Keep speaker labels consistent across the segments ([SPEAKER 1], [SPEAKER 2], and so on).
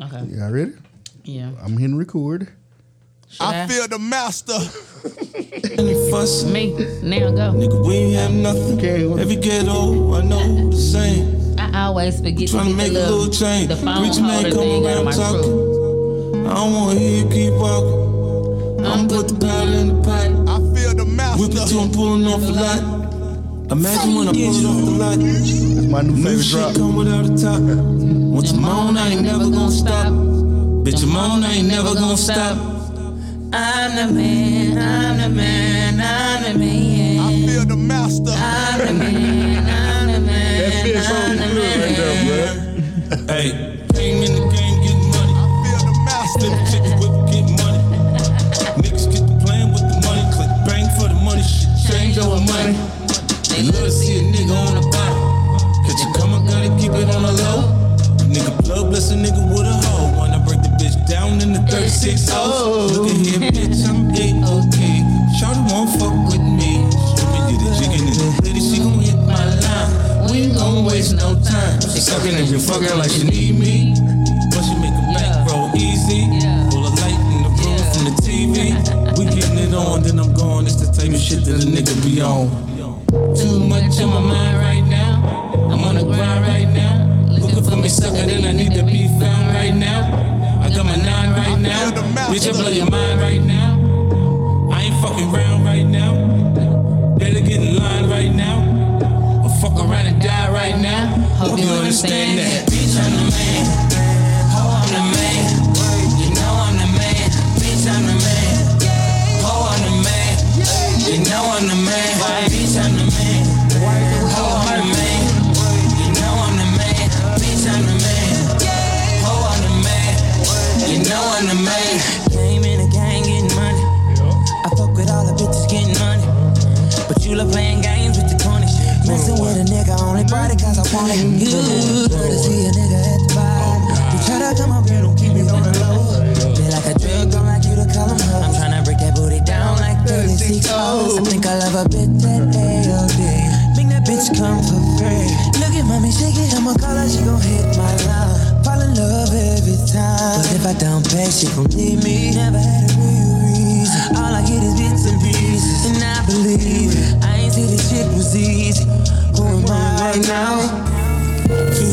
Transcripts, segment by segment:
[SPEAKER 1] Okay.
[SPEAKER 2] Y'all ready?
[SPEAKER 1] Yeah.
[SPEAKER 2] I'm hitting record.
[SPEAKER 1] Should
[SPEAKER 3] I feel the master.
[SPEAKER 4] Any fuss,
[SPEAKER 1] me now go.
[SPEAKER 4] nigga, we ain't have nothing.
[SPEAKER 2] Okay, what-
[SPEAKER 4] Every ghetto, I know the same.
[SPEAKER 1] I always forget to
[SPEAKER 4] Tryna
[SPEAKER 1] get
[SPEAKER 4] make a
[SPEAKER 1] the little,
[SPEAKER 4] little change.
[SPEAKER 1] the phone
[SPEAKER 4] Rich man
[SPEAKER 1] holder
[SPEAKER 4] come
[SPEAKER 1] thing out of
[SPEAKER 4] around
[SPEAKER 1] my
[SPEAKER 4] talking.
[SPEAKER 1] crew.
[SPEAKER 4] I don't wanna hear you keep walking. I'm put the bottle in the pot.
[SPEAKER 3] I feel the
[SPEAKER 4] Whip it till
[SPEAKER 3] master.
[SPEAKER 4] I'm pulling off the lot. Imagine when I pull it off the lot.
[SPEAKER 2] That's my new
[SPEAKER 4] New
[SPEAKER 2] favorite
[SPEAKER 4] shit
[SPEAKER 2] drop.
[SPEAKER 4] come without a top. Once I'm on, I ain't never gonna stop. Bitch, I'm on, I ain't never gonna stop.
[SPEAKER 5] I'm the man, I'm the man, I'm the man,
[SPEAKER 3] I feel the master.
[SPEAKER 5] I'm the man, I'm the man.
[SPEAKER 2] That fits so good right there, bro.
[SPEAKER 4] Hey, came in the game, get money.
[SPEAKER 3] I feel the
[SPEAKER 4] Slim
[SPEAKER 3] master.
[SPEAKER 4] chick whip, get money. Niggas get to playing with the money. Click bang for the money. Shit change over money. They love to see a nigga on the bottom. Catch you coming, gotta keep it on the low. Nigga blood bless a nigga with a hoe. Wanna break the bitch down in the 36 hoes. Look at here, bitch, I'm A-OK. Shawty won't fuck with me. Stupid, you the chicken in the lady, she gon' hit my line. We ain't gon' waste no time. She sucking and you fucking like she need me. But she make a
[SPEAKER 1] Yeah.
[SPEAKER 4] back roll easy.
[SPEAKER 1] Yeah.
[SPEAKER 4] Pull a light in the room
[SPEAKER 1] Yeah.
[SPEAKER 4] from the TV. We getting it on, then I'm gone. It's the type of shit that a nigga be on. Too much on my mind right now. I'm on the grind right now. Looking for me sucker, then I need to be found right now. I got my nine right now. Bitch, I blow your mind right now. I ain't fucking round right now. Better get in line right now. Or fuck around and die right now.
[SPEAKER 1] Hope you understand that.
[SPEAKER 4] Bitch, I'm the man. Ho, I'm the man. You know I'm the man. Bitch, I'm the man. Ho, I'm the man. You know I'm the man. Bitch, I'm the man. Ho, I'm the man. You know I'm the man. Bitch, I'm the man. Ho, I'm the man. You know I'm the man.
[SPEAKER 5] Name in the gang getting money. I fuck with all the bitches getting money. But you love playing games with the corny shit. Messing with a nigga only brought it cause I wanted you. Good to see a nigga at the bar. You try to come up here, don't keep me on the low. Feel like a drug, don't like you to call him hoes. I'm tryna break that booty down like 36 hoes. I think I love a bitch that AOD. Make that bitch come for free. Look at mommy, shake it, I'ma call her, she gon' hit my line. Fall in love every time. But if I don't pay, she gon' leave me. Never had a real reason. All I get is bits and pieces. And I believe it. I ain't see this shit was easy. Who am I right now?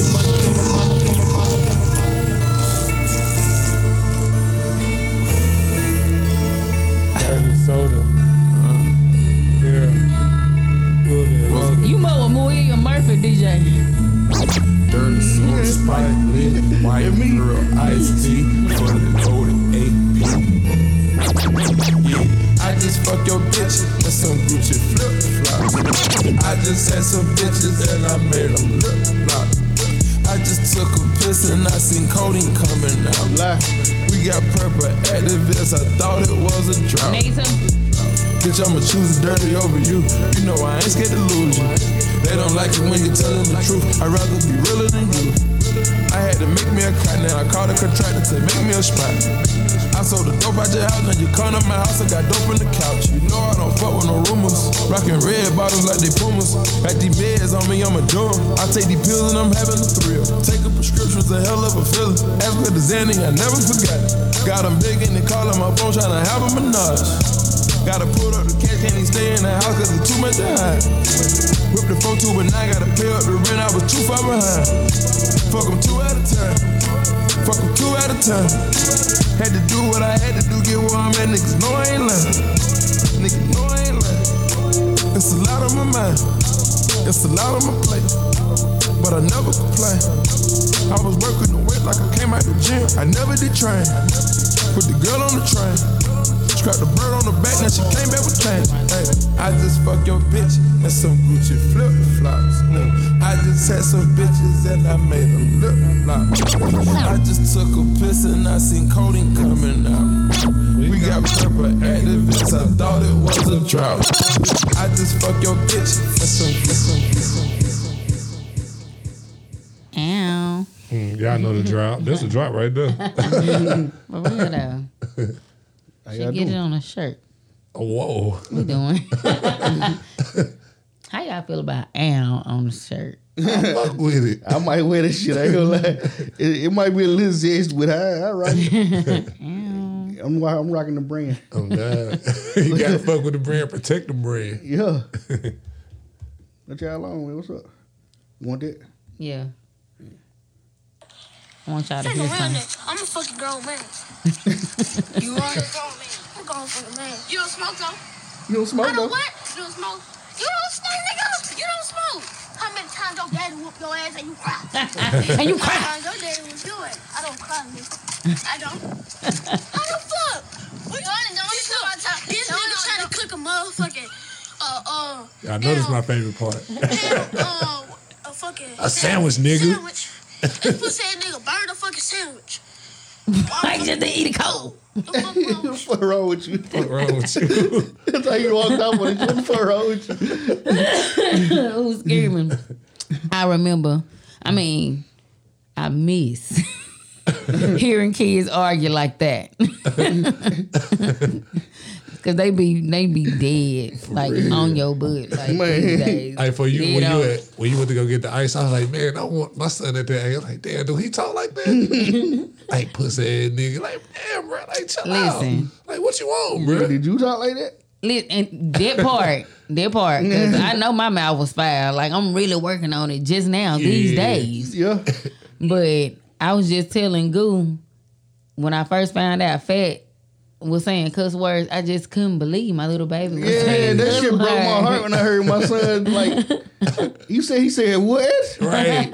[SPEAKER 6] Minnesota. Yeah. Good.
[SPEAKER 1] You mow a Moya Murphy DJ.
[SPEAKER 6] Dirt, smoke, spike, lit, white girl, iced tea, fully loaded, AP. Yeah, I just fucked your bitch with some Gucci flip flops. I just had some bitches and I made them lip lock. I just took a piss and I seen coding coming out. Like, we got purple activists, I thought it was a drought.
[SPEAKER 1] Nathan.
[SPEAKER 6] Bitch, I'ma choose dirty over you. You know I ain't scared to lose you. They don't like it when you tell them the truth. I'd rather be realer than you. I had to make me a cot, now I called a contractor to make me a spot. I sold the dope out your house, now you come to my house, I got dope on the couch. You know I don't fuck with no rumors. Rockin' red bottoms like they pumas. Got these meds on me, I'm a drug. I take these pills and I'm having a thrill. Take a prescription's a hell of a feeling. As for the Xanny, I never forgot it. Got them big and they calling my phone, tryna have a menage. Gotta pull up the cash, can't even stay in the house cause it's too much to hide. Whip the phone too, but now I gotta pay up the rent, I was too far behind. Fuck 'em two at a time. Fuck 'em two at a time. Had to do what I had to do, get where I'm at, niggas know I ain't lying. Niggas know I ain't lying. It's a lot on my mind. It's a lot on my plate. But I never complain. I was working the weight like I came out the gym. I never did train. Put the girl on the train. Scrapped the bird on the back, now she came back with change. Ay, I just fuck your bitch and some Gucci flip flops. I just had some bitches and I made them lip lock. I just took a piss and I seen coding coming out. We got purple activists, I thought it was a drought. I just fuck your bitch and some
[SPEAKER 1] Ow.
[SPEAKER 7] Mm, Y'all know the drop. That's a drop right there.
[SPEAKER 1] For real though.
[SPEAKER 2] How
[SPEAKER 1] Should
[SPEAKER 2] y'all
[SPEAKER 1] get it
[SPEAKER 2] doing?
[SPEAKER 1] on a shirt.
[SPEAKER 7] Oh, Whoa.
[SPEAKER 1] We doing. How y'all feel about ow on the shirt?
[SPEAKER 8] I fuck with it.
[SPEAKER 2] I might wear this shit. I ain't gonna lie. It, it might be a little zest, but I, I rock it. I'm, wa- I'm rocking the brand.
[SPEAKER 8] Oh God, you gotta fuck with the brand, protect the brand.
[SPEAKER 2] Yeah. What y'all on with? What's up? You want that?
[SPEAKER 1] Yeah. I want y'all to
[SPEAKER 9] Fuck
[SPEAKER 1] hear something.
[SPEAKER 9] around there. I'm a fucking grown man. you are a grown man. I'm a grown fucking man. You don't smoke though.
[SPEAKER 2] You don't smoke
[SPEAKER 9] I
[SPEAKER 2] though?
[SPEAKER 9] don't what? You don't smoke. You don't smoke, nigga. You don't smoke. How many times your daddy whoop your ass and you cry?
[SPEAKER 1] And you
[SPEAKER 9] How many
[SPEAKER 1] cry.
[SPEAKER 9] times your daddy will do it? I don't cry, nigga. I don't. How the fuck? We don't, don't this nigga, this nigga trying to cook a motherfucking uh uh.
[SPEAKER 8] I know this is
[SPEAKER 9] damn-
[SPEAKER 8] my favorite part.
[SPEAKER 9] damn, uh, a fucking
[SPEAKER 8] A sandwich, nigga.
[SPEAKER 9] Sandwich. This pussy ass nigga burn a fucking sandwich.
[SPEAKER 1] I just didn't eat it cold.
[SPEAKER 9] The fuck wrong with you?
[SPEAKER 2] What's wrong with you?
[SPEAKER 8] What's wrong with you?
[SPEAKER 2] That's how you walked out with it. What's wrong with you?
[SPEAKER 1] Who's screaming? I remember. I mean, I miss hearing kids argue like that. Cause they be they be dead like on your butt like
[SPEAKER 2] Man.
[SPEAKER 1] these days.
[SPEAKER 8] Like for you,
[SPEAKER 1] Dead
[SPEAKER 8] when
[SPEAKER 1] on.
[SPEAKER 8] you at, when you went to go get the ice, I was like, man, I want my son at that age. I'm like, damn, do he talk like that? like pussy ass nigga. Like, damn, bro. Like, chill
[SPEAKER 1] Listen.
[SPEAKER 8] out. Like, what you want, bro?
[SPEAKER 2] Did you talk like that?
[SPEAKER 1] Li- and that part, that part, because I know my mouth was foul. Like I'm really working on it just now these
[SPEAKER 8] Yeah.
[SPEAKER 1] days.
[SPEAKER 2] Yeah.
[SPEAKER 1] But I was just telling Goo when I first found out Fat was saying cuss words. I just couldn't believe my little baby was
[SPEAKER 2] Yeah,
[SPEAKER 1] saying
[SPEAKER 2] that
[SPEAKER 1] cuss
[SPEAKER 2] shit broke my
[SPEAKER 1] words.
[SPEAKER 2] heart when I heard my son like. You said he said what?
[SPEAKER 8] Right.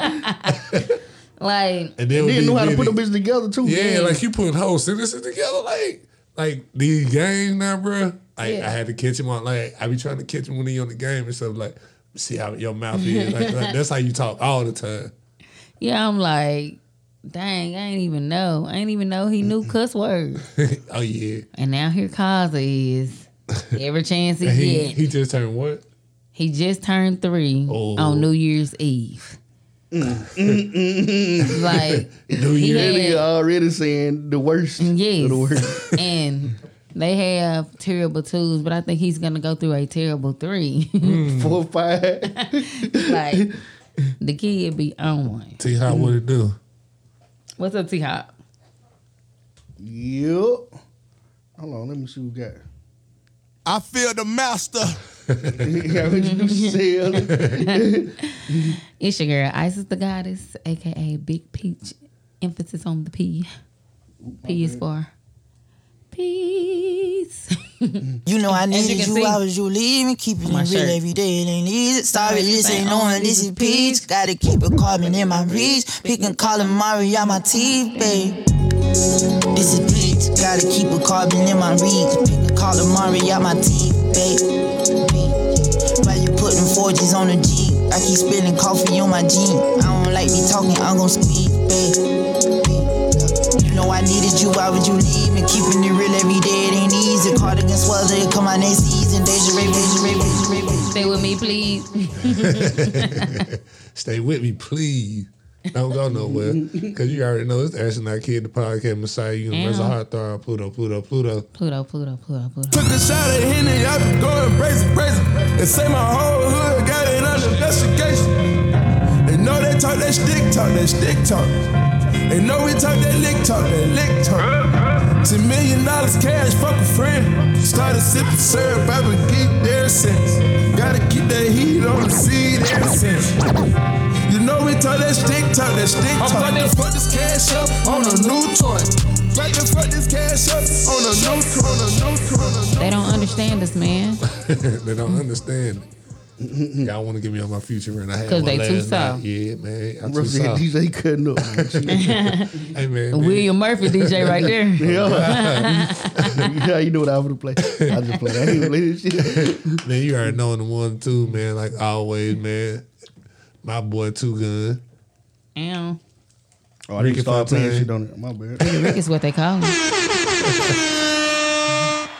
[SPEAKER 1] Like
[SPEAKER 8] And then
[SPEAKER 2] He
[SPEAKER 8] when
[SPEAKER 2] didn't
[SPEAKER 8] you
[SPEAKER 2] know how to
[SPEAKER 8] did
[SPEAKER 2] put
[SPEAKER 8] it-
[SPEAKER 2] them bitches together too.
[SPEAKER 8] Yeah, like you putting whole sentences together, like like these games now, bro. Like
[SPEAKER 1] Yeah.
[SPEAKER 8] I had to catch him on, like I be trying to catch him when he on the game and stuff. Like see how your mouth is, like, like, that's how you talk all the time.
[SPEAKER 1] yeah, I'm like, dang, I ain't even know. I ain't even know he knew cuss words.
[SPEAKER 8] oh yeah,
[SPEAKER 1] And now here Kaza is. Every chance he
[SPEAKER 8] and he
[SPEAKER 1] get.
[SPEAKER 8] he just turned what?
[SPEAKER 1] He just turned three
[SPEAKER 8] Oh.
[SPEAKER 1] on New Year's Eve.
[SPEAKER 2] Mm,
[SPEAKER 1] like,
[SPEAKER 8] New
[SPEAKER 1] He
[SPEAKER 8] Year.
[SPEAKER 1] had-
[SPEAKER 2] They already saying the worst.
[SPEAKER 1] yes.
[SPEAKER 2] Of the worst.
[SPEAKER 1] and they have terrible twos, but I think he's going to go through a terrible three.
[SPEAKER 2] Four, five.
[SPEAKER 1] like, the kid be on one.
[SPEAKER 8] See how what it do?
[SPEAKER 1] What's up, T Hop?
[SPEAKER 2] yep. Hold on, let me see what we got.
[SPEAKER 3] I feel the master.
[SPEAKER 2] yeah, what you said.
[SPEAKER 1] It's your girl, Isis the Goddess, aka Big Peach. Emphasis on the P. P is for peace.
[SPEAKER 10] You know I
[SPEAKER 1] you
[SPEAKER 10] needed
[SPEAKER 1] can
[SPEAKER 10] you,
[SPEAKER 1] see-
[SPEAKER 10] I was you leaving, keeping
[SPEAKER 1] My
[SPEAKER 10] it real
[SPEAKER 1] shirt.
[SPEAKER 10] every day. It ain't easy. Sorry, this ain't
[SPEAKER 1] on,
[SPEAKER 10] on, oh, this is peach. Gotta keep it carbon in my reach. Picking calling Mari on my teeth, babe. This is peach. Gotta keep it carbon in my reach. Picking calling Mari on my teeth, babe. Why you putting forges on the G? I keep spilling coffee on my jean. I don't like me talking, I'm gon' speak, babe. You know I needed you, why would you leave me? Keeping it real every day, it ain't easy. Cardigan swells, they come out next season. Deja Ray, Deja Ray, Deja Ray, Deja
[SPEAKER 1] Stay with me, please.
[SPEAKER 8] Stay with me, please. Don't go nowhere because you already know it's the Astronaut Kid, the podcast Messiah, Universal
[SPEAKER 1] Ow.
[SPEAKER 8] Heartthrob, Pluto, Pluto, Pluto.
[SPEAKER 1] Pluto, Pluto, Pluto, Pluto.
[SPEAKER 6] Took a shot at Henny, I be going brazen, brazen. They say my whole hood got it under investigation. They know they talk that stick talk, that stick talk. They know we talk that lick talk, that lick talk. Ten million dollars cash, fuck a friend. Started sipping syrup, I've been geeked there since. Gotta keep that heat on the seed ever since. You know we talk that stick talk, that stick talk. I'm about to fuck this cash up on a new toy. About to fuck this cash up on a new toy, on a new toy, on a new
[SPEAKER 1] They don't understand us, man,
[SPEAKER 8] they don't understand it. Y'all want to give me on my future, and I had
[SPEAKER 1] Mm-hmm. 'Cause
[SPEAKER 8] one
[SPEAKER 1] they
[SPEAKER 8] last
[SPEAKER 1] too
[SPEAKER 8] night.
[SPEAKER 1] soft.
[SPEAKER 8] Yeah, man, I'm too
[SPEAKER 2] Russ said
[SPEAKER 8] soft.
[SPEAKER 2] DJ cutting up.
[SPEAKER 8] Hey man, man.
[SPEAKER 1] William Murphy DJ right there.
[SPEAKER 2] Yeah. yeah, you know what I would play. I just play. I ain't play this shit.
[SPEAKER 8] man, you already know the one too, man. Like always, man. My boy Two Gun.
[SPEAKER 1] Ow.
[SPEAKER 2] Oh, I need
[SPEAKER 8] Ricky
[SPEAKER 2] to start playing
[SPEAKER 8] Fontaine.
[SPEAKER 2] shit on it. My bad.
[SPEAKER 1] Rick is what they call him.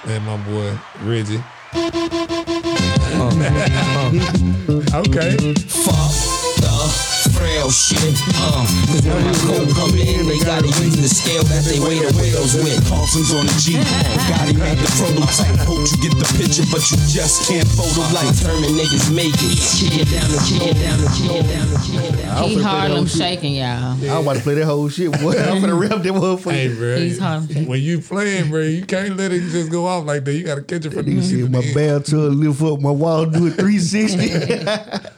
[SPEAKER 8] and my boy Reggie. okay.
[SPEAKER 4] fuck the trail shit. Uh, cause when my coat come in, they gotta use the scale that they weigh the whales with.
[SPEAKER 11] Carlson's on the G. Gotti made the prototype. Hope you get the picture, but you just can't photo
[SPEAKER 4] Like
[SPEAKER 11] like.
[SPEAKER 4] determined niggas make it. Shit down the, shit down the, shit down the, shit down
[SPEAKER 2] I
[SPEAKER 4] the.
[SPEAKER 2] was
[SPEAKER 1] He
[SPEAKER 2] finna play that
[SPEAKER 1] Harlem
[SPEAKER 2] whole shit.
[SPEAKER 1] shaking, y'all.
[SPEAKER 2] I want to play that whole shit. Boy. I'm gonna rap that
[SPEAKER 8] Hey,
[SPEAKER 2] motherfucker.
[SPEAKER 8] bro.
[SPEAKER 1] He's Harlem Shake.
[SPEAKER 8] When you playing, bro, you can't let it just go off like that. You got to catch it from
[SPEAKER 2] You
[SPEAKER 8] the
[SPEAKER 2] see
[SPEAKER 8] shit.
[SPEAKER 2] my bell to lift up my wall, do a 360.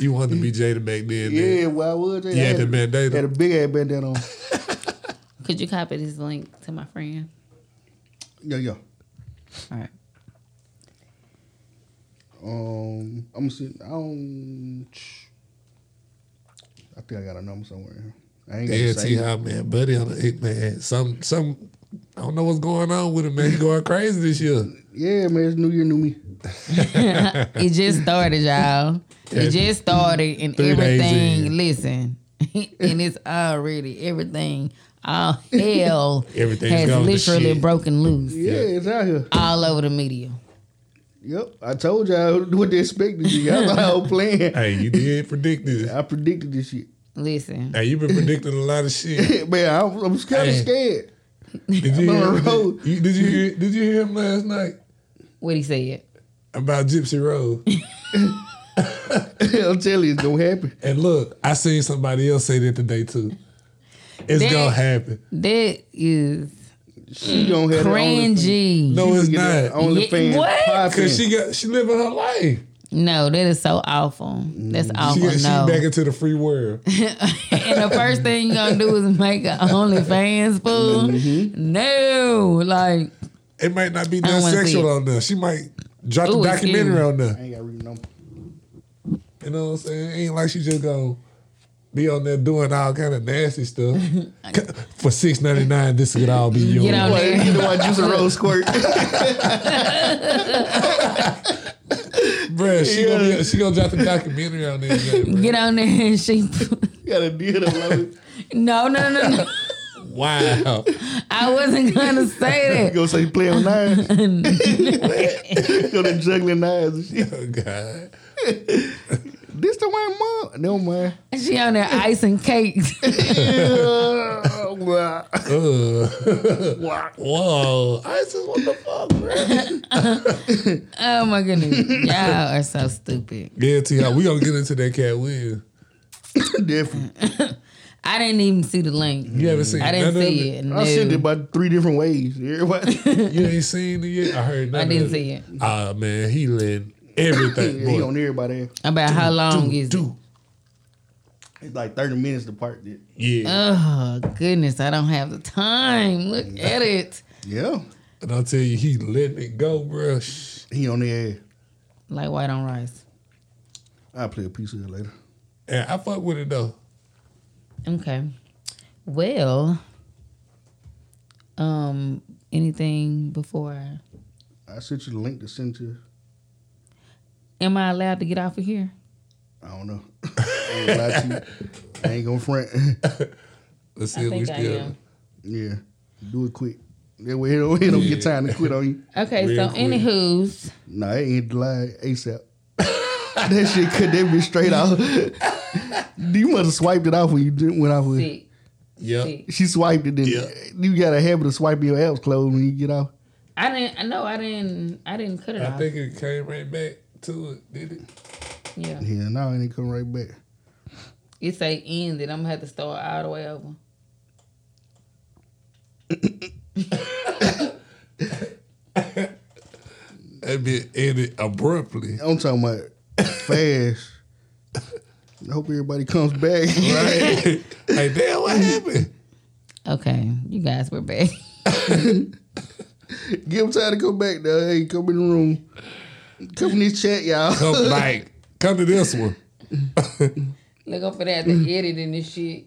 [SPEAKER 8] You wanted to be Jada back then. Yeah.
[SPEAKER 2] yeah, why would they?
[SPEAKER 8] You
[SPEAKER 2] I
[SPEAKER 8] had the bandana.
[SPEAKER 2] Had a big ass bandana on.
[SPEAKER 1] Could you copy this link to my friend?
[SPEAKER 2] Yeah, yeah.
[SPEAKER 1] All right.
[SPEAKER 2] Um, I'm sitting. I don't. I think I got a number somewhere. in here. I ain't got
[SPEAKER 8] Yeah,
[SPEAKER 2] to
[SPEAKER 8] see
[SPEAKER 2] say
[SPEAKER 8] how man, buddy on the eight man. Some some I don't know what's going on with him, man. He going crazy this year.
[SPEAKER 2] Yeah, man, it's New Year, New Me.
[SPEAKER 1] It just started, y'all. It just started, and
[SPEAKER 8] Three days
[SPEAKER 1] everything.
[SPEAKER 8] in.
[SPEAKER 1] Listen, and it's already everything. All hell
[SPEAKER 8] Everything's
[SPEAKER 1] has
[SPEAKER 8] gone to
[SPEAKER 1] literally
[SPEAKER 8] shit.
[SPEAKER 1] broken loose
[SPEAKER 2] Yeah, it's out here.
[SPEAKER 1] all over the media.
[SPEAKER 2] Yep, I told y'all what they expected. Y'all thought I was playing.
[SPEAKER 8] Hey, you did predict this.
[SPEAKER 2] I predicted this shit.
[SPEAKER 1] Listen,
[SPEAKER 8] Hey, you've been predicting a lot of shit.
[SPEAKER 2] man, I'm, I'm kind of
[SPEAKER 8] Hey.
[SPEAKER 2] scared.
[SPEAKER 8] Did
[SPEAKER 2] I'm
[SPEAKER 8] you,
[SPEAKER 2] on
[SPEAKER 8] hear,
[SPEAKER 2] the road.
[SPEAKER 8] did, you, did you hear did you hear him last night
[SPEAKER 1] what he said.
[SPEAKER 8] about Gypsy Road?
[SPEAKER 2] I'm telling you, it's gonna happen.
[SPEAKER 8] And look, I seen somebody else say that today too. It's
[SPEAKER 1] That-
[SPEAKER 8] gonna happen.
[SPEAKER 1] That is
[SPEAKER 2] She gonna have
[SPEAKER 1] cringy.
[SPEAKER 8] No, it's
[SPEAKER 2] That
[SPEAKER 8] not.
[SPEAKER 2] only fan.
[SPEAKER 1] Yeah, what?
[SPEAKER 8] Cause she got she living her life.
[SPEAKER 1] No, that is so awful. That's
[SPEAKER 8] She,
[SPEAKER 1] awful.
[SPEAKER 8] Mm. she
[SPEAKER 1] Oh, no.
[SPEAKER 8] back into the free world.
[SPEAKER 1] and the first thing you gonna do is make an OnlyFans fool.
[SPEAKER 8] Mm-hmm.
[SPEAKER 1] No, like
[SPEAKER 8] It might not be
[SPEAKER 1] I don't
[SPEAKER 8] that
[SPEAKER 1] wanna see
[SPEAKER 8] sexual
[SPEAKER 1] it.
[SPEAKER 8] on there. She might drop
[SPEAKER 1] Ooh,
[SPEAKER 8] the
[SPEAKER 1] excuse
[SPEAKER 8] documentary
[SPEAKER 1] me.
[SPEAKER 8] on there.
[SPEAKER 2] I ain't got real number.
[SPEAKER 8] You know what I'm saying? It ain't like she just gonna be on there doing all kind of nasty stuff. For six ninety nine, this could all be yours.
[SPEAKER 1] get on
[SPEAKER 2] Boy, you
[SPEAKER 1] there.
[SPEAKER 2] know why Juice and Rose squirt?
[SPEAKER 8] Bruh, she, gonna be, she gonna drop the documentary on there. bruh.
[SPEAKER 1] Get on there and she
[SPEAKER 2] got a deal to love it.
[SPEAKER 1] No, no, no, no.
[SPEAKER 8] Wow.
[SPEAKER 1] I wasn't gonna say
[SPEAKER 2] You gonna say you playing with knives? Go to juggling knives and shit.
[SPEAKER 8] Oh, God.
[SPEAKER 2] This the one, mom. Never mind.
[SPEAKER 1] that. She on there icing cakes.
[SPEAKER 2] Yeah, wow.
[SPEAKER 8] Ugh.
[SPEAKER 2] Wow.
[SPEAKER 8] Whoa. I just what the fuck, bruh?
[SPEAKER 1] Oh my goodness. Y'all are so stupid.
[SPEAKER 8] Yeah, T how we gonna get into that cat wheel.
[SPEAKER 2] Definitely.
[SPEAKER 1] I didn't even see the link.
[SPEAKER 8] You haven't seen
[SPEAKER 1] I didn't
[SPEAKER 8] none
[SPEAKER 1] see
[SPEAKER 8] of it. Oh,
[SPEAKER 1] it.
[SPEAKER 2] I sent it
[SPEAKER 1] No.
[SPEAKER 2] about three different ways. Everybody.
[SPEAKER 8] You ain't seen it yet? I heard
[SPEAKER 1] I
[SPEAKER 8] nothing.
[SPEAKER 1] didn't see it.
[SPEAKER 8] Ah man, he lit everything.
[SPEAKER 2] Yeah, he
[SPEAKER 8] boy.
[SPEAKER 2] on everybody.
[SPEAKER 1] About how long is it?
[SPEAKER 2] It's like 30 minutes to part. it.
[SPEAKER 8] Yeah.
[SPEAKER 1] Oh goodness, I don't have the time. Look at it.
[SPEAKER 2] Yeah.
[SPEAKER 8] and I'll tell you, he letting it go, bruh. Shh.
[SPEAKER 2] He on there.
[SPEAKER 1] Like white on rice.
[SPEAKER 2] I'll play a piece of it later.
[SPEAKER 8] And I fuck with it though.
[SPEAKER 1] Okay. Well, um, anything before? I-
[SPEAKER 2] I sent you the link to send to you.
[SPEAKER 1] Am I allowed to get off of here?
[SPEAKER 2] I don't know. I ain't gonna lie to you. I ain't gonna front.
[SPEAKER 8] Let's see if we still.
[SPEAKER 2] yeah. Do it quick. That way he don't, he don't get time to quit on you.
[SPEAKER 1] Okay,
[SPEAKER 8] Real
[SPEAKER 1] so
[SPEAKER 8] quick.
[SPEAKER 1] anywho's
[SPEAKER 2] Nah, it ain't July ASAP. that shit could that be straight out. you must have swiped it off when you did, went off with it.
[SPEAKER 1] sick,
[SPEAKER 8] Yep.
[SPEAKER 1] sick.
[SPEAKER 2] She swiped it. Then
[SPEAKER 8] Yeah.
[SPEAKER 2] you got a habit of swiping your apps closed when you get off.
[SPEAKER 1] I didn't. I know. I didn't. I didn't cut it
[SPEAKER 8] I
[SPEAKER 1] off.
[SPEAKER 8] think it came right back to it, did it?
[SPEAKER 1] yeah,
[SPEAKER 2] Yeah, now it ain't come right back.
[SPEAKER 1] it say ended. I'm gonna have to start all the way over.
[SPEAKER 8] That bit ended abruptly.
[SPEAKER 2] I'm talking about fast. I hope everybody comes back.
[SPEAKER 8] Right? hey, damn, what happened?
[SPEAKER 1] Okay, you guys were back.
[SPEAKER 2] Give them time to come back though. Hey, come in the room. Come in this chat, y'all.
[SPEAKER 8] Come like, come to this one.
[SPEAKER 1] Look up for that the editing this shit.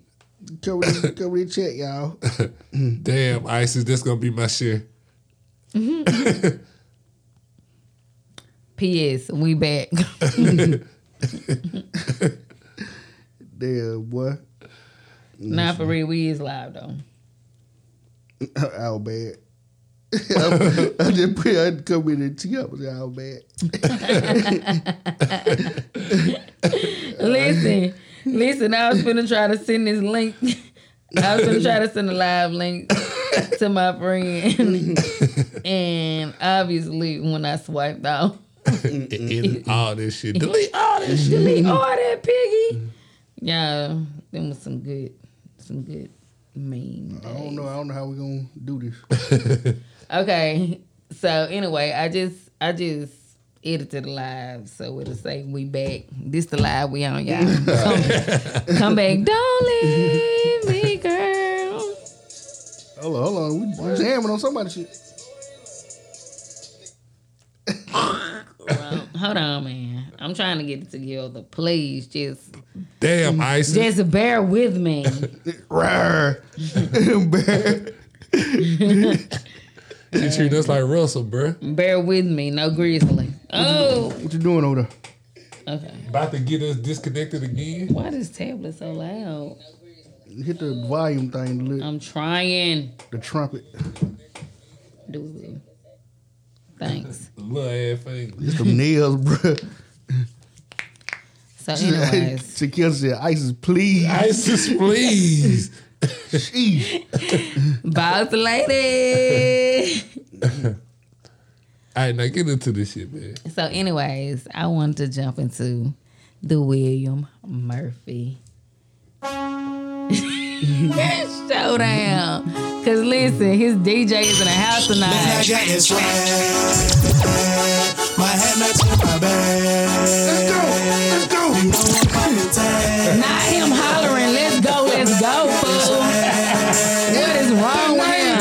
[SPEAKER 2] Come in, this- come in this chat, y'all.
[SPEAKER 8] Damn, Isis, that's gonna be my share.
[SPEAKER 1] P.S. We back.
[SPEAKER 2] Damn, boy.
[SPEAKER 1] Not for real. We is live though.
[SPEAKER 2] How bad. I just put I come in and tee up. How bad.
[SPEAKER 1] Listen, Listen, I was finna try to send this link. I was finna try to send a live link to my friend, and obviously when I swiped off,
[SPEAKER 8] in all this shit. Delete all this shit.
[SPEAKER 1] delete all that piggy. Yeah, them was some good, some good meme.
[SPEAKER 2] I don't know. I don't know how we gonna do this.
[SPEAKER 1] Okay. So anyway, I just I just edited the live so it'll say we back. This the live we on y'all. Come, come back. Don't leave me, girl.
[SPEAKER 2] Hold on, hold on. We we jamming on somebody's shit.
[SPEAKER 1] Well, hold on, man. I'm trying to get it together. Please just
[SPEAKER 8] Damn, Ice.
[SPEAKER 1] just bear with me.
[SPEAKER 2] Rawr. Bear.
[SPEAKER 8] You treat us like Russell, bruh.
[SPEAKER 1] Bear with me, no grizzly. Oh
[SPEAKER 2] what you doing over there?
[SPEAKER 1] okay.
[SPEAKER 8] About to get us disconnected again.
[SPEAKER 1] Why this tablet so loud?
[SPEAKER 2] Hit the volume thing, look,
[SPEAKER 1] I'm trying.
[SPEAKER 2] the trumpet.
[SPEAKER 1] Do Thanks.
[SPEAKER 8] Little ass thing.
[SPEAKER 2] It's them nails, bro.
[SPEAKER 1] So anyways.
[SPEAKER 2] Secure said, "Isis, please."
[SPEAKER 8] ISIS, please.
[SPEAKER 2] Sheesh.
[SPEAKER 1] Boss lady.
[SPEAKER 8] All right, now get into this shit, man.
[SPEAKER 1] so, anyways, I wanted to jump into the William Murphy showdown. Cause listen, his DJ is in the house
[SPEAKER 4] My
[SPEAKER 1] tonight.
[SPEAKER 4] jack is red. My head match with my bed.
[SPEAKER 2] Let's go. Let's go.
[SPEAKER 4] No one fight me tag.
[SPEAKER 1] Not him hollering, let's go, let's go, fool. what is wrong with him?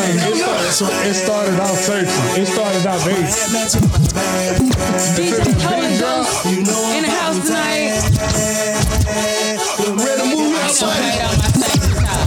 [SPEAKER 8] It started out searching. It started out
[SPEAKER 4] My
[SPEAKER 8] very.
[SPEAKER 4] head match with my bed.
[SPEAKER 1] DJ Cola Ghost
[SPEAKER 4] You know
[SPEAKER 1] in
[SPEAKER 4] I'm
[SPEAKER 1] the house tonight.
[SPEAKER 4] ready to move out.
[SPEAKER 1] Don't hate on my favorite top.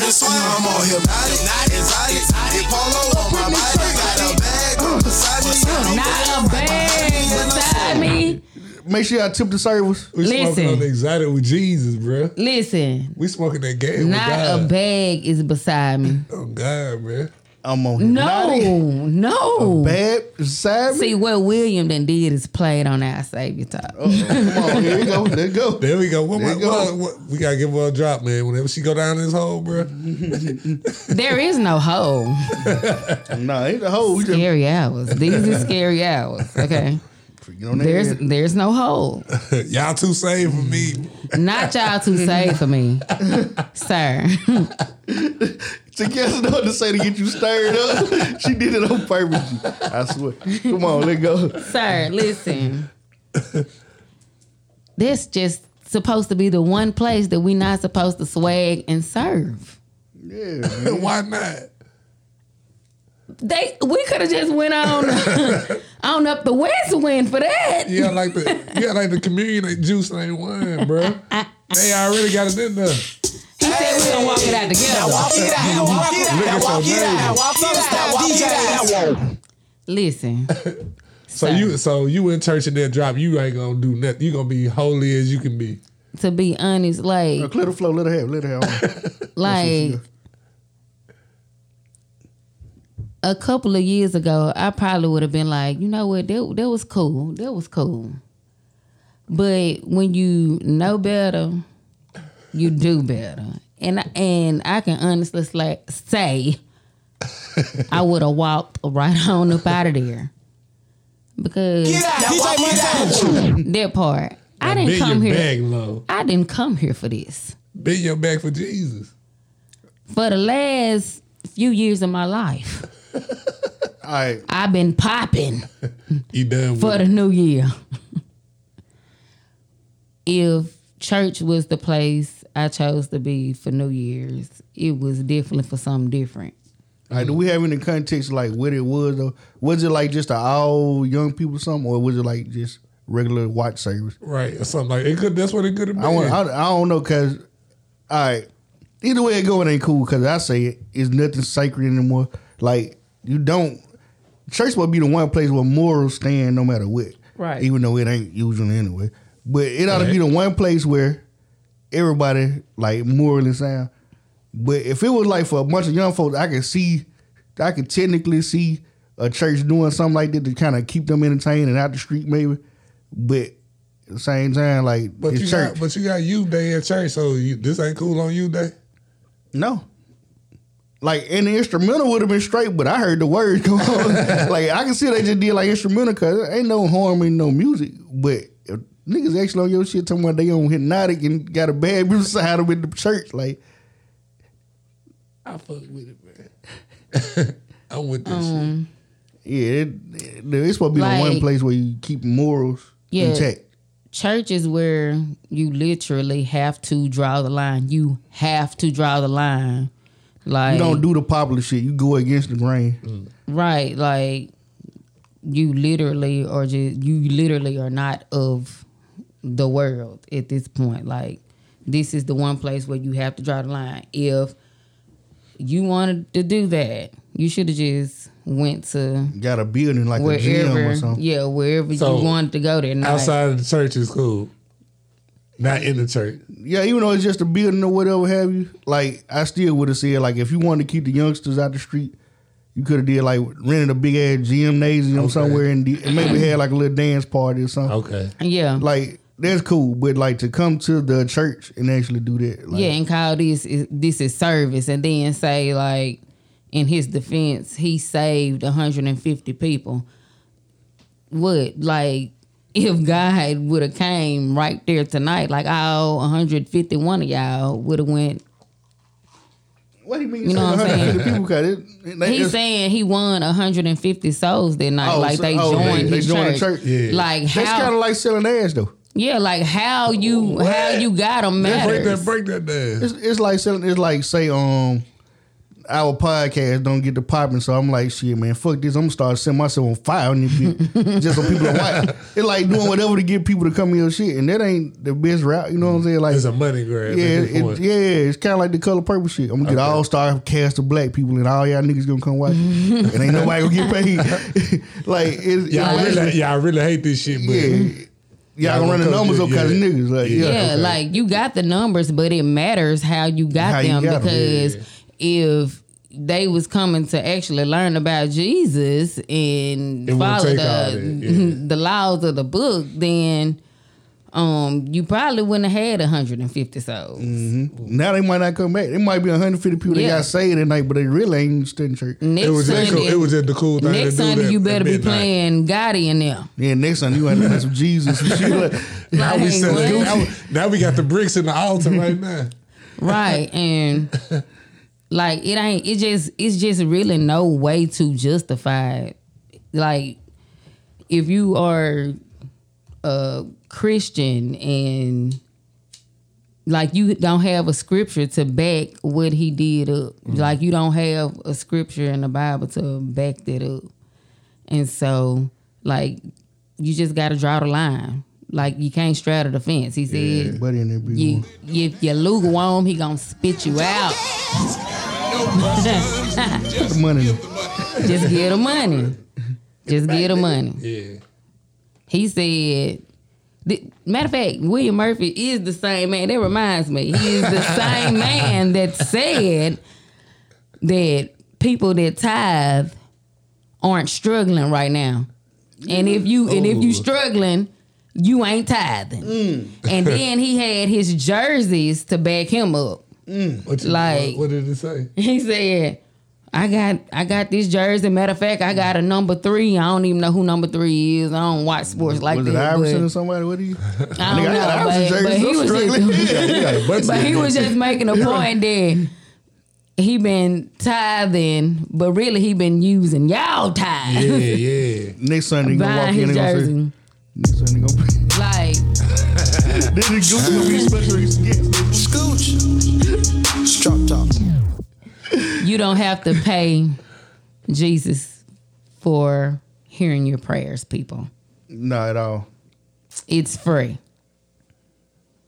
[SPEAKER 4] This one I'm all hypnotic, exotic, polo on my body, got a bag on the side.
[SPEAKER 1] Not a bag beside me.
[SPEAKER 2] Make sure I tip the service.
[SPEAKER 8] We smoking
[SPEAKER 1] Listen.
[SPEAKER 8] on the exotic with Jesus, bruh.
[SPEAKER 1] Listen,
[SPEAKER 8] We smoking that game with
[SPEAKER 1] not
[SPEAKER 8] God.
[SPEAKER 1] a bag is beside me.
[SPEAKER 8] oh God, bruh.
[SPEAKER 2] I'm on here.
[SPEAKER 1] No, no.
[SPEAKER 2] Bad side. me.
[SPEAKER 1] See what William then did is played on our savior top.
[SPEAKER 2] Come on, here we go. Let's go.
[SPEAKER 8] There we go. One
[SPEAKER 2] There
[SPEAKER 8] more,
[SPEAKER 2] you go.
[SPEAKER 8] one- one- we gotta give her a drop, man. Whenever she go down this hole, bruh.
[SPEAKER 1] There is no hole.
[SPEAKER 2] Nah, ain't the hole. We just
[SPEAKER 1] Scary hours. These are scary hours. Okay.
[SPEAKER 2] freaking on that.
[SPEAKER 1] There's
[SPEAKER 2] ass.
[SPEAKER 1] there's no hole.
[SPEAKER 8] Y'all too safe for me.
[SPEAKER 2] Mm-hmm.
[SPEAKER 1] Not y'all too safe for me, sir.
[SPEAKER 2] Secure know to say to get you stirred up. she did it on purpose. I swear. Come on, let's go.
[SPEAKER 1] sir, listen. This just supposed to be the one place that we not supposed to swag and serve.
[SPEAKER 2] Yeah. man.
[SPEAKER 8] Why not?
[SPEAKER 1] They we could have just went on on up the west wind for that.
[SPEAKER 8] Yeah, like the yeah, like the communion ain't juice ain't wine, bro. They already got it in there.
[SPEAKER 1] He said we gonna walk it out together.
[SPEAKER 8] Look at your neighbor.
[SPEAKER 1] Listen.
[SPEAKER 8] So you so you in church and that drop, you ain't gonna do nothing. You gonna be holy as you can be.
[SPEAKER 1] to be honest, like
[SPEAKER 2] Clear the flow. Let her have. Let her have.
[SPEAKER 1] like a couple of years ago, I probably would have been like, you know what, that, that was cool. That was cool. But when you know better, you do better. And I- and I can honestly sla- say I would have walked right on up out of there. Because that part. I didn't
[SPEAKER 8] Bend
[SPEAKER 1] come
[SPEAKER 8] your
[SPEAKER 1] here.
[SPEAKER 8] back low.
[SPEAKER 1] I didn't come here for this.
[SPEAKER 8] Bend your back for Jesus.
[SPEAKER 1] For the last few years of my life,
[SPEAKER 2] All right.
[SPEAKER 1] I've been popping
[SPEAKER 8] You done with
[SPEAKER 1] for the
[SPEAKER 8] it.
[SPEAKER 1] new year. if church was the place I chose to be for New Year's, it was definitely for something different.
[SPEAKER 2] All right. Do we have any context like what it was? Though? Was it like just a all young people or something, or was it like just regular watch service?
[SPEAKER 8] right or something like it could that's what it could have been.
[SPEAKER 2] I want. I, I don't know because, all right. Either way it go, it ain't cool. Because I say it, it's nothing sacred anymore. Like you don't. Church will be the one place where morals stand, no matter what.
[SPEAKER 1] Right.
[SPEAKER 2] Even though it ain't usually anyway, but it ought to be the one place where everybody like morally sound. But if it was like for a bunch of young folks, I could see, I could technically see a church doing something like that to kind of keep them entertained and out the street, maybe. But At the same time, like
[SPEAKER 8] But
[SPEAKER 2] it's
[SPEAKER 8] you
[SPEAKER 2] church.
[SPEAKER 8] got but you got you day at church, so you, this ain't cool on you day.
[SPEAKER 2] No. Like and the instrumental would have been straight, but I heard the words go on. like I can see they just did like instrumental because ain't no harm in no music. But if niggas actually on your shit talking about they on hypnotic and got a bad music side with the church, like
[SPEAKER 8] I fuck with it, man. Um, I'm with this
[SPEAKER 2] yeah, it, it- it's supposed to be the one
[SPEAKER 1] Like-
[SPEAKER 2] place where you keep morals
[SPEAKER 1] Yeah.
[SPEAKER 2] intact.
[SPEAKER 1] church is where you literally have to draw the line. You have to draw the line. Like
[SPEAKER 2] You don't do the popular shit. You go against the grain.
[SPEAKER 8] Mm.
[SPEAKER 1] right, like you literally are just you literally are not of the world at this point. Like this is the one place where you have to draw the line. If you wanted to do that, you should have just went to
[SPEAKER 2] Got a building like a gym
[SPEAKER 1] wherever
[SPEAKER 2] or something.
[SPEAKER 1] yeah, wherever
[SPEAKER 8] So,
[SPEAKER 1] you wanted to go that night.
[SPEAKER 8] Outside of the church is cool. Not in the church.
[SPEAKER 2] Yeah, even though it's just a building or whatever have you, like I still would have said like if you wanted to keep the youngsters out the street, you could have did like rented a big ass gymnasium
[SPEAKER 8] Okay.
[SPEAKER 2] somewhere and, did, and maybe had like a little dance party or something.
[SPEAKER 8] Okay.
[SPEAKER 1] Yeah.
[SPEAKER 2] Like that's cool, but like to come to the church and actually do that, like,
[SPEAKER 1] yeah, and call this is, this is service, and then say like, in his defense, he saved 150 people. What like if God would have came right there tonight, like all 151 of y'all would have went.
[SPEAKER 2] What do you mean?
[SPEAKER 1] You know what I'm saying?
[SPEAKER 2] People cut it. it- they-
[SPEAKER 1] He's
[SPEAKER 2] it's-
[SPEAKER 1] saying he won 150 souls that night,
[SPEAKER 2] Oh,
[SPEAKER 1] like
[SPEAKER 2] so-
[SPEAKER 1] they
[SPEAKER 2] oh,
[SPEAKER 1] joined
[SPEAKER 2] they- they
[SPEAKER 1] his
[SPEAKER 2] joined the
[SPEAKER 1] church.
[SPEAKER 2] church. Yeah.
[SPEAKER 1] Like how?
[SPEAKER 2] that's kind of like selling ass though.
[SPEAKER 1] yeah, like how you how you got them
[SPEAKER 8] Break that
[SPEAKER 1] matters.
[SPEAKER 8] break that down.
[SPEAKER 2] It's, it's like selling. It's like say um. Our podcast don't get the popping, so I'm like, shit, man, fuck this. I'm gonna start setting myself on fire on this bitch just so people to watch. It's like doing whatever to get people to come in your shit, and that ain't the best route. You know what I'm saying? Like,
[SPEAKER 8] It's a money grab.
[SPEAKER 2] yeah,
[SPEAKER 8] at
[SPEAKER 2] it,
[SPEAKER 8] this point.
[SPEAKER 2] it- yeah, it's kind of like the color purple shit. I'm gonna get all star cast of black people, and all y'all niggas gonna come watch, it. and ain't nobody gonna get paid. like, it's,
[SPEAKER 8] Y'all
[SPEAKER 2] it's-
[SPEAKER 8] really, y'all really hate this shit, but
[SPEAKER 2] yeah, y'all gonna run the
[SPEAKER 8] come
[SPEAKER 2] numbers
[SPEAKER 8] get-
[SPEAKER 2] up because
[SPEAKER 8] yeah.
[SPEAKER 2] niggas, like, yeah,
[SPEAKER 1] Yeah, like you got the numbers, but it matters how you got
[SPEAKER 2] How you
[SPEAKER 1] them
[SPEAKER 2] got 'em,
[SPEAKER 1] because if they was coming to actually learn about Jesus and
[SPEAKER 8] It won't
[SPEAKER 1] follow
[SPEAKER 8] take all
[SPEAKER 1] the
[SPEAKER 8] that, yeah.
[SPEAKER 1] the laws of the book, then um you probably wouldn't have had 150 souls.
[SPEAKER 8] Mm.
[SPEAKER 2] Now they might not come back. There might be 150 people that
[SPEAKER 1] Yeah. Mm.
[SPEAKER 2] got saved that night, but they really ain't stood in church.
[SPEAKER 1] Next
[SPEAKER 8] it was just cool,
[SPEAKER 1] Sunday,
[SPEAKER 8] it was just the cool thing
[SPEAKER 1] next
[SPEAKER 8] to do
[SPEAKER 1] Sunday
[SPEAKER 8] that
[SPEAKER 1] you better
[SPEAKER 8] at
[SPEAKER 1] be
[SPEAKER 8] midnight.
[SPEAKER 1] playing Gotti in there.
[SPEAKER 2] Yeah, next time you had to play some Jesus and shit. Like,
[SPEAKER 8] Now we
[SPEAKER 1] Like,
[SPEAKER 8] set it-
[SPEAKER 1] what?
[SPEAKER 8] now, now we got the bricks in the altar right now.
[SPEAKER 1] right and like it ain't it just it's just really no way to justify it. like if you are a christian and like you don't have a scripture to back what he did up like you don't have a scripture in the bible to back that up and so like you just gotta draw the line like you can't straddle the fence he said
[SPEAKER 2] but in there, be
[SPEAKER 1] you,
[SPEAKER 2] one.
[SPEAKER 1] if you're lukewarm, he gonna spit you out.
[SPEAKER 2] Put the money. in it.
[SPEAKER 1] Just give the money. Just give the money.
[SPEAKER 8] Yeah.
[SPEAKER 1] He said. th- Matter of fact, William Murphy is the same man. That reminds me, he is the same man that said that people that tithe aren't struggling right now. And if you and if you struggling, you ain't tithing. And then he had his jerseys to back him up.
[SPEAKER 8] What you,
[SPEAKER 1] Like-
[SPEAKER 8] what, what did it say?
[SPEAKER 1] He said, I got I got this jersey. Matter of fact, I got a number three. I don't even know who number three is. I don't watch sports like
[SPEAKER 2] Was it
[SPEAKER 1] that.
[SPEAKER 2] Iverson or
[SPEAKER 1] But
[SPEAKER 2] somebody? What are you?
[SPEAKER 1] I don't know, but- but, he was just, but he was just making a point that he been tithing, but really he been using y'all tithe.
[SPEAKER 8] Yeah, yeah.
[SPEAKER 2] Next Sunday, you gonna walk
[SPEAKER 1] Buying
[SPEAKER 2] in
[SPEAKER 1] his
[SPEAKER 2] and gonna say,
[SPEAKER 1] jersey.
[SPEAKER 2] next Sunday, gonna
[SPEAKER 1] Like
[SPEAKER 2] This is gonna be special guest.
[SPEAKER 1] you don't have to pay Jesus for hearing your prayers, people.
[SPEAKER 2] Not at all.
[SPEAKER 1] It's free.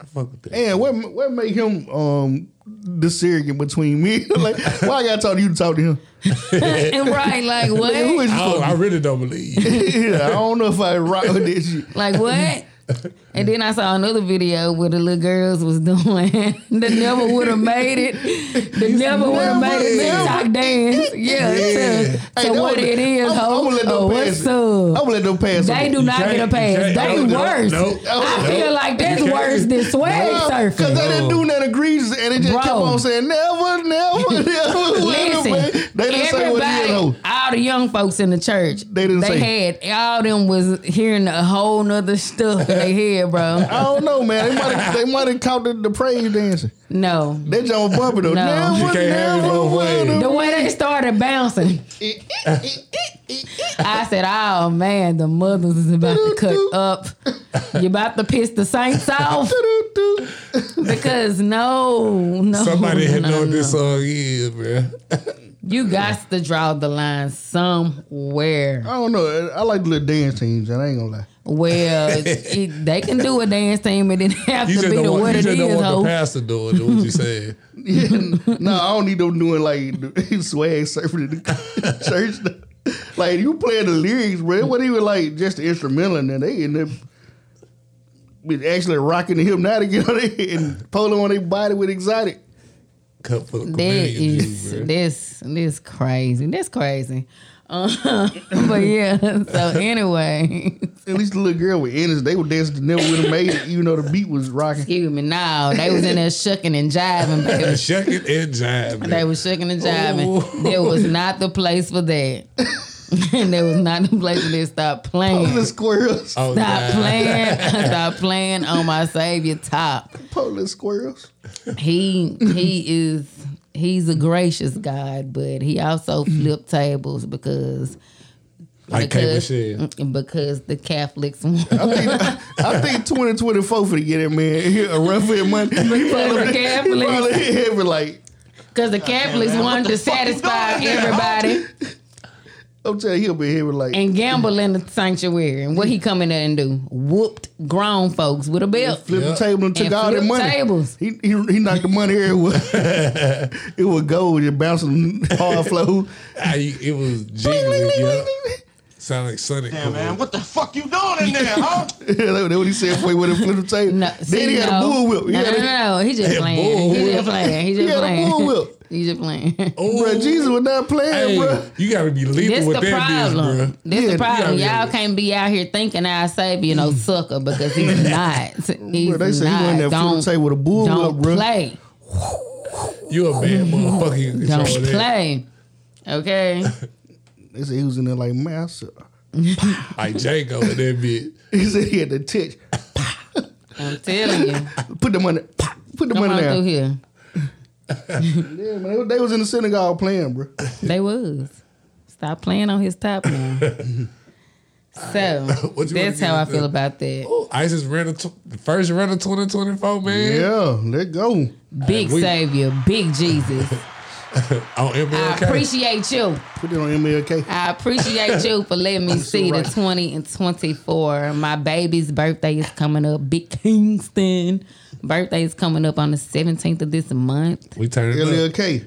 [SPEAKER 8] I fuck with that.
[SPEAKER 2] And what what make him um the surrogate between me? like, why I gotta talk to you to talk to him?
[SPEAKER 1] and right, like what?
[SPEAKER 2] Who is
[SPEAKER 8] I,
[SPEAKER 1] Oh.
[SPEAKER 8] don't- I really don't believe you.
[SPEAKER 2] yeah, I don't know if I rock with this shit.
[SPEAKER 1] Like what? And then I saw another video where the little girls was doing the never would have made it. The never would have made it
[SPEAKER 8] never.
[SPEAKER 1] TikTok dance. Yeah. it's a- to what it is,
[SPEAKER 2] I'm,
[SPEAKER 1] ho.
[SPEAKER 2] gonna let them
[SPEAKER 1] Oh,
[SPEAKER 2] pass.
[SPEAKER 1] what's
[SPEAKER 2] it. I'm
[SPEAKER 1] up?
[SPEAKER 2] gonna let them pass.
[SPEAKER 1] They
[SPEAKER 2] it.
[SPEAKER 1] do not
[SPEAKER 8] can't-
[SPEAKER 1] get a
[SPEAKER 8] you
[SPEAKER 1] pass.
[SPEAKER 8] can't-
[SPEAKER 1] They
[SPEAKER 8] no, no,
[SPEAKER 1] worse.
[SPEAKER 8] no,
[SPEAKER 1] I
[SPEAKER 2] no.
[SPEAKER 1] feel like that's
[SPEAKER 8] You can't.
[SPEAKER 1] worse than swag
[SPEAKER 2] Because they
[SPEAKER 1] surfing.
[SPEAKER 2] didn't do nothing egregious, and they just kept
[SPEAKER 1] Bro.
[SPEAKER 2] on saying never, never, never.
[SPEAKER 1] Listen,
[SPEAKER 2] Wait a minute. they didn't say what it is. though.
[SPEAKER 1] everybody, all the young folks in the church,
[SPEAKER 2] They didn't say.
[SPEAKER 1] had all them was hearing a whole nother stuff in their head, bro.
[SPEAKER 2] I don't know, man. They might have they might have caught the, the praise dancing.
[SPEAKER 1] No,
[SPEAKER 2] They jump bumping though.
[SPEAKER 1] No. You
[SPEAKER 2] Never,
[SPEAKER 8] can't have it
[SPEAKER 2] never,
[SPEAKER 8] both ways.
[SPEAKER 2] will
[SPEAKER 1] the
[SPEAKER 2] the-
[SPEAKER 1] way they started bouncing, I said, "Oh man, the mothers is about to cut up. You about to piss the saints off because no, no,
[SPEAKER 8] Somebody had
[SPEAKER 1] no,
[SPEAKER 8] know what
[SPEAKER 1] no.
[SPEAKER 8] this song is, man.
[SPEAKER 1] You got to draw the line somewhere."
[SPEAKER 2] I don't know. I like the little dance teams, and I ain't gonna lie.
[SPEAKER 1] Well, it, they can do a dance team, and it didn't have
[SPEAKER 8] You
[SPEAKER 1] to
[SPEAKER 8] just
[SPEAKER 1] be
[SPEAKER 8] don't
[SPEAKER 1] the
[SPEAKER 8] want,
[SPEAKER 1] what
[SPEAKER 8] you
[SPEAKER 1] it
[SPEAKER 8] just don't
[SPEAKER 1] is,
[SPEAKER 8] want the
[SPEAKER 1] ho.
[SPEAKER 8] pastor doing it, what you saying.
[SPEAKER 2] no, I don't need them doing like the swag surfing in the church. though. Like you playing the lyrics, bro. It wasn't even like just the instrumental, and then they end up with actually rocking the hypnotic you know, they- and polo on their body with exotic.
[SPEAKER 8] Cut for the
[SPEAKER 1] That is
[SPEAKER 8] comedian,
[SPEAKER 1] this this crazy. That's crazy. Uh, but yeah. So anyway,
[SPEAKER 2] At least the little girl with innocence, they were dancing to never would have made it, even though the beat was rocking.
[SPEAKER 1] excuse me. No, they was in there shucking and jiving, baby.
[SPEAKER 8] man. Shuck it and jive,
[SPEAKER 1] They
[SPEAKER 8] man.
[SPEAKER 1] was shucking and jiving. There was not the place for that. and there was not the place for this. Stop
[SPEAKER 2] The
[SPEAKER 1] playing.
[SPEAKER 2] squirrels,
[SPEAKER 1] Stop
[SPEAKER 8] Oh, God.
[SPEAKER 1] playing. Stop playing on my savior top.
[SPEAKER 2] polo squirrels.
[SPEAKER 1] he he is he's a gracious God, but he also flipped tables because
[SPEAKER 8] Like Kay
[SPEAKER 1] because, Mm,
[SPEAKER 8] Michelle.
[SPEAKER 1] because the Catholics
[SPEAKER 2] I think, I think 2024 for to get it, man. A rough end money. He
[SPEAKER 1] the
[SPEAKER 2] probably, he probably
[SPEAKER 1] Catholics
[SPEAKER 2] hit me like.
[SPEAKER 1] because the Catholics wanted to satisfy everybody
[SPEAKER 2] I'm telling you, he'll be here with like
[SPEAKER 1] and gamble in the sanctuary. And what he come in there and do? Whooped grown folks with a belt.
[SPEAKER 2] flipped the table and took
[SPEAKER 1] And
[SPEAKER 2] all their
[SPEAKER 1] flipped
[SPEAKER 2] money.
[SPEAKER 1] tables.
[SPEAKER 2] He, he he knocked the money here. It was, it was gold. It bouncing hard flow.
[SPEAKER 8] I, Ah, it was jingling, yeah. Sound like Sonic. Damn, man. What
[SPEAKER 2] That's what he said before he went and flipped the table.
[SPEAKER 1] No,
[SPEAKER 2] then
[SPEAKER 1] see,
[SPEAKER 2] he had
[SPEAKER 1] no.
[SPEAKER 2] a bullwhip. He
[SPEAKER 1] No,
[SPEAKER 2] had
[SPEAKER 1] no,
[SPEAKER 2] a-
[SPEAKER 1] no, no, He just
[SPEAKER 8] Yeah,
[SPEAKER 1] playing. He just
[SPEAKER 8] bullwhip.
[SPEAKER 1] playing. He just
[SPEAKER 2] had a
[SPEAKER 1] playing.
[SPEAKER 2] bullwhip.
[SPEAKER 1] He just playing.
[SPEAKER 2] Bruh, Jesus was not playing,
[SPEAKER 8] Hey,
[SPEAKER 2] bruh.
[SPEAKER 8] you gotta be
[SPEAKER 1] This
[SPEAKER 8] lethal
[SPEAKER 1] the
[SPEAKER 8] with that bitch,
[SPEAKER 1] problem.
[SPEAKER 8] bro.
[SPEAKER 1] This
[SPEAKER 2] Yeah,
[SPEAKER 1] the problem.
[SPEAKER 8] yeah, yeah.
[SPEAKER 1] Y'all can't be out here thinking our savior no sucker because he's not. He's
[SPEAKER 2] Mm. Bruh, they said he
[SPEAKER 1] not.
[SPEAKER 2] went in there
[SPEAKER 1] don't
[SPEAKER 2] flipped the table with a bullwhip,
[SPEAKER 1] don't
[SPEAKER 2] bruh.
[SPEAKER 1] play.
[SPEAKER 8] You a bad motherfucker. You can
[SPEAKER 1] Don't
[SPEAKER 8] control that.
[SPEAKER 1] play. Okay.
[SPEAKER 2] They said he was in there like master.
[SPEAKER 8] Like Django in that bitch.
[SPEAKER 2] He said he had the touch.
[SPEAKER 1] I'm telling you.
[SPEAKER 2] Put the money. pop, Put the
[SPEAKER 1] Come on
[SPEAKER 2] money
[SPEAKER 1] through
[SPEAKER 2] down.
[SPEAKER 1] here.
[SPEAKER 2] Yeah, man, they, they was in the synagogue playing, bruh.
[SPEAKER 1] They was. Stop playing on his top now. So
[SPEAKER 8] What you wanna
[SPEAKER 1] that's how
[SPEAKER 8] get
[SPEAKER 1] I
[SPEAKER 8] into?
[SPEAKER 1] feel about that.
[SPEAKER 8] Oh, ISIS ran a tw- the first run of 2024,
[SPEAKER 1] Mm-hmm.
[SPEAKER 8] man.
[SPEAKER 2] Yeah, let go.
[SPEAKER 1] Big
[SPEAKER 8] we-
[SPEAKER 1] Savior, big Jesus.
[SPEAKER 8] On
[SPEAKER 1] I
[SPEAKER 8] MLK.
[SPEAKER 1] appreciate you.
[SPEAKER 2] Put it on MLK.
[SPEAKER 1] I appreciate you for letting me see the 20 and 24. My baby's birthday is coming up. Big Kingston birthday is coming up on the 17th of this month.
[SPEAKER 8] we turned it up.
[SPEAKER 2] MLK.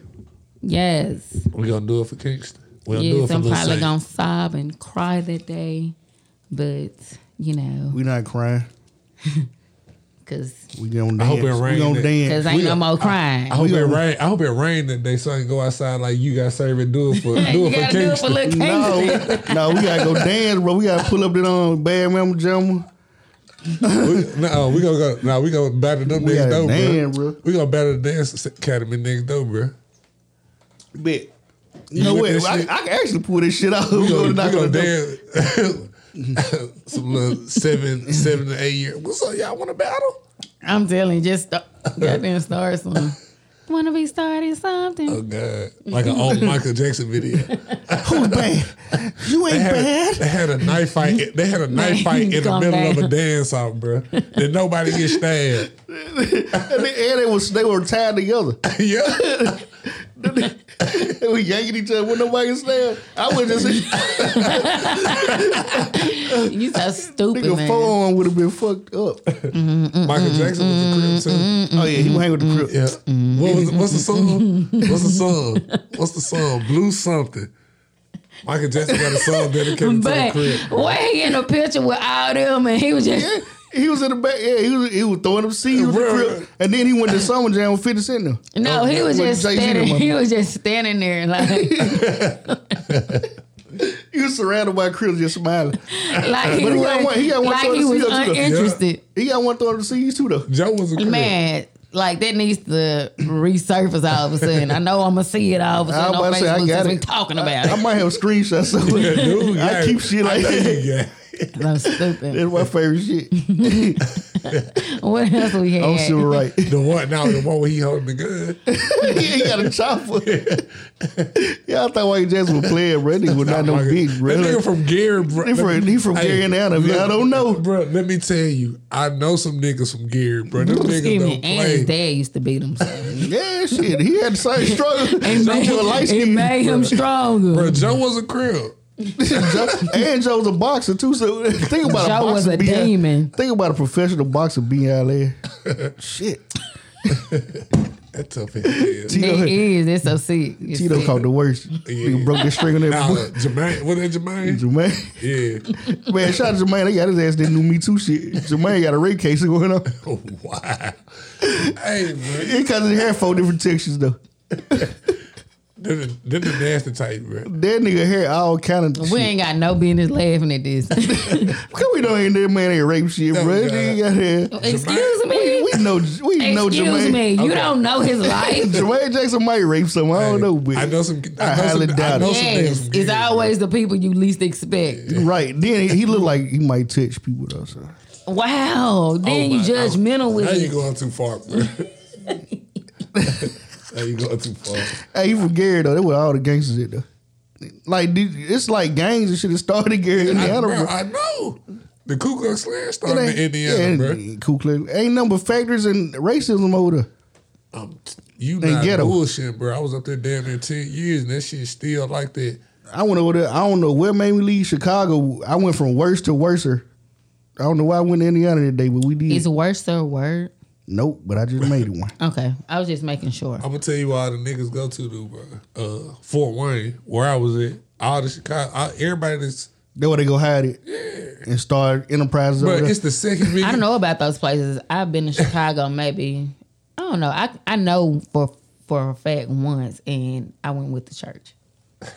[SPEAKER 1] Yes.
[SPEAKER 8] We gonna do it for Kingston. We gonna do it
[SPEAKER 1] Yes,
[SPEAKER 8] for
[SPEAKER 1] I'm
[SPEAKER 8] Lil
[SPEAKER 1] probably
[SPEAKER 8] Saint.
[SPEAKER 1] going to sob and cry that day. But, you know,
[SPEAKER 2] We not crying.
[SPEAKER 1] because
[SPEAKER 2] We gonna dance.
[SPEAKER 8] I hope it rain
[SPEAKER 2] we gonna
[SPEAKER 8] next-
[SPEAKER 2] dance.
[SPEAKER 1] ain't
[SPEAKER 2] We-
[SPEAKER 1] no more crying.
[SPEAKER 8] I hope
[SPEAKER 2] We
[SPEAKER 8] it
[SPEAKER 2] gonna-
[SPEAKER 8] rain. I hope it rained that day so I can go outside like you got served and do it for do
[SPEAKER 1] you
[SPEAKER 8] it for
[SPEAKER 1] got to do it for
[SPEAKER 8] Kingston.
[SPEAKER 1] Lil Kingston.
[SPEAKER 2] No, no, we gotta go dance, bro. We gotta pull up that on bad mama jumma.
[SPEAKER 8] We- No, we gonna go. No, we gonna batter them
[SPEAKER 2] We
[SPEAKER 8] next
[SPEAKER 2] gotta
[SPEAKER 8] door, bro.
[SPEAKER 2] dance, bro.
[SPEAKER 8] We gonna batter the dance academy next door, bro.
[SPEAKER 2] Bet. You know
[SPEAKER 8] with
[SPEAKER 2] what?
[SPEAKER 8] that
[SPEAKER 2] I, I
[SPEAKER 8] shit?
[SPEAKER 2] can actually pull this shit out.
[SPEAKER 8] We gonna, we
[SPEAKER 2] knock
[SPEAKER 8] gonna
[SPEAKER 2] on the door.
[SPEAKER 8] dance. Some little seven, seven to eight year. What's up, y'all? Want to battle?
[SPEAKER 1] I'm telling you, just start, goddamn start something. Want to be starting something.
[SPEAKER 8] Oh God, like an old Michael Jackson video.
[SPEAKER 2] Who's bad? You ain't
[SPEAKER 8] They had,
[SPEAKER 2] bad.
[SPEAKER 8] they had a knife fight. They had a knife fight in the
[SPEAKER 1] Calm
[SPEAKER 8] middle of a
[SPEAKER 1] down.
[SPEAKER 8] dance off, bro. That nobody get stabbed.
[SPEAKER 2] And they, and they was they were tied together.
[SPEAKER 8] yeah,
[SPEAKER 2] They were yanking each other with nobody can stand. I would just
[SPEAKER 1] You so stupid,
[SPEAKER 2] nigga
[SPEAKER 1] man.
[SPEAKER 2] phone would have been fucked up.
[SPEAKER 8] Michael Jackson was the crib too.
[SPEAKER 2] Oh yeah, he hang with the crib.
[SPEAKER 8] Yeah. What was what's the song? What's the song? What's the song? Blue something. Michael Jackson got a song dedicated to the
[SPEAKER 1] But
[SPEAKER 8] crib.
[SPEAKER 1] why he in the picture with all them and he was just
[SPEAKER 2] He was in the back. Yeah, he was. He was throwing up seeds with the
[SPEAKER 8] Real-
[SPEAKER 2] crib, and then he went to Summer Jam with Fifty Cent. Though.
[SPEAKER 1] No, he was
[SPEAKER 2] Oh, With
[SPEAKER 1] just
[SPEAKER 2] Jay-Z and
[SPEAKER 1] standing.
[SPEAKER 2] them.
[SPEAKER 1] He was just standing there, like
[SPEAKER 2] He was surrounded by cribs, just smiling.
[SPEAKER 1] like he
[SPEAKER 2] But he got
[SPEAKER 1] was,
[SPEAKER 2] one- he got one
[SPEAKER 1] like
[SPEAKER 2] total
[SPEAKER 1] he was
[SPEAKER 2] seal to the-
[SPEAKER 1] uninterested.
[SPEAKER 2] He got one throwing up seeds too, though.
[SPEAKER 8] Joe was a crib.
[SPEAKER 1] Man, like that needs to resurface all of a sudden. I know I'm gonna see it all of a
[SPEAKER 2] I
[SPEAKER 1] sudden on
[SPEAKER 2] was about to say, I
[SPEAKER 1] Facebook
[SPEAKER 2] got
[SPEAKER 1] since we
[SPEAKER 2] it.
[SPEAKER 1] talking about
[SPEAKER 2] I
[SPEAKER 1] it.
[SPEAKER 2] might have screenshots. Of it.
[SPEAKER 8] Dude,
[SPEAKER 2] I
[SPEAKER 8] yeah.
[SPEAKER 2] keep shit like that.
[SPEAKER 8] Yeah.
[SPEAKER 1] I'm stupid.
[SPEAKER 2] That's my favorite shit.
[SPEAKER 1] What else we had?
[SPEAKER 2] I'm civil right.
[SPEAKER 8] The one now, the one where he holding the gun.
[SPEAKER 2] he ain't got a chopper. Y'all thought White Jackson was playing, bro. That nigga was not no bitch, bro.
[SPEAKER 8] That nigga from Gary, bro.
[SPEAKER 2] He from- he from Gary, Indiana, if y'all don't know.
[SPEAKER 8] bro. Let me tell you, I know some niggas from Gary, bro. Them niggas
[SPEAKER 1] Excuse
[SPEAKER 8] don't
[SPEAKER 1] me. And his
[SPEAKER 8] play.
[SPEAKER 1] dad used to beat him. So.
[SPEAKER 2] yeah, shit. He had the same struggle.
[SPEAKER 1] It
[SPEAKER 2] Joe
[SPEAKER 1] made,
[SPEAKER 2] was light
[SPEAKER 1] it
[SPEAKER 2] skinned.
[SPEAKER 1] made him stronger.
[SPEAKER 8] Bro, Joe was a crib.
[SPEAKER 2] Joe, and Joe's a boxer too. So think about a
[SPEAKER 1] Joe
[SPEAKER 2] boxer
[SPEAKER 1] was a
[SPEAKER 2] being out-
[SPEAKER 1] demon.
[SPEAKER 2] Think about a professional boxer being out there. shit.
[SPEAKER 8] That tough as hell.
[SPEAKER 2] Tito,
[SPEAKER 1] it is. It's so sick. It's
[SPEAKER 2] Tito
[SPEAKER 1] sick.
[SPEAKER 2] caught the worst. He broke the string on
[SPEAKER 8] Nah,
[SPEAKER 2] that.
[SPEAKER 8] Jermaine, what is Jermaine?
[SPEAKER 2] Jermaine.
[SPEAKER 8] Yeah.
[SPEAKER 2] Man, shout out to Jermaine. They got his ass that new Me Too shit. Jermaine got a rape case going on.
[SPEAKER 8] Oh, wow. hey, man.
[SPEAKER 2] It cause it had four different textures though.
[SPEAKER 8] They're the, they're the nasty type, bro.
[SPEAKER 2] That nigga hair all kind of
[SPEAKER 1] We
[SPEAKER 2] shit.
[SPEAKER 1] ain't got no business laughing at this.
[SPEAKER 2] Cause we know ain't that man ain't rape shit,
[SPEAKER 8] No,
[SPEAKER 2] bro. That
[SPEAKER 8] Oh, God.
[SPEAKER 2] nigga got hair.
[SPEAKER 1] Excuse me.
[SPEAKER 2] We know we know
[SPEAKER 1] Excuse
[SPEAKER 2] Jermaine.
[SPEAKER 1] me. You don't know his life.
[SPEAKER 2] Jermaine Jackson might rape some. I don't know, but
[SPEAKER 8] I know some.
[SPEAKER 2] I
[SPEAKER 8] I know some.
[SPEAKER 2] highly
[SPEAKER 8] I
[SPEAKER 2] doubt
[SPEAKER 8] know
[SPEAKER 2] it.
[SPEAKER 8] some
[SPEAKER 1] Yes,
[SPEAKER 8] niggas. from
[SPEAKER 1] it's
[SPEAKER 8] Gary,
[SPEAKER 1] always the people you least expect.
[SPEAKER 2] Right. Then he, he looked like he might touch people though. So.
[SPEAKER 1] Wow.
[SPEAKER 8] bro.
[SPEAKER 1] Then you
[SPEAKER 8] Oh, my-
[SPEAKER 1] judgmental
[SPEAKER 8] oh,
[SPEAKER 1] with
[SPEAKER 8] Now you
[SPEAKER 1] it.
[SPEAKER 8] going too far, bro. now you going too far.
[SPEAKER 2] Hey, he from Gary though. That where all the gangsters at though. Like dude, it's like gangs and shit that started in Gary,
[SPEAKER 8] I,
[SPEAKER 2] Indiana,
[SPEAKER 8] bro,
[SPEAKER 2] bro.
[SPEAKER 8] I know. The Ku Klux Klan
[SPEAKER 2] It
[SPEAKER 8] started in Indiana, bro.
[SPEAKER 2] yeah, Ku Klux- Ain't number factors and racism over there.
[SPEAKER 8] Um, t- you
[SPEAKER 2] They
[SPEAKER 8] not
[SPEAKER 2] get 'em.
[SPEAKER 8] bullshit, bro. I was up there damn near ten years, and that shit still like that.
[SPEAKER 2] I went over there. I don't know where made me leave Chicago. I went from worse to worser. I don't know why I went to Indiana that day, but we did.
[SPEAKER 1] It's worse or word.
[SPEAKER 2] nope, but I just made it one.
[SPEAKER 1] Okay. I was just making sure.
[SPEAKER 8] I'm gonna tell you why the niggas go to do, bro. Uh, Fort Wayne, where I was at, all the Chicago, all, everybody that's,
[SPEAKER 2] That's where they go hide it and start enterprises.
[SPEAKER 8] bro.
[SPEAKER 2] over there.
[SPEAKER 8] It's the second biggest.
[SPEAKER 1] I don't know about those places. I've been to Chicago maybe I don't know. I I know for for a fact once and I went with the church. I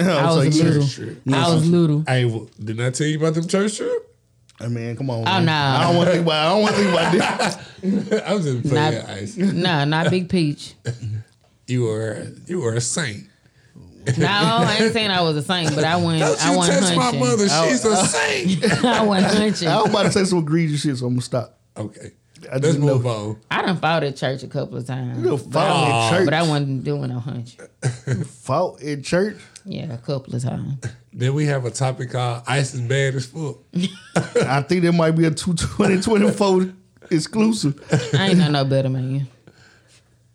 [SPEAKER 2] Oh, so
[SPEAKER 1] was
[SPEAKER 2] you-
[SPEAKER 1] little. I was little.
[SPEAKER 8] Hey, well, didn't I tell you about them church trip?
[SPEAKER 2] I mean, come on. Oh
[SPEAKER 1] no.
[SPEAKER 2] I don't want to think about. I don't want to think about this.
[SPEAKER 8] I was just
[SPEAKER 1] Not-
[SPEAKER 8] playing ice.
[SPEAKER 1] Nah, not Big Peach.
[SPEAKER 8] You are you are a saint.
[SPEAKER 1] No, I ain't saying I was a saint, but I went
[SPEAKER 8] Don't
[SPEAKER 1] I
[SPEAKER 8] you
[SPEAKER 1] went
[SPEAKER 8] touch my
[SPEAKER 1] hunching.
[SPEAKER 8] mother?
[SPEAKER 2] Oh,
[SPEAKER 8] She's
[SPEAKER 2] uh,
[SPEAKER 8] a saint.
[SPEAKER 1] I went hunching.
[SPEAKER 2] I was about to say some egregious shit, so I'm gonna stop.
[SPEAKER 8] okay,
[SPEAKER 2] I
[SPEAKER 8] let's
[SPEAKER 2] just know.
[SPEAKER 8] move on.
[SPEAKER 1] I done fought at church a couple of times. but,
[SPEAKER 2] You
[SPEAKER 1] I,
[SPEAKER 2] fought at
[SPEAKER 1] was-
[SPEAKER 2] church.
[SPEAKER 1] but I wasn't doing no hunching.
[SPEAKER 2] Fought at church.
[SPEAKER 1] Yeah, a couple of times.
[SPEAKER 8] Then we have a topic called "Ice is bad as fuck."
[SPEAKER 2] I think there might be a 2024 exclusive.
[SPEAKER 1] I ain't know no better, man.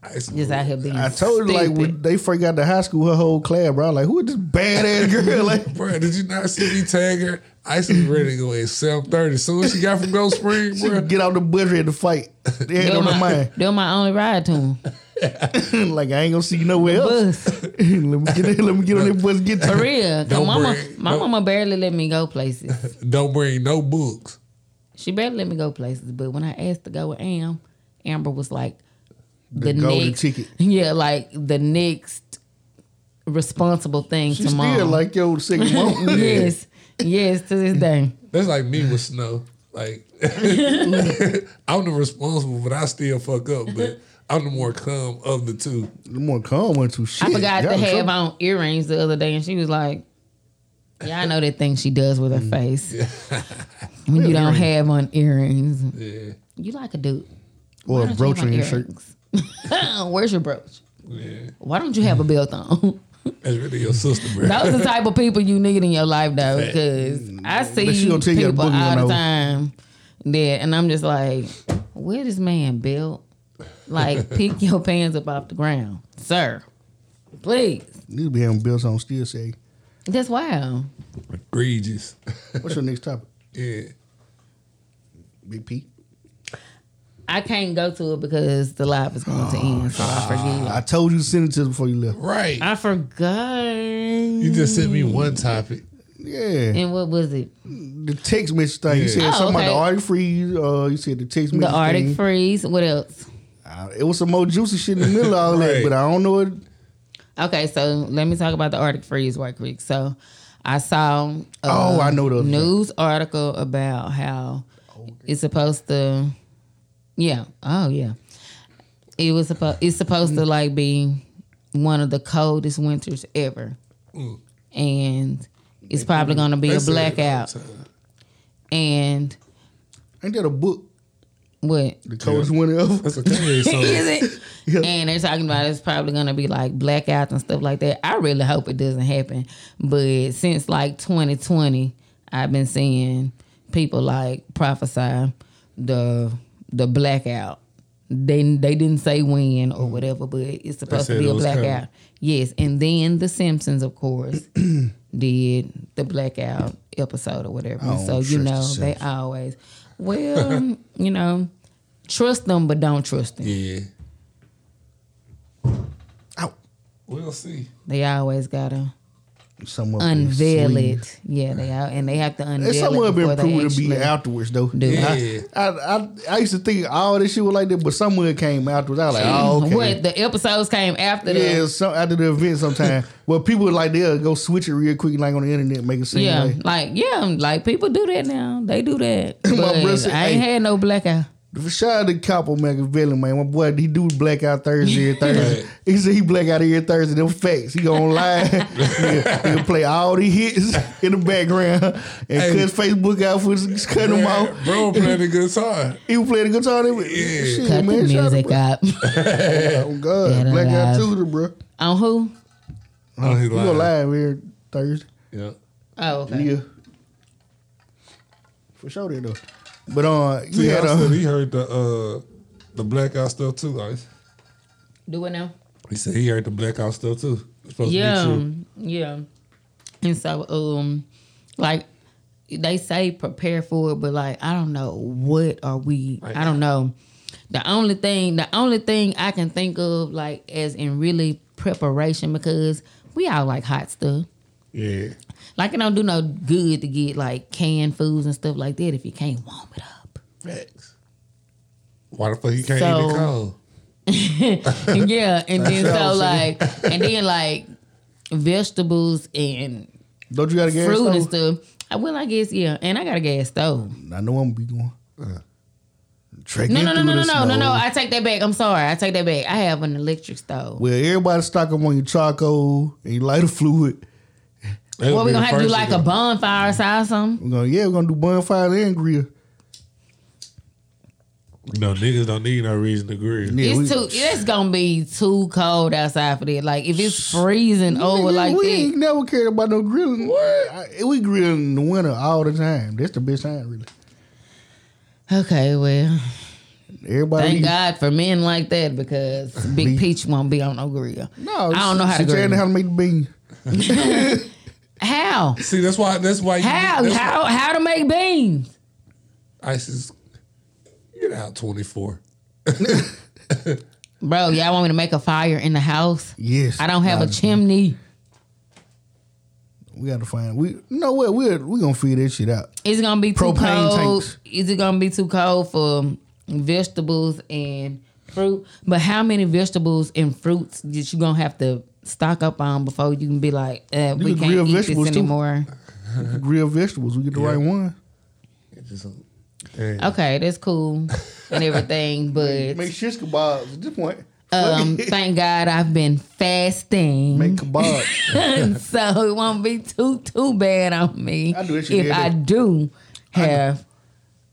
[SPEAKER 8] Ice
[SPEAKER 1] Just out here being
[SPEAKER 2] I told you, like, when
[SPEAKER 1] stupid.
[SPEAKER 2] they first got to high school, her whole class, bro. I was like, who is this badass girl? Like,
[SPEAKER 8] Bro, did you not see me tag her? Ice is ready to go at seven thirty. Soon as she got from Ghost Spring,
[SPEAKER 2] she
[SPEAKER 8] bro,
[SPEAKER 2] get out the bus ready to fight. They ain't
[SPEAKER 1] They
[SPEAKER 2] on
[SPEAKER 1] were
[SPEAKER 2] her
[SPEAKER 1] my,
[SPEAKER 2] mind.
[SPEAKER 1] they were my only ride to him.
[SPEAKER 2] like, I ain't gonna see you nowhere else.
[SPEAKER 1] Bus.
[SPEAKER 2] let me get let me get on that bus. Get
[SPEAKER 1] For
[SPEAKER 2] to
[SPEAKER 1] real. 'Cause
[SPEAKER 8] Don't
[SPEAKER 1] mama,
[SPEAKER 8] worry.
[SPEAKER 1] my
[SPEAKER 8] Don't-
[SPEAKER 1] mama barely let me go places.
[SPEAKER 8] don't bring no books.
[SPEAKER 1] She barely let me go places. But when I asked to go with Am, Amber was like, the,
[SPEAKER 2] golden
[SPEAKER 1] next.
[SPEAKER 2] ticket.
[SPEAKER 1] Yeah, like the next responsible thing
[SPEAKER 2] She
[SPEAKER 1] to
[SPEAKER 2] still
[SPEAKER 1] mom.
[SPEAKER 2] like your second mom.
[SPEAKER 1] yes. Yes, to this day.
[SPEAKER 8] That's like me with snow. Like I'm the responsible, but I still fuck up. But I'm the more calm of the two.
[SPEAKER 2] The more calm one too. Shit,
[SPEAKER 1] I forgot
[SPEAKER 2] y'all
[SPEAKER 1] to
[SPEAKER 2] in
[SPEAKER 1] have uh,
[SPEAKER 2] trouble.
[SPEAKER 1] on earrings the other day, and she was like, "Yeah, I know that thing she does with her
[SPEAKER 2] Mm.
[SPEAKER 1] face when you don't have on earrings.
[SPEAKER 8] Yeah,
[SPEAKER 1] You like a dude. Why
[SPEAKER 2] or a
[SPEAKER 1] don't you
[SPEAKER 2] brooch
[SPEAKER 1] have
[SPEAKER 2] on your shirt.
[SPEAKER 1] earrings? Where's your brooch?
[SPEAKER 8] yeah.
[SPEAKER 1] Why don't you have a belt on?"
[SPEAKER 8] That's really your sister, bro.
[SPEAKER 1] Those are the type of people you need in your life, though, because I see
[SPEAKER 2] she
[SPEAKER 1] people
[SPEAKER 2] gonna tell you to
[SPEAKER 1] all
[SPEAKER 2] boogie on
[SPEAKER 1] the
[SPEAKER 2] over.
[SPEAKER 1] time that, and I'm just like, where this man belt? Like, pick your pants up off the ground, sir. Please.
[SPEAKER 2] You be having bills on still say.
[SPEAKER 1] That's wild.
[SPEAKER 8] Egregious.
[SPEAKER 2] What's your next topic?
[SPEAKER 8] Yeah.
[SPEAKER 2] Big P.
[SPEAKER 1] I can't go to it because the live is going to end, so I forget.
[SPEAKER 2] I told you to send it to us before you left.
[SPEAKER 8] Right.
[SPEAKER 1] I forgot.
[SPEAKER 8] You just sent me one topic.
[SPEAKER 2] Yeah,
[SPEAKER 1] And what was it?
[SPEAKER 2] the text message thing. You said
[SPEAKER 1] Yeah. Oh,
[SPEAKER 2] something about the
[SPEAKER 1] okay.
[SPEAKER 2] Arctic freeze. Uh, you said the text message.
[SPEAKER 1] The Arctic
[SPEAKER 2] thing.
[SPEAKER 1] freeze. What else?
[SPEAKER 2] Uh, it was some more juicy shit in the middle of all that,
[SPEAKER 8] Right.
[SPEAKER 2] but I don't know it.
[SPEAKER 1] Okay, so let me talk about the Arctic freeze right quick. So I saw a
[SPEAKER 2] Oh, I know the other
[SPEAKER 1] news article about how it's supposed to Yeah. Oh yeah. It was supposed it's supposed to like be one of the coldest winters ever. And it's probably gonna be a blackout. And
[SPEAKER 2] Ain't that a book?
[SPEAKER 1] what?
[SPEAKER 2] The coldest winter ever.
[SPEAKER 8] That's a Kanye song.
[SPEAKER 1] Is it? And they're talking about it's probably gonna be like blackouts and stuff like that. I really hope it doesn't happen. But since like 2020, I've been seeing people like prophesy the the blackout. They they didn't say when or whatever, but it's supposed to
[SPEAKER 8] said
[SPEAKER 1] be
[SPEAKER 8] it
[SPEAKER 1] a
[SPEAKER 8] was coming.
[SPEAKER 1] blackout. Yes, and then The Simpsons, of course, did the blackout episode or whatever.
[SPEAKER 8] Oh,
[SPEAKER 1] So you
[SPEAKER 2] trust
[SPEAKER 1] know
[SPEAKER 2] The
[SPEAKER 1] they always, well, you know, trust them, but don't trust them.
[SPEAKER 8] Yeah. We'll see.
[SPEAKER 1] They always gotta
[SPEAKER 2] Some of
[SPEAKER 1] unveil
[SPEAKER 2] sweet.
[SPEAKER 1] it. Yeah, they out and they have to unveil
[SPEAKER 2] It's
[SPEAKER 1] it.
[SPEAKER 2] somewhere
[SPEAKER 1] before
[SPEAKER 2] been
[SPEAKER 1] they
[SPEAKER 2] proven to be
[SPEAKER 1] actually-
[SPEAKER 2] afterwards though.
[SPEAKER 8] Yeah.
[SPEAKER 2] I, I, I I used to think all this shit was like that, but somewhere it came afterwards. I was like, oh okay.
[SPEAKER 1] What the episodes came after
[SPEAKER 2] Yeah,
[SPEAKER 1] that?
[SPEAKER 2] some, after the event, sometime. well, people like they'll go switch it real quick, like on the internet, make it seem
[SPEAKER 1] Yeah,
[SPEAKER 2] like
[SPEAKER 1] like yeah, like people do that now. They do that. But
[SPEAKER 2] brother said,
[SPEAKER 1] I ain't
[SPEAKER 2] hey.
[SPEAKER 1] had no blackout.
[SPEAKER 2] Shout out to Capo Machiavelli, man. My boy, he do blackout Thursday and Thursday. He said he blackout every Thursday. Them facts. He gonna lie. he gonna play all the hits in the background and
[SPEAKER 8] Hey.
[SPEAKER 2] cut Facebook out for cutting them
[SPEAKER 8] Bro,
[SPEAKER 2] off.
[SPEAKER 8] bro playing the guitar.
[SPEAKER 2] He was playing the guitar. They, Shit,
[SPEAKER 1] Cut
[SPEAKER 2] man.
[SPEAKER 1] the
[SPEAKER 2] shout out to
[SPEAKER 1] music
[SPEAKER 2] bro.
[SPEAKER 1] up.
[SPEAKER 2] Oh, God.
[SPEAKER 1] Dead alive.
[SPEAKER 2] blackout Tuesday, bro.
[SPEAKER 1] On who?
[SPEAKER 8] Oh, he
[SPEAKER 2] We go
[SPEAKER 8] lying.
[SPEAKER 2] live every Thursday.
[SPEAKER 8] Yeah.
[SPEAKER 1] Oh, okay.
[SPEAKER 2] Yeah. For sure, they though. But uh, you
[SPEAKER 8] See,
[SPEAKER 2] had
[SPEAKER 8] I said
[SPEAKER 2] a.
[SPEAKER 8] he heard the uh, the blackout stuff too. Ice.
[SPEAKER 1] Do it now.
[SPEAKER 8] He said he heard the blackout stuff too. It's supposed to be
[SPEAKER 1] Yeah,
[SPEAKER 8] true.
[SPEAKER 1] yeah. And so, um, like they say, prepare for it, but like I don't know what are we. I don't know. The only thing, the only thing I can think of, like as in really preparation, because we all like hot stuff.
[SPEAKER 8] Yeah.
[SPEAKER 1] Like it don't do no good to get like canned foods and stuff like that if you can't warm it up.
[SPEAKER 8] Facts. Why the fuck he can't
[SPEAKER 1] So-
[SPEAKER 8] eat the cone?
[SPEAKER 1] yeah, and then so like, and then like vegetables and
[SPEAKER 2] Don't you got a gas
[SPEAKER 1] fruit and
[SPEAKER 2] stove?
[SPEAKER 1] stuff. I will, I guess, yeah. And I got a gas stove.
[SPEAKER 2] I know I'm gonna be going.
[SPEAKER 8] Uh.
[SPEAKER 2] Trek
[SPEAKER 1] No,
[SPEAKER 2] it
[SPEAKER 1] no, no,
[SPEAKER 2] through
[SPEAKER 1] no, no,
[SPEAKER 2] the
[SPEAKER 1] no, no,
[SPEAKER 2] snow.
[SPEAKER 1] no. I take that back. I'm sorry. I take that back. I have an electric stove.
[SPEAKER 2] Well, everybody stock up on your charcoal and your lighter fluid.
[SPEAKER 8] That'll
[SPEAKER 1] well,
[SPEAKER 8] be
[SPEAKER 1] we're gonna
[SPEAKER 8] the
[SPEAKER 1] have to do
[SPEAKER 8] first
[SPEAKER 1] like
[SPEAKER 8] thing.
[SPEAKER 1] a bonfire or something.
[SPEAKER 2] We're gonna yeah, we're gonna do bonfire and grill.
[SPEAKER 8] No, niggas don't need no reason to grill.
[SPEAKER 2] Yeah,
[SPEAKER 1] it's
[SPEAKER 2] we-
[SPEAKER 1] too. It's gonna be too cold outside for that. Like if it's freezing over
[SPEAKER 2] Nigga,
[SPEAKER 1] like
[SPEAKER 2] we
[SPEAKER 1] that.
[SPEAKER 2] ain't never cared about no grilling. What? we grill in the winter all the time. That's the best time, really.
[SPEAKER 1] Okay, well,
[SPEAKER 2] Everybody,
[SPEAKER 1] thank God for men like that because Big Peach won't be on no grill.
[SPEAKER 2] No,
[SPEAKER 1] I don't know how to
[SPEAKER 2] she tell you
[SPEAKER 1] grill.
[SPEAKER 2] how to make the bean.
[SPEAKER 1] How?
[SPEAKER 8] See, that's why. That's why. You,
[SPEAKER 1] How?
[SPEAKER 8] that's
[SPEAKER 1] How? How to make beans?
[SPEAKER 8] Why Ice is get out twenty four.
[SPEAKER 1] Bro, y'all want me to make a fire in the house?
[SPEAKER 2] Yes,
[SPEAKER 1] I don't have a chimney.
[SPEAKER 2] We gotta find. We you know what we're we gonna feed that shit out.
[SPEAKER 1] Is it gonna be too
[SPEAKER 2] Propane
[SPEAKER 1] cold?
[SPEAKER 2] tanks.
[SPEAKER 1] Is it gonna be too cold for vegetables and fruit? But how many vegetables and fruits that you gonna have to stock up on before you can be like, uh, we
[SPEAKER 2] can
[SPEAKER 1] can't
[SPEAKER 2] grill
[SPEAKER 1] eat this
[SPEAKER 2] vegetables, too.
[SPEAKER 1] anymore?
[SPEAKER 2] Grill vegetables. We get the right one.
[SPEAKER 1] Okay, that's cool and everything,
[SPEAKER 2] Make
[SPEAKER 1] but
[SPEAKER 2] shish kebabs at this point.
[SPEAKER 1] um, thank God I've been fasting,
[SPEAKER 2] Make kebabs.
[SPEAKER 1] so it won't be too too bad on me
[SPEAKER 2] I do that shit
[SPEAKER 1] if I
[SPEAKER 2] every day.
[SPEAKER 1] do have.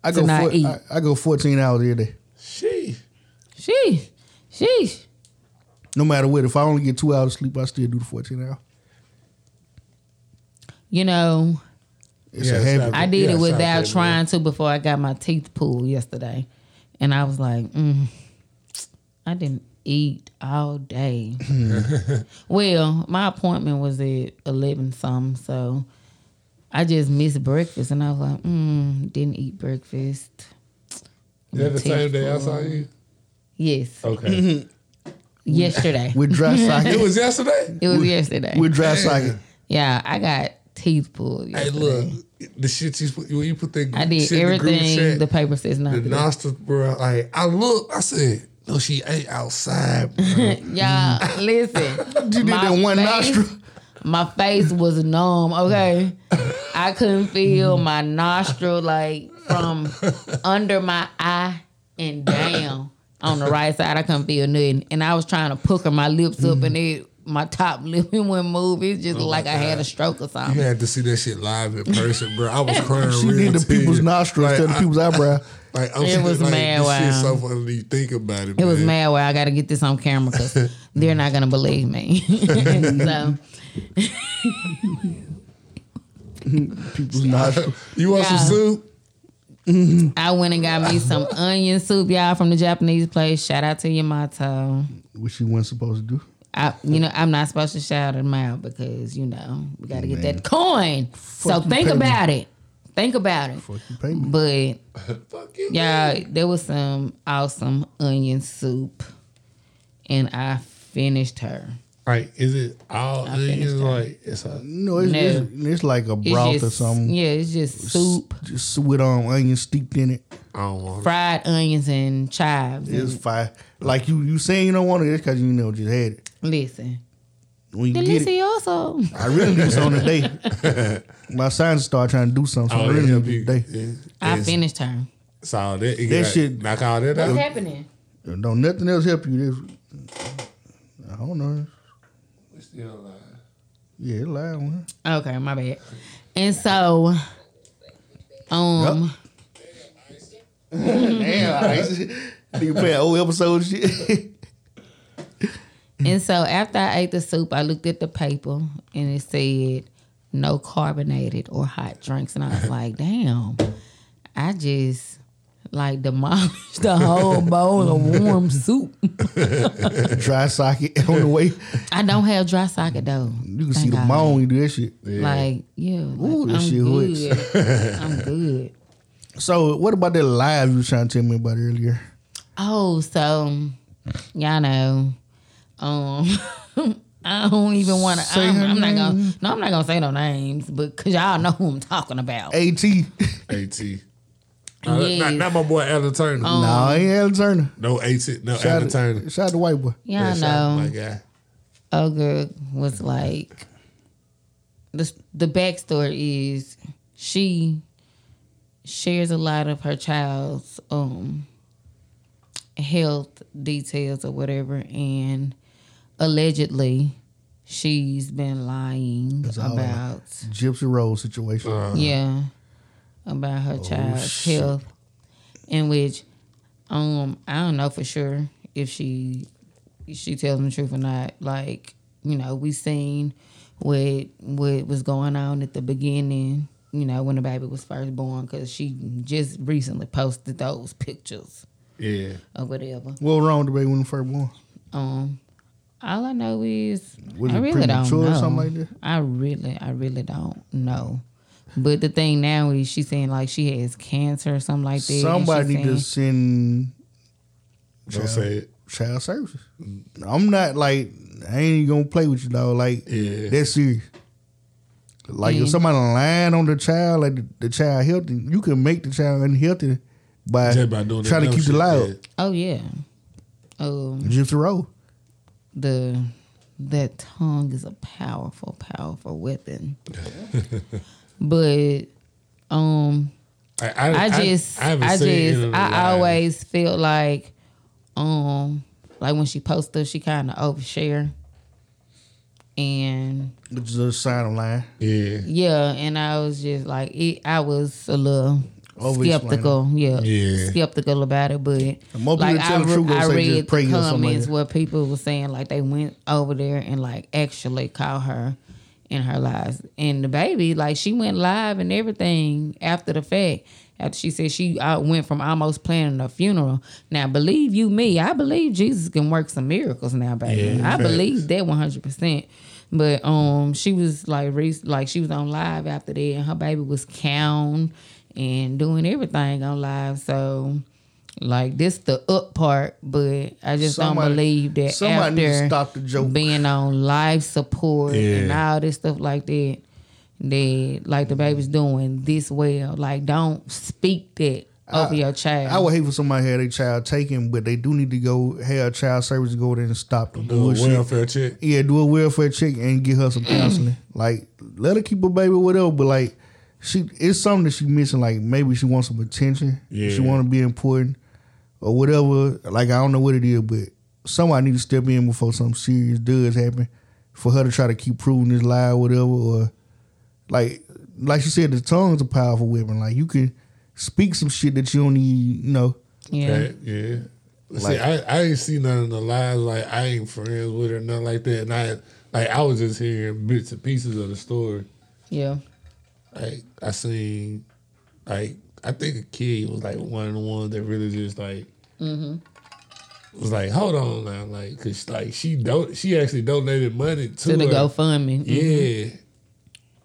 [SPEAKER 2] I go.
[SPEAKER 1] Tonight
[SPEAKER 2] four-
[SPEAKER 1] eat.
[SPEAKER 2] I, I go fourteen hours every day.
[SPEAKER 8] She.
[SPEAKER 1] Sheesh, sheesh.
[SPEAKER 2] No matter what, if I only get two hours of sleep, I still do the fourteen hours.
[SPEAKER 1] You know,
[SPEAKER 2] It's
[SPEAKER 8] Yeah,
[SPEAKER 2] a
[SPEAKER 8] it's
[SPEAKER 2] habit.
[SPEAKER 8] not-
[SPEAKER 1] I did
[SPEAKER 8] Yeah,
[SPEAKER 1] it
[SPEAKER 8] shout out
[SPEAKER 1] without
[SPEAKER 8] to
[SPEAKER 1] trying to before I got my teeth pulled yesterday. And I was like, mm, I didn't eat all day. well, my appointment was at 11 something. So I just missed breakfast. And I was like, mm, didn't eat breakfast.
[SPEAKER 8] Is that the same day I saw you? Oh,
[SPEAKER 1] Yes.
[SPEAKER 8] Okay.
[SPEAKER 1] Yesterday.
[SPEAKER 2] with dry socket.
[SPEAKER 8] it was yesterday.
[SPEAKER 1] It was yesterday.
[SPEAKER 2] with dry socket.
[SPEAKER 1] Yeah, I got teeth pulled.
[SPEAKER 8] Hey,
[SPEAKER 1] yesterday.
[SPEAKER 8] look, the shit you put, when you put that
[SPEAKER 1] I did
[SPEAKER 8] shit in the group
[SPEAKER 1] everything
[SPEAKER 8] chat,
[SPEAKER 1] the paper says not
[SPEAKER 8] the
[SPEAKER 1] to do.
[SPEAKER 8] nostrils, bro. Like I look, I said, no, she ain't outside. bro."
[SPEAKER 1] Y'all, listen.
[SPEAKER 2] You did
[SPEAKER 1] My
[SPEAKER 2] that one
[SPEAKER 1] face-
[SPEAKER 2] nostril.
[SPEAKER 1] My face was numb. Okay, I couldn't feel
[SPEAKER 2] Mm.
[SPEAKER 1] my nostril like from under my eye and down on the right side. I couldn't feel nothing, and I was trying to pucker my lips up, and
[SPEAKER 2] Mm.
[SPEAKER 1] it my top lip wouldn't move. It's
[SPEAKER 2] Oh
[SPEAKER 1] just like I had a stroke or
[SPEAKER 8] You
[SPEAKER 1] something.
[SPEAKER 8] had to see that shit live in person, bro. I was crying.
[SPEAKER 2] She
[SPEAKER 8] real
[SPEAKER 2] did the
[SPEAKER 8] tears.
[SPEAKER 2] people's nostrils
[SPEAKER 8] Like,
[SPEAKER 2] instead of
[SPEAKER 8] I-
[SPEAKER 2] people's eyebrow.
[SPEAKER 8] Like, I'm
[SPEAKER 1] It
[SPEAKER 8] sitting
[SPEAKER 1] was
[SPEAKER 8] like,
[SPEAKER 1] mad
[SPEAKER 8] This shit's so
[SPEAKER 1] wild.
[SPEAKER 8] funny. when You think about it.
[SPEAKER 1] It was
[SPEAKER 8] man.
[SPEAKER 1] mad where I got to get this on camera because they're not gonna believe me. so.
[SPEAKER 2] People's nostrils.
[SPEAKER 8] You want
[SPEAKER 1] Yeah.
[SPEAKER 8] some soup?
[SPEAKER 1] I went and got me some onion soup, y'all, from the Japanese place. Shout out to Yamato.
[SPEAKER 2] Which she wasn't supposed to do.
[SPEAKER 1] I, you know, I'm not supposed to shout him out because you know we got to get that coin. so
[SPEAKER 2] you,
[SPEAKER 1] think
[SPEAKER 2] pay me.
[SPEAKER 1] about it. Think about it.
[SPEAKER 2] Fuck you, pay me.
[SPEAKER 1] But
[SPEAKER 8] Fuck you.
[SPEAKER 1] y'all, there was some awesome onion soup, and I finished her.
[SPEAKER 8] Like, is it all?
[SPEAKER 1] I finished
[SPEAKER 8] It's like it's a.
[SPEAKER 2] No, it's,
[SPEAKER 1] No.
[SPEAKER 2] it's, it's like a
[SPEAKER 1] It's
[SPEAKER 2] broth
[SPEAKER 1] just,
[SPEAKER 2] or something.
[SPEAKER 1] Yeah, it's just soup,
[SPEAKER 2] Just with um onions steeped in it.
[SPEAKER 8] I don't want.
[SPEAKER 1] fried onions, and chives. and-
[SPEAKER 8] Mm.
[SPEAKER 2] It's fire. Like you, you saying you don't want it, it's because you know just had it.
[SPEAKER 1] listen,
[SPEAKER 2] When you get it,
[SPEAKER 1] delicioso.
[SPEAKER 2] I really need something today. My science started trying to do something. So I
[SPEAKER 8] Oh,
[SPEAKER 2] really
[SPEAKER 8] yeah,
[SPEAKER 2] need it today.
[SPEAKER 8] yeah.
[SPEAKER 1] I
[SPEAKER 8] It's-
[SPEAKER 1] finished her.
[SPEAKER 8] It's all that. It
[SPEAKER 2] That
[SPEAKER 8] got-
[SPEAKER 2] shit-
[SPEAKER 8] Knock all that
[SPEAKER 1] What's
[SPEAKER 8] out.
[SPEAKER 1] happening?
[SPEAKER 2] Don't nothing else help you. This, I don't know. Yeah, it's loud one.
[SPEAKER 1] Okay, my bad. And so, um.
[SPEAKER 2] Damn, I nigga playing old episode shit.
[SPEAKER 1] And so after I ate the soup, I looked at the paper and it said no carbonated or hot drinks. And I was like, damn, I just like demolished the whole bowl of warm soup.
[SPEAKER 2] Dry socket on the way.
[SPEAKER 1] I don't have dry socket though.
[SPEAKER 2] You can see the bone. You do that shit.
[SPEAKER 1] Like, yeah. like,
[SPEAKER 2] Ooh, that
[SPEAKER 1] I'm
[SPEAKER 2] shit
[SPEAKER 1] good. I'm good.
[SPEAKER 2] So, what about that live you was trying to tell me about earlier?
[SPEAKER 1] Oh, so y'all know. Um I don't even want to. I'm, I'm not gonna. No, I'm not gonna say no names, but cause y'all know who I'm talking about.
[SPEAKER 2] At
[SPEAKER 8] At. Nah,
[SPEAKER 1] Yes.
[SPEAKER 8] Uh, Not, not my boy Alan Turner.
[SPEAKER 1] Oh.
[SPEAKER 2] nah, ain't Alan Turner.
[SPEAKER 8] No AT. No
[SPEAKER 2] Shout
[SPEAKER 8] Alan
[SPEAKER 2] out,
[SPEAKER 8] Turner.
[SPEAKER 2] shout out to white boy.
[SPEAKER 1] Y'all
[SPEAKER 8] Yeah, shout out
[SPEAKER 1] know.
[SPEAKER 8] My guy.
[SPEAKER 1] Ogre was like the the backstory is she shares a lot of her child's um health details or whatever and allegedly she's been lying
[SPEAKER 2] all I-
[SPEAKER 1] about
[SPEAKER 2] Gypsy Rose situation.
[SPEAKER 1] yeah about her child's health in which um i don't know for sure if she if she tells the truth or not like you know we seen what what was going on at the beginning you know when the baby was first born because she just recently posted those pictures
[SPEAKER 8] Yeah.
[SPEAKER 1] or whatever
[SPEAKER 2] what was wrong with the baby when the first born?
[SPEAKER 1] um all i know is
[SPEAKER 2] Was
[SPEAKER 1] i
[SPEAKER 2] it
[SPEAKER 1] really don't
[SPEAKER 2] premature
[SPEAKER 1] know
[SPEAKER 2] or something like that?
[SPEAKER 1] i really i really don't know but the thing now is she's saying like she has cancer or something like that and she's
[SPEAKER 2] Somebody
[SPEAKER 1] saying-
[SPEAKER 2] need to send
[SPEAKER 8] Don't say it.
[SPEAKER 2] child services. I'm not like I ain't gonna play with you dog. Like
[SPEAKER 8] Yeah.
[SPEAKER 2] that's serious. Like if
[SPEAKER 1] Yeah.
[SPEAKER 2] somebody lying on the child, like the, the child healthy, you can make the child unhealthy by,
[SPEAKER 8] Just by doing that
[SPEAKER 2] trying to
[SPEAKER 8] dumb
[SPEAKER 2] keep the
[SPEAKER 8] shit,
[SPEAKER 2] loud.
[SPEAKER 8] yeah.
[SPEAKER 1] Oh yeah. Um
[SPEAKER 2] Gypsy Road.
[SPEAKER 1] the that tongue is a powerful, powerful weapon. but um
[SPEAKER 8] I,
[SPEAKER 1] I just I,
[SPEAKER 8] haven't seen it
[SPEAKER 1] just
[SPEAKER 8] in a
[SPEAKER 1] I
[SPEAKER 8] while.
[SPEAKER 1] always feel like um like when she posts stuff she kinda overshare. And
[SPEAKER 2] Which is a sign of lying.
[SPEAKER 8] Yeah.
[SPEAKER 1] yeah, and I was just like it I was a little
[SPEAKER 2] Over-explaining.
[SPEAKER 1] skeptical, yeah,
[SPEAKER 8] Yeah.
[SPEAKER 1] skeptical about it, but
[SPEAKER 2] more people
[SPEAKER 1] like I,
[SPEAKER 2] tell the
[SPEAKER 1] re-
[SPEAKER 2] truth, gonna
[SPEAKER 1] I
[SPEAKER 2] say just
[SPEAKER 1] read
[SPEAKER 2] pray or
[SPEAKER 1] the
[SPEAKER 2] something like
[SPEAKER 1] comments
[SPEAKER 2] that.
[SPEAKER 1] where people were saying like they went over there and like actually caught her in her lies, and the baby like she went live and everything after the fact. After she said she I went from almost planning a funeral. Now believe you me, I believe Jesus can work some miracles now, baby.
[SPEAKER 8] Yeah,
[SPEAKER 1] I
[SPEAKER 8] facts.
[SPEAKER 1] believe that one hundred percent. But um, she was like re- like she was on live after that, and her baby was clown and doing everything on live. So like this the up part, but I just
[SPEAKER 2] Somebody-
[SPEAKER 1] don't believe that
[SPEAKER 2] somebody
[SPEAKER 1] after
[SPEAKER 2] need to stop the joke.
[SPEAKER 1] being on life support
[SPEAKER 8] Yeah.
[SPEAKER 1] and all this stuff like that, that like the baby's doing this well. Like don't speak that over your child.
[SPEAKER 2] I would hate for somebody to have their child taken, but they do need to go have child services go there and stop the
[SPEAKER 8] Do a
[SPEAKER 2] bullshit.
[SPEAKER 8] welfare check.
[SPEAKER 2] Yeah, do a welfare check and get her some counseling. like, let her keep her baby, whatever. But like, she it's something that she missing. Like, maybe she wants some attention.
[SPEAKER 8] Yeah.
[SPEAKER 2] She want to be important or whatever. Like, I don't know what it is, but somebody need to step in before something serious does happen for her to try to keep proving this lie, or whatever. Or like, like she said, the tongue's a powerful weapon. Like, you can speak some shit that you don't need. You know,
[SPEAKER 1] yeah.
[SPEAKER 8] Right, yeah. See,
[SPEAKER 2] Like-
[SPEAKER 8] I, I ain't see none of the lies. Like I ain't friends with her, nothing like that. And I like I was just hearing bits and pieces of the story.
[SPEAKER 1] Yeah.
[SPEAKER 8] Like I seen, like I think a kid was like one of the ones that really just like
[SPEAKER 1] Mm-hmm.
[SPEAKER 8] was like, hold on now, like, cause like she do she actually donated money to,
[SPEAKER 1] To the Mm-hmm.
[SPEAKER 8] her.
[SPEAKER 1] GoFundMe.
[SPEAKER 8] Yeah,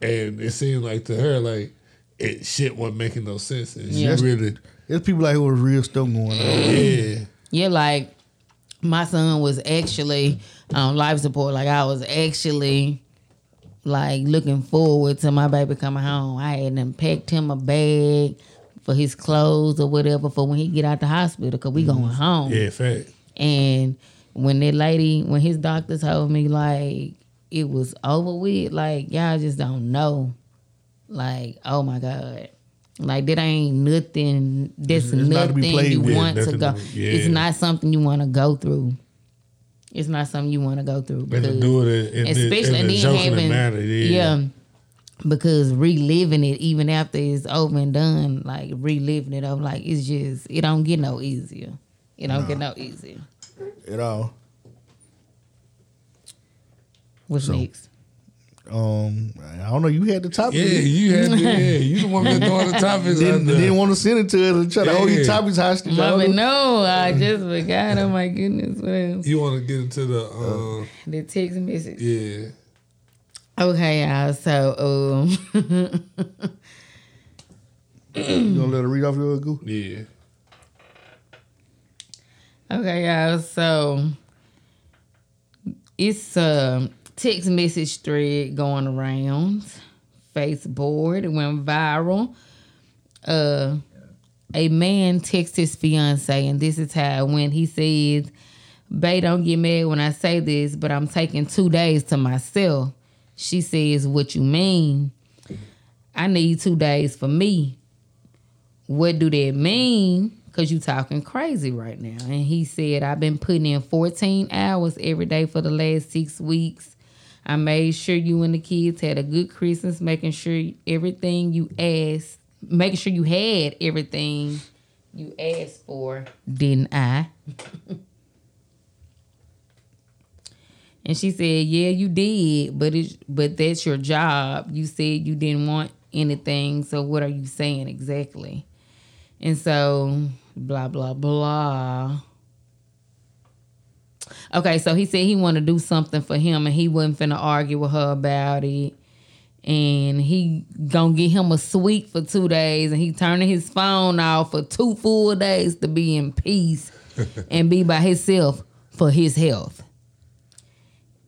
[SPEAKER 8] and it seemed like to her like it shit wasn't making no sense, and she
[SPEAKER 1] Yeah.
[SPEAKER 8] really
[SPEAKER 2] there's people out here with real stuff going on.
[SPEAKER 8] yeah.
[SPEAKER 1] Yeah, like my son was actually on life support. Like I was actually like looking forward to my baby coming home. I hadn't packed him a bag for his clothes or whatever for when he get out the hospital because
[SPEAKER 2] Mm-hmm.
[SPEAKER 1] we going home.
[SPEAKER 8] Yeah, fact.
[SPEAKER 1] And when that lady, when his doctor told me like it was over with, like y'all just don't know. Like, oh my God. Like that ain't nothing that's
[SPEAKER 2] it's not to be
[SPEAKER 1] nothing
[SPEAKER 2] played
[SPEAKER 1] you
[SPEAKER 2] with,
[SPEAKER 1] want to
[SPEAKER 8] nothing
[SPEAKER 1] go.
[SPEAKER 8] to- yeah.
[SPEAKER 1] It's not something you wanna go through. It's not something you wanna go through.
[SPEAKER 8] And to
[SPEAKER 1] because-
[SPEAKER 8] do it in, in,
[SPEAKER 1] especially and
[SPEAKER 8] in a
[SPEAKER 1] then
[SPEAKER 8] joking
[SPEAKER 1] having
[SPEAKER 8] manner, yeah.
[SPEAKER 1] because reliving it even after it's over and done like reliving it i'm like it's just it don't get no easier it don't get no easier
[SPEAKER 2] at all.
[SPEAKER 1] what's next
[SPEAKER 2] Um, I don't know. You had the topic.
[SPEAKER 8] Yeah, you had to, yeah, you the one that throwing the topics out
[SPEAKER 2] didn't, didn't
[SPEAKER 8] there.
[SPEAKER 2] want to send it to us and try to hold
[SPEAKER 8] Yeah.
[SPEAKER 2] your topics hostage.
[SPEAKER 1] Mama,
[SPEAKER 2] Y'all-
[SPEAKER 1] no, I just forgot. Oh my goodness, what else?
[SPEAKER 8] You want to get into the uh,
[SPEAKER 1] The text message.
[SPEAKER 8] yeah.
[SPEAKER 1] Okay, y'all. So, um,
[SPEAKER 2] You gonna let her read off your goo?
[SPEAKER 8] Yeah,
[SPEAKER 1] Okay, y'all. So it's a text message thread going around. Facebook it went viral. Uh, a man texts his fiance, and this is how when he says, "Bae, don't get mad when I say this, but I'm taking two days to myself." She says, "What you mean? I need two days for me." what do that mean? Cause you talking crazy right now. And he said, I've been putting in 14 hours every day for the last six weeks. I made sure you and the kids had a good Christmas, making sure everything you asked, making sure you had everything you asked for, didn't I? And she said, "Yeah, you did, but it's but that's your job. You said you didn't want anything, so what are you saying exactly?" And so blah blah blah. Okay, so he said he wanted to do something for him, and he wasn't finna argue with her about it. And he gonna get him a suite for two days, and he turning his phone off for two full days to be in peace and be by himself for his health.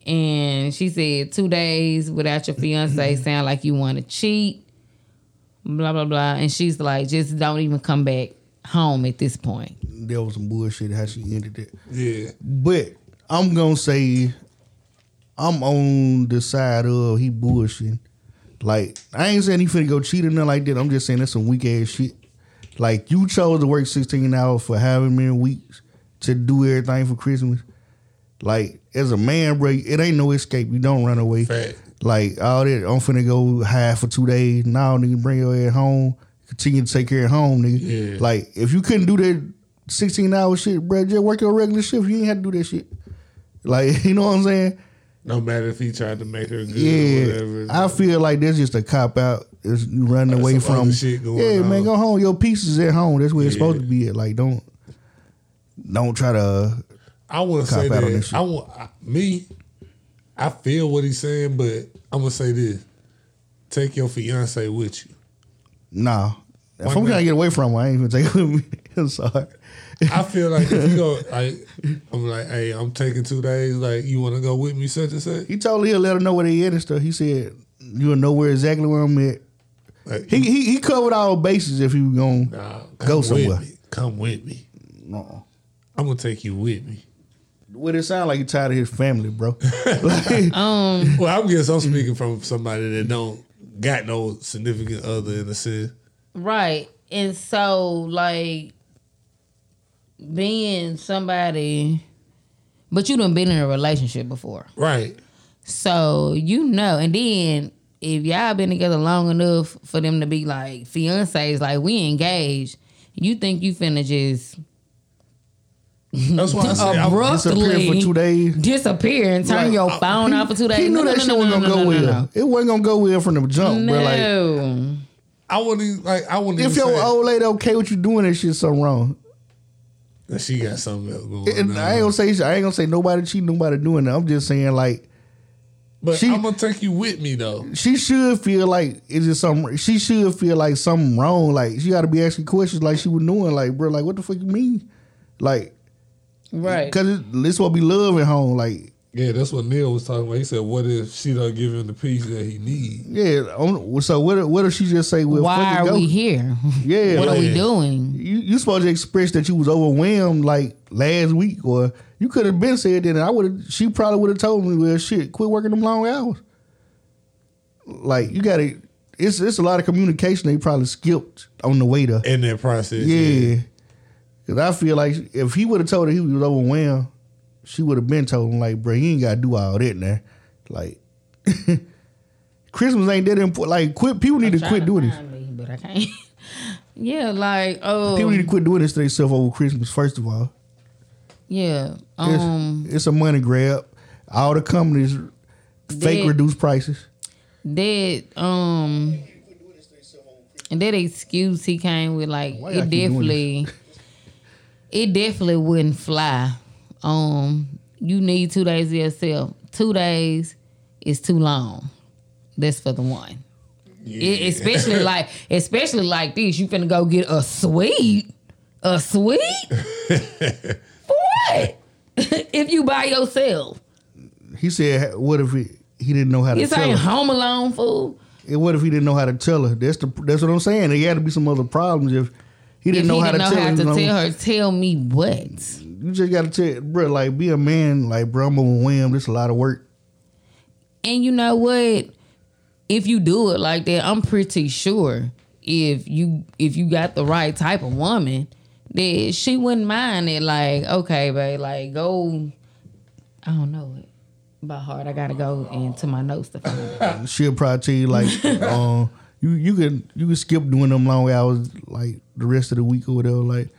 [SPEAKER 1] And she said, two days without your fiance sound like you want to cheat, blah, blah, blah. And she's like, just don't even come back home at this point.
[SPEAKER 2] There was some bullshit how she ended it.
[SPEAKER 8] yeah.
[SPEAKER 2] But I'm gonna say I'm on the side of he bullshitting. Like I ain't saying he finna go cheat or nothing like that. I'm just saying that's some weak ass shit. Like you chose to work 16 hours for however many weeks to do everything for Christmas. Like as a man, bro, it ain't no escape. You don't run away.
[SPEAKER 8] Fact.
[SPEAKER 2] Like all that, I'm finna go hide for two days. Now, nigga, bring your ass home. Continue to take care of home, nigga.
[SPEAKER 8] Yeah.
[SPEAKER 2] Like if you couldn't do that 16 hour shit, bro, just work your regular shift. You ain't had to do that shit. Like you know what I'm saying?
[SPEAKER 8] No matter if he tried to make her good or
[SPEAKER 2] Yeah,
[SPEAKER 8] whatever.
[SPEAKER 2] I feel like that's just a cop out. It's you running away
[SPEAKER 8] some
[SPEAKER 2] from.
[SPEAKER 8] other shit going
[SPEAKER 2] yeah, man,
[SPEAKER 8] on.
[SPEAKER 2] go home. Your piece is at home. That's where it's
[SPEAKER 8] Yeah.
[SPEAKER 2] supposed to be. At. Like don't, don't try to.
[SPEAKER 8] I want to
[SPEAKER 2] Cop
[SPEAKER 8] say
[SPEAKER 2] out on this
[SPEAKER 8] that
[SPEAKER 2] shit.
[SPEAKER 8] I want I, me. I feel what he's saying, but I'm gonna say this: take your fiance with you.
[SPEAKER 2] Nah, if
[SPEAKER 8] Why
[SPEAKER 2] I'm
[SPEAKER 8] not?
[SPEAKER 2] trying to get away from, her, I ain't even take it with me. I'm sorry.
[SPEAKER 8] I feel like if you go, like, I'm like, hey, I'm taking two days. Like, you want to go with me, such and such?
[SPEAKER 2] He told her he'll let her know where they at and stuff. He said, You'll know where exactly where I'm at.
[SPEAKER 8] Like,
[SPEAKER 2] He he, he covered all bases if he was going.
[SPEAKER 8] nah, come
[SPEAKER 2] go
[SPEAKER 8] with
[SPEAKER 2] somewhere.
[SPEAKER 8] me. Come with me.
[SPEAKER 2] to
[SPEAKER 8] I'm gonna take you with me.
[SPEAKER 2] What it sound like you tired of his family, bro. Like,
[SPEAKER 1] Um,
[SPEAKER 8] Well, I guess I'm speaking from somebody that don't got no significant other in a sense.
[SPEAKER 1] right. And so, like, being somebody, but you done been in a relationship before.
[SPEAKER 8] Right.
[SPEAKER 1] So, you know, and then if y'all been together long enough for them to be like fiancés, like we engaged, you think you finna just
[SPEAKER 8] That's why I said
[SPEAKER 2] disappeared
[SPEAKER 8] I-
[SPEAKER 2] for
[SPEAKER 1] abruptly
[SPEAKER 2] two days.
[SPEAKER 1] disappear and turn
[SPEAKER 2] Like,
[SPEAKER 1] your phone
[SPEAKER 2] he,
[SPEAKER 1] off for two days.
[SPEAKER 2] He knew
[SPEAKER 1] No,
[SPEAKER 2] that
[SPEAKER 1] no,
[SPEAKER 2] shit
[SPEAKER 1] no,
[SPEAKER 2] wasn't
[SPEAKER 1] no,
[SPEAKER 2] gonna
[SPEAKER 1] no,
[SPEAKER 2] go
[SPEAKER 1] no,
[SPEAKER 2] well.
[SPEAKER 1] no.
[SPEAKER 2] It wasn't gonna go well from the jump, bro. Like
[SPEAKER 1] No.
[SPEAKER 8] I wouldn't even- like I wouldn't
[SPEAKER 2] if
[SPEAKER 8] even
[SPEAKER 2] your
[SPEAKER 8] say
[SPEAKER 2] old lady okay with you doing that shit, something wrong.
[SPEAKER 8] that she got something else going
[SPEAKER 2] And
[SPEAKER 8] on.
[SPEAKER 2] I ain't gonna say I ain't gonna say nobody cheating, nobody doing that. I'm just saying like
[SPEAKER 8] but
[SPEAKER 2] she-
[SPEAKER 8] I'm gonna take you with me though.
[SPEAKER 2] she should feel like is it something she should feel like something wrong. Like she gotta be asking questions like she was doing, like, bro, like what the fuck you mean? Like
[SPEAKER 1] Right.
[SPEAKER 2] cause it, this what be love at home. Like,
[SPEAKER 8] Yeah, that's what Neil was talking about. He said, "What if she don't give him the peace that he needs?"
[SPEAKER 2] yeah, on- so what what if she just say well
[SPEAKER 1] Why
[SPEAKER 2] fuck it,
[SPEAKER 1] are
[SPEAKER 2] go.
[SPEAKER 1] we here?
[SPEAKER 2] Yeah,
[SPEAKER 1] what
[SPEAKER 2] like,
[SPEAKER 1] are we
[SPEAKER 8] Yeah.
[SPEAKER 1] doing?
[SPEAKER 2] you you supposed to express that you was overwhelmed like last week or you could have been said that and I would have she probably would have told me, Well shit, quit working them long hours. Like you gotta it's it's a lot of communication they probably skipped on the way to
[SPEAKER 8] In that process,
[SPEAKER 2] Yeah. Cause I feel like if he would have told her he was overwhelmed, she would have been told him like, bro, you ain't gotta do all that now. Like Christmas ain't that important. Like quit people need to quit doing this.
[SPEAKER 1] but I can't. yeah, like oh
[SPEAKER 2] People need to quit doing this to themselves over Christmas, first of all.
[SPEAKER 1] yeah.
[SPEAKER 2] It's,
[SPEAKER 1] Um,
[SPEAKER 2] it's a money grab. All the companies fake
[SPEAKER 1] They-
[SPEAKER 2] reduce prices.
[SPEAKER 1] that um, and that excuse he came with like
[SPEAKER 2] Why y'all
[SPEAKER 1] it
[SPEAKER 2] keep doing
[SPEAKER 1] definitely, it definitely wouldn't fly. Um, you need two days to yourself. Two days is too long. That's for the one. It- especially like especially like this. You finna go get a suite. A suite? For what? if you by yourself.
[SPEAKER 2] He said, "What if he, he didn't know how to
[SPEAKER 1] This
[SPEAKER 2] tell
[SPEAKER 1] ain't
[SPEAKER 2] her?
[SPEAKER 1] home alone fool.
[SPEAKER 2] And what if he didn't know how to tell her? That's the that's what I'm saying. There got to be some other problems if he
[SPEAKER 1] If
[SPEAKER 2] didn't
[SPEAKER 1] he
[SPEAKER 2] know how
[SPEAKER 1] didn't know
[SPEAKER 2] to tell
[SPEAKER 1] how
[SPEAKER 2] her.
[SPEAKER 1] to
[SPEAKER 2] you know,
[SPEAKER 1] tell her, tell me what.
[SPEAKER 2] You just got to tell, bro. Like be a man. Like bro, I'm overwhelmed. It's a lot of work.
[SPEAKER 1] And you know what? If you do it like that, I'm pretty sure if you if you got the right type of woman, that she wouldn't mind it. Like, okay, babe, like go. I don't know it by heart. I gotta go into my notes to find it.
[SPEAKER 2] She'll probably tell you like, um, you you can you can skip doing them long hours like the rest of the week or whatever. Like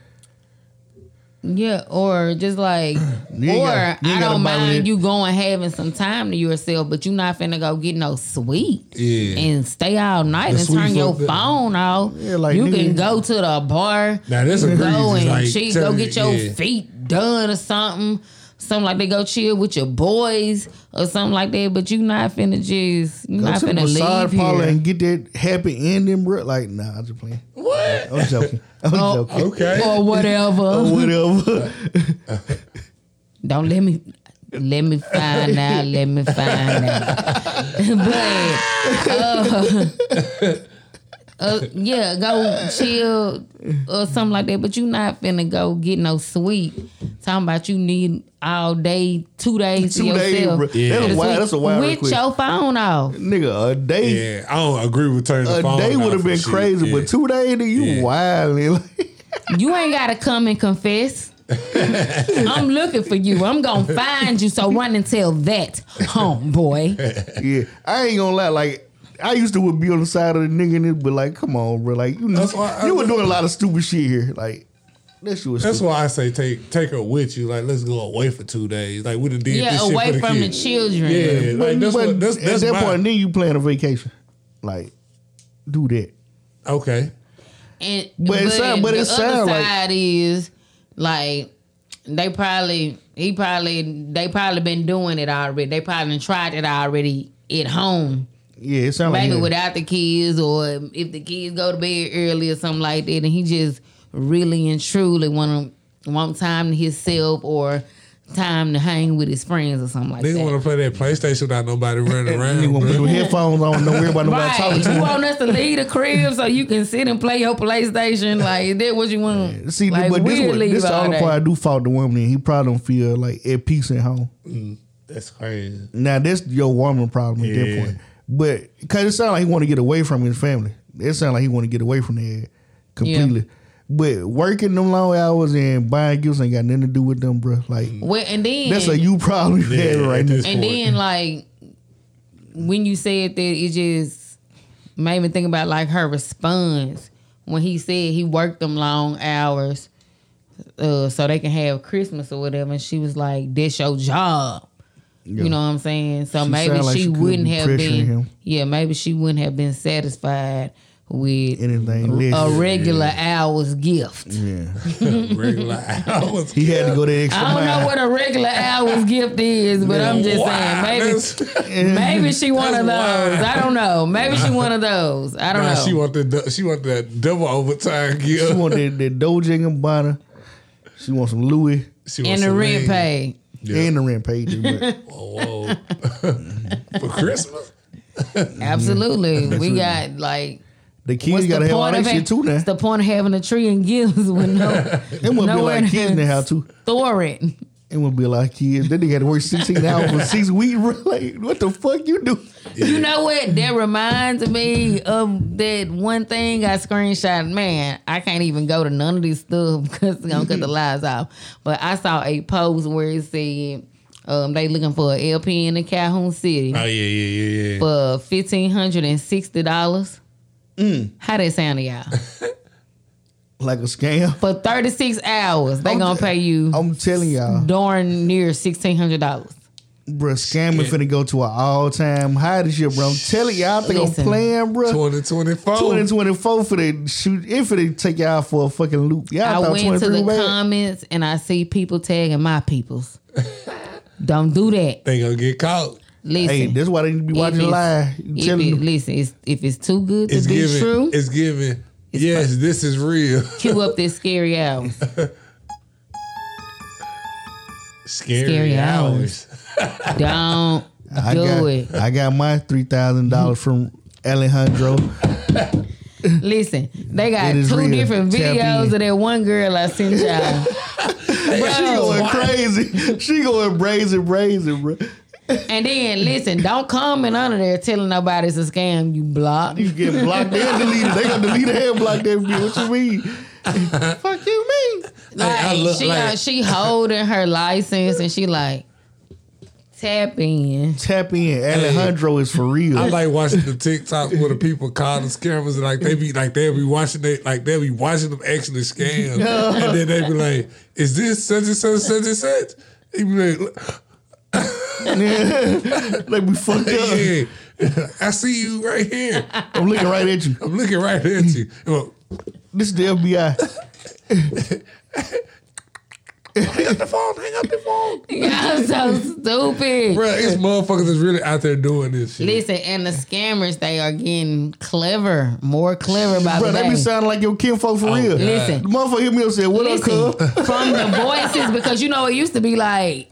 [SPEAKER 1] Yeah, or just like, or
[SPEAKER 2] ain't gotta- you ain't
[SPEAKER 1] I
[SPEAKER 2] gotta
[SPEAKER 1] don't
[SPEAKER 2] bother
[SPEAKER 1] mind
[SPEAKER 2] it.
[SPEAKER 1] you going having some time to yourself, but you're not finna go get no sweet
[SPEAKER 8] Yeah.
[SPEAKER 1] and stay all night
[SPEAKER 8] The
[SPEAKER 1] and
[SPEAKER 8] sweets
[SPEAKER 1] turn your
[SPEAKER 8] look good.
[SPEAKER 1] phone off.
[SPEAKER 2] Yeah, like,
[SPEAKER 1] you
[SPEAKER 2] nigga-
[SPEAKER 1] can go to the bar,
[SPEAKER 8] Now, that's a
[SPEAKER 1] go
[SPEAKER 8] crazy,
[SPEAKER 1] and
[SPEAKER 8] like,
[SPEAKER 1] cheat,
[SPEAKER 8] tell
[SPEAKER 1] go
[SPEAKER 8] me-
[SPEAKER 1] get your
[SPEAKER 8] yeah.
[SPEAKER 1] feet done or something, something like they go chill with your boys or something like that. But you not finna just, you
[SPEAKER 2] go
[SPEAKER 1] not
[SPEAKER 2] to the
[SPEAKER 1] finna leave
[SPEAKER 2] massage
[SPEAKER 1] here.
[SPEAKER 2] parlor and get that happy ending, bro. Like nah, I'm just playing.
[SPEAKER 8] What?
[SPEAKER 2] I'm joking. I'm
[SPEAKER 1] Oh,
[SPEAKER 2] joking.
[SPEAKER 8] Okay.
[SPEAKER 1] or whatever.
[SPEAKER 2] whatever.
[SPEAKER 1] Don't let me let me find out. Let me find out. but uh, uh, yeah, go chill or something like that. But you not finna go get no sweet. Talking about you need all day, two days
[SPEAKER 2] Two
[SPEAKER 1] to
[SPEAKER 2] days,
[SPEAKER 1] yourself.
[SPEAKER 2] bro.
[SPEAKER 8] Yeah.
[SPEAKER 2] That's, a wild, that's a wild
[SPEAKER 1] with
[SPEAKER 2] request.
[SPEAKER 1] your phone off.
[SPEAKER 2] Nigga, a day,
[SPEAKER 8] Yeah, I don't agree with turning the
[SPEAKER 2] a
[SPEAKER 8] phone.
[SPEAKER 2] day
[SPEAKER 8] off
[SPEAKER 2] would have
[SPEAKER 8] and
[SPEAKER 2] been
[SPEAKER 8] shit.
[SPEAKER 2] crazy,
[SPEAKER 8] Yeah.
[SPEAKER 2] but two days, nigga, you
[SPEAKER 8] Yeah.
[SPEAKER 2] wild. nigga.
[SPEAKER 1] You ain't gotta come and confess. I'm looking for you. I'm gonna find you. So run and tell that, homeboy.
[SPEAKER 2] yeah, I ain't gonna lie. Like I used to would be on the side of the nigga, and it, but like, come on, bro. Like you, know,
[SPEAKER 8] That's why I-
[SPEAKER 2] you were doing a lot of stupid shit here. Like that shit was.
[SPEAKER 8] That's
[SPEAKER 2] stupid.
[SPEAKER 8] why I say take take her with you. Like, let's go away for two days. Like, we done did
[SPEAKER 1] Yeah,
[SPEAKER 8] this shit
[SPEAKER 1] away
[SPEAKER 8] for the
[SPEAKER 1] from the
[SPEAKER 8] kids.
[SPEAKER 1] children.
[SPEAKER 8] Yeah, like that's
[SPEAKER 2] But
[SPEAKER 8] what that's
[SPEAKER 2] at
[SPEAKER 8] that's
[SPEAKER 2] that
[SPEAKER 8] my,
[SPEAKER 2] point, then you plan a vacation. Like, do that.
[SPEAKER 8] Okay,
[SPEAKER 1] And
[SPEAKER 2] But
[SPEAKER 1] but,
[SPEAKER 2] it sound- but
[SPEAKER 1] the
[SPEAKER 2] it sound
[SPEAKER 1] other
[SPEAKER 2] like-
[SPEAKER 1] side is like they probably he probably they probably been doing it already. They probably done tried it already at home.
[SPEAKER 2] Yeah, it sounds like
[SPEAKER 1] Maybe
[SPEAKER 2] Oh, yeah.
[SPEAKER 1] without the kids or if the kids go to bed early or something like that and he just really and truly wanna want time to himself or time to hang with his friends or something like
[SPEAKER 8] They
[SPEAKER 1] that.
[SPEAKER 8] want to play that PlayStation without nobody running
[SPEAKER 2] You
[SPEAKER 8] around.
[SPEAKER 2] gonna put
[SPEAKER 8] bruh.
[SPEAKER 2] your headphones on, know everybody know about
[SPEAKER 1] Right,
[SPEAKER 2] talking
[SPEAKER 1] you
[SPEAKER 2] to
[SPEAKER 1] want us to leave the crib so you can sit and play your PlayStation? Like, is that what you want?
[SPEAKER 2] you. See,
[SPEAKER 1] like,
[SPEAKER 2] but this
[SPEAKER 1] we'll
[SPEAKER 2] one,
[SPEAKER 1] leave
[SPEAKER 2] this the
[SPEAKER 1] all
[SPEAKER 2] only
[SPEAKER 1] day.
[SPEAKER 2] part I do fault the woman. In. He probably don't feel like at peace at home.
[SPEAKER 8] That's crazy.
[SPEAKER 2] Now that's your woman problem at
[SPEAKER 8] Yeah.
[SPEAKER 2] that point. But because it sounds like he want to get away from his family. It sounds like he want to get away from that completely. But working them long hours and buying gifts ain't got nothing to do with them, bro. Like
[SPEAKER 1] Well, and then
[SPEAKER 2] that's a you problem you
[SPEAKER 8] Yeah,
[SPEAKER 2] have right
[SPEAKER 8] at
[SPEAKER 2] now.
[SPEAKER 8] this
[SPEAKER 1] And
[SPEAKER 8] for it.
[SPEAKER 1] then like when you said that, it just made me think about like her response when he said he worked them long hours uh, so they can have Christmas or whatever. And she was like, "That's your job." You know what I'm saying? So
[SPEAKER 2] She
[SPEAKER 1] maybe
[SPEAKER 2] sound like
[SPEAKER 1] she,
[SPEAKER 2] she could
[SPEAKER 1] wouldn't
[SPEAKER 2] be
[SPEAKER 1] have
[SPEAKER 2] pressuring
[SPEAKER 1] been.
[SPEAKER 2] him.
[SPEAKER 1] Yeah, maybe she wouldn't have been satisfied with
[SPEAKER 2] Anything less.
[SPEAKER 1] a regular hours gift.
[SPEAKER 2] yeah.
[SPEAKER 8] Regular hours.
[SPEAKER 2] He had to go that extra
[SPEAKER 1] I don't know
[SPEAKER 2] mile.
[SPEAKER 1] what a regular hours gift is, but I'm just
[SPEAKER 8] Wow,
[SPEAKER 1] saying maybe
[SPEAKER 8] that's-
[SPEAKER 1] Maybe she one of
[SPEAKER 8] That's
[SPEAKER 1] those. I don't know. Maybe she one of those. I don't
[SPEAKER 8] Nah,
[SPEAKER 1] know.
[SPEAKER 8] she want the du- she want that double overtime gift.
[SPEAKER 2] She want that, that Dolce and Gabbana. She want some Louis
[SPEAKER 8] She want
[SPEAKER 1] and the
[SPEAKER 8] some
[SPEAKER 1] rent
[SPEAKER 8] lean.
[SPEAKER 1] paid.
[SPEAKER 2] and the rent paid. too, But
[SPEAKER 8] Oh, whoa. for Christmas.
[SPEAKER 2] Mm-hmm.
[SPEAKER 1] Absolutely. we got like
[SPEAKER 2] the
[SPEAKER 1] what's
[SPEAKER 2] kids
[SPEAKER 1] the
[SPEAKER 2] gotta have all
[SPEAKER 1] point
[SPEAKER 2] that
[SPEAKER 1] of
[SPEAKER 2] shit
[SPEAKER 1] it?
[SPEAKER 2] too now.
[SPEAKER 1] What's the point of having a tree and gifts with no
[SPEAKER 2] It would be
[SPEAKER 1] nowhere
[SPEAKER 2] like
[SPEAKER 1] to
[SPEAKER 2] kids now how to.
[SPEAKER 1] store it?
[SPEAKER 2] It would be like kids. Then they had to work sixteen hours for six weeks. bro. Like what the fuck you do?
[SPEAKER 1] You know what? That reminds me of that one thing I screenshot. Man, I can't even go to none of this stuff because it's gonna cut the lights off. But I saw a post where it said um, they looking for an LP in the Calhoun City.
[SPEAKER 8] Oh yeah, yeah, yeah, yeah.
[SPEAKER 1] for fifteen hundred and sixty dollars. How that sound to y'all?
[SPEAKER 2] Like a scam.
[SPEAKER 1] For thirty six hours, they gonna pay you
[SPEAKER 2] I'm telling y'all,
[SPEAKER 1] darn near sixteen hundred dollars.
[SPEAKER 2] bro, scamming finna go to an all time high this year, bro. I'm telling y'all, I think
[SPEAKER 1] Listen.
[SPEAKER 2] I'm playing, bro.
[SPEAKER 8] 2024.
[SPEAKER 2] 2024 for the shoot, if it take y'all for a fucking loop. Y'all
[SPEAKER 1] I
[SPEAKER 2] thought
[SPEAKER 1] went to
[SPEAKER 2] 23
[SPEAKER 1] the
[SPEAKER 2] bad.
[SPEAKER 1] comments and I see people tagging my peoples. Don't do that.
[SPEAKER 8] They gonna get caught.
[SPEAKER 1] Listen,
[SPEAKER 2] Hey, that's why they need to be
[SPEAKER 1] if
[SPEAKER 2] watching
[SPEAKER 1] it's-
[SPEAKER 2] live.
[SPEAKER 1] if
[SPEAKER 2] Telling
[SPEAKER 1] it-
[SPEAKER 2] them.
[SPEAKER 1] listen, it's, if it's too good to
[SPEAKER 8] It's
[SPEAKER 1] be
[SPEAKER 8] giving.
[SPEAKER 1] true,
[SPEAKER 8] It's giving. yes, this is real.
[SPEAKER 1] cue up this scary hours.
[SPEAKER 8] Scary,
[SPEAKER 1] Scary
[SPEAKER 8] hours.
[SPEAKER 1] Don't
[SPEAKER 2] I
[SPEAKER 1] do
[SPEAKER 2] got,
[SPEAKER 1] it.
[SPEAKER 2] I got my three thousand dollars from Alejandro.
[SPEAKER 1] Listen, they got
[SPEAKER 2] It is
[SPEAKER 1] two
[SPEAKER 2] real.
[SPEAKER 1] different
[SPEAKER 2] Tap
[SPEAKER 1] videos
[SPEAKER 2] in.
[SPEAKER 1] of that one girl I sent y'all.
[SPEAKER 2] she going
[SPEAKER 1] Bro.
[SPEAKER 2] crazy. She going brazen, brazen, bro.
[SPEAKER 1] And then listen, don't comment under there telling nobody it's a scam. You block.
[SPEAKER 2] You get blocked, they delete it. They gonna delete it and block that video. What you mean? Fuck you mean?
[SPEAKER 1] Like,
[SPEAKER 8] I look
[SPEAKER 1] she
[SPEAKER 8] like-
[SPEAKER 1] uh, she holding her license and she like tap in.
[SPEAKER 2] Tap in. Alejandro is for real.
[SPEAKER 8] I like watching the TikToks where the people call the scammers and like they be like they'll be watching they like they'll be watching them actually scam. and then they be like, is this such and such such and such? He be like,
[SPEAKER 2] like we fucked up.
[SPEAKER 8] yeah, I see you right here.
[SPEAKER 2] I'm looking right at you.
[SPEAKER 8] I'm looking right at you. Well,
[SPEAKER 2] This is the FBI.
[SPEAKER 8] hang up the phone, hang up the phone.
[SPEAKER 1] Y'all so stupid.
[SPEAKER 8] Bruh, it's motherfuckers that's really out there doing this shit.
[SPEAKER 1] Listen, and the scammers they are getting clever, more clever by
[SPEAKER 2] Bro,
[SPEAKER 1] the
[SPEAKER 2] that
[SPEAKER 1] day.
[SPEAKER 2] be sounding like your kinfolk for real.
[SPEAKER 1] Listen.
[SPEAKER 2] The motherfucker hit me up and said, What
[SPEAKER 1] Listen,
[SPEAKER 2] up, cuz?
[SPEAKER 1] from the voices because you know it used to be like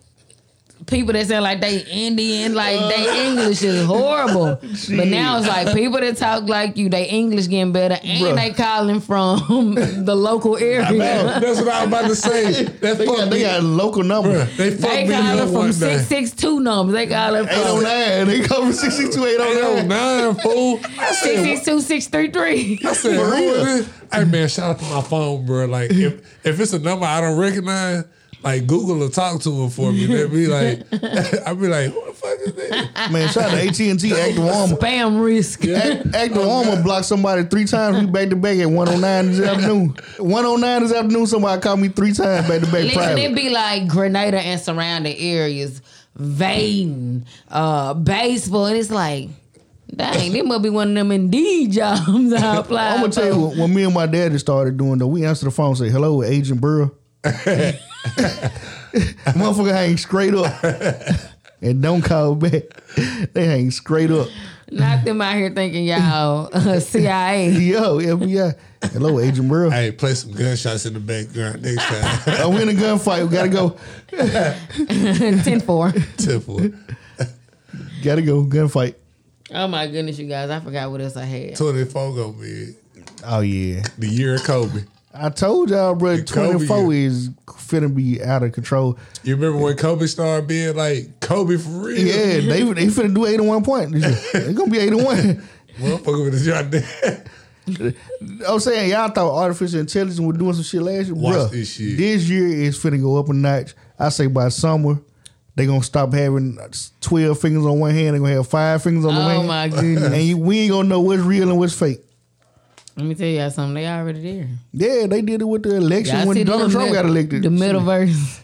[SPEAKER 1] people that sound like they Indian, like they English is horrible. But now it's like people that talk like you, they English getting better, and
[SPEAKER 2] Bruh.
[SPEAKER 1] they calling from the local area.
[SPEAKER 8] Man, Oh, that's what I was about to say. That
[SPEAKER 2] They got,
[SPEAKER 8] fuck
[SPEAKER 2] they
[SPEAKER 8] me.
[SPEAKER 2] got a local number.
[SPEAKER 8] Bruh, They fucked
[SPEAKER 1] They
[SPEAKER 8] me up
[SPEAKER 1] calling
[SPEAKER 8] one
[SPEAKER 1] from
[SPEAKER 8] day.
[SPEAKER 1] six six two numbers. They calling from
[SPEAKER 2] 809. They cover 662
[SPEAKER 8] 809, fool. I
[SPEAKER 1] six
[SPEAKER 8] said,
[SPEAKER 1] six two six three three.
[SPEAKER 8] I said,
[SPEAKER 2] For
[SPEAKER 8] who
[SPEAKER 2] real.
[SPEAKER 8] is this? Hey, man, shout out to my phone, bro. Like, if, if it's a number I don't recognize, like, Google will talk to him for me. They'll be like, I'll be like, who the fuck is that?
[SPEAKER 2] Man, shout out to AT&T, Act Warmer.
[SPEAKER 1] Spam risk.
[SPEAKER 2] Act, Act the woman blocked somebody three times. We back to back at 109 this afternoon. 109 this afternoon, somebody called me three times back to back
[SPEAKER 1] Listen, it
[SPEAKER 2] private.
[SPEAKER 1] be like Grenada and surrounding areas, Vaden, uh, baseball, and it's like, dang, they must be one of them Indeed jobs I applied.
[SPEAKER 2] I'm gonna tell you
[SPEAKER 1] for.
[SPEAKER 2] what, when me and my daddy started doing though, we answered the phone and said, Hello, Agent Burrow. Motherfucker hang straight up and don't call back. They hang straight up.
[SPEAKER 1] Not them out here thinking y'all uh, CIA.
[SPEAKER 2] Yo, FBI. Hello, Agent Merle.
[SPEAKER 8] Hey, play some gunshots in the background next time.
[SPEAKER 2] I win a gunfight. We gotta go.
[SPEAKER 1] Ten four.
[SPEAKER 8] Temple.
[SPEAKER 2] Gotta go. Gunfight.
[SPEAKER 1] Oh my goodness, you guys! I forgot what else I had.
[SPEAKER 8] 24 gonna be
[SPEAKER 2] Oh yeah.
[SPEAKER 8] the year of Kobe.
[SPEAKER 2] I told y'all, bro.
[SPEAKER 8] The Kobe
[SPEAKER 2] Twenty four
[SPEAKER 8] year.
[SPEAKER 2] is finna be out of control.
[SPEAKER 8] You remember when Kobe started being like Kobe for real?
[SPEAKER 2] Yeah, they they finna do eight and one point. It's gonna be eight and one.
[SPEAKER 8] Motherfucker with his job there.
[SPEAKER 2] I'm saying y'all thought artificial intelligence was doing some shit last year.
[SPEAKER 8] Watch
[SPEAKER 2] Bruh,
[SPEAKER 8] this shit.
[SPEAKER 2] This year is finna go up a notch. I say by summer, they gonna stop having twelve fingers on one hand. They gonna have five fingers on the one
[SPEAKER 1] Oh
[SPEAKER 2] hand.
[SPEAKER 1] my goodness!
[SPEAKER 2] And you, we ain't gonna know what's real and what's fake.
[SPEAKER 1] Let me tell y'all something. They already there.
[SPEAKER 2] Yeah, they did it with the election
[SPEAKER 1] Y'all
[SPEAKER 2] when
[SPEAKER 1] see
[SPEAKER 2] Donald
[SPEAKER 1] the
[SPEAKER 2] Trump
[SPEAKER 1] mid-
[SPEAKER 2] got elected.
[SPEAKER 1] The metaverse.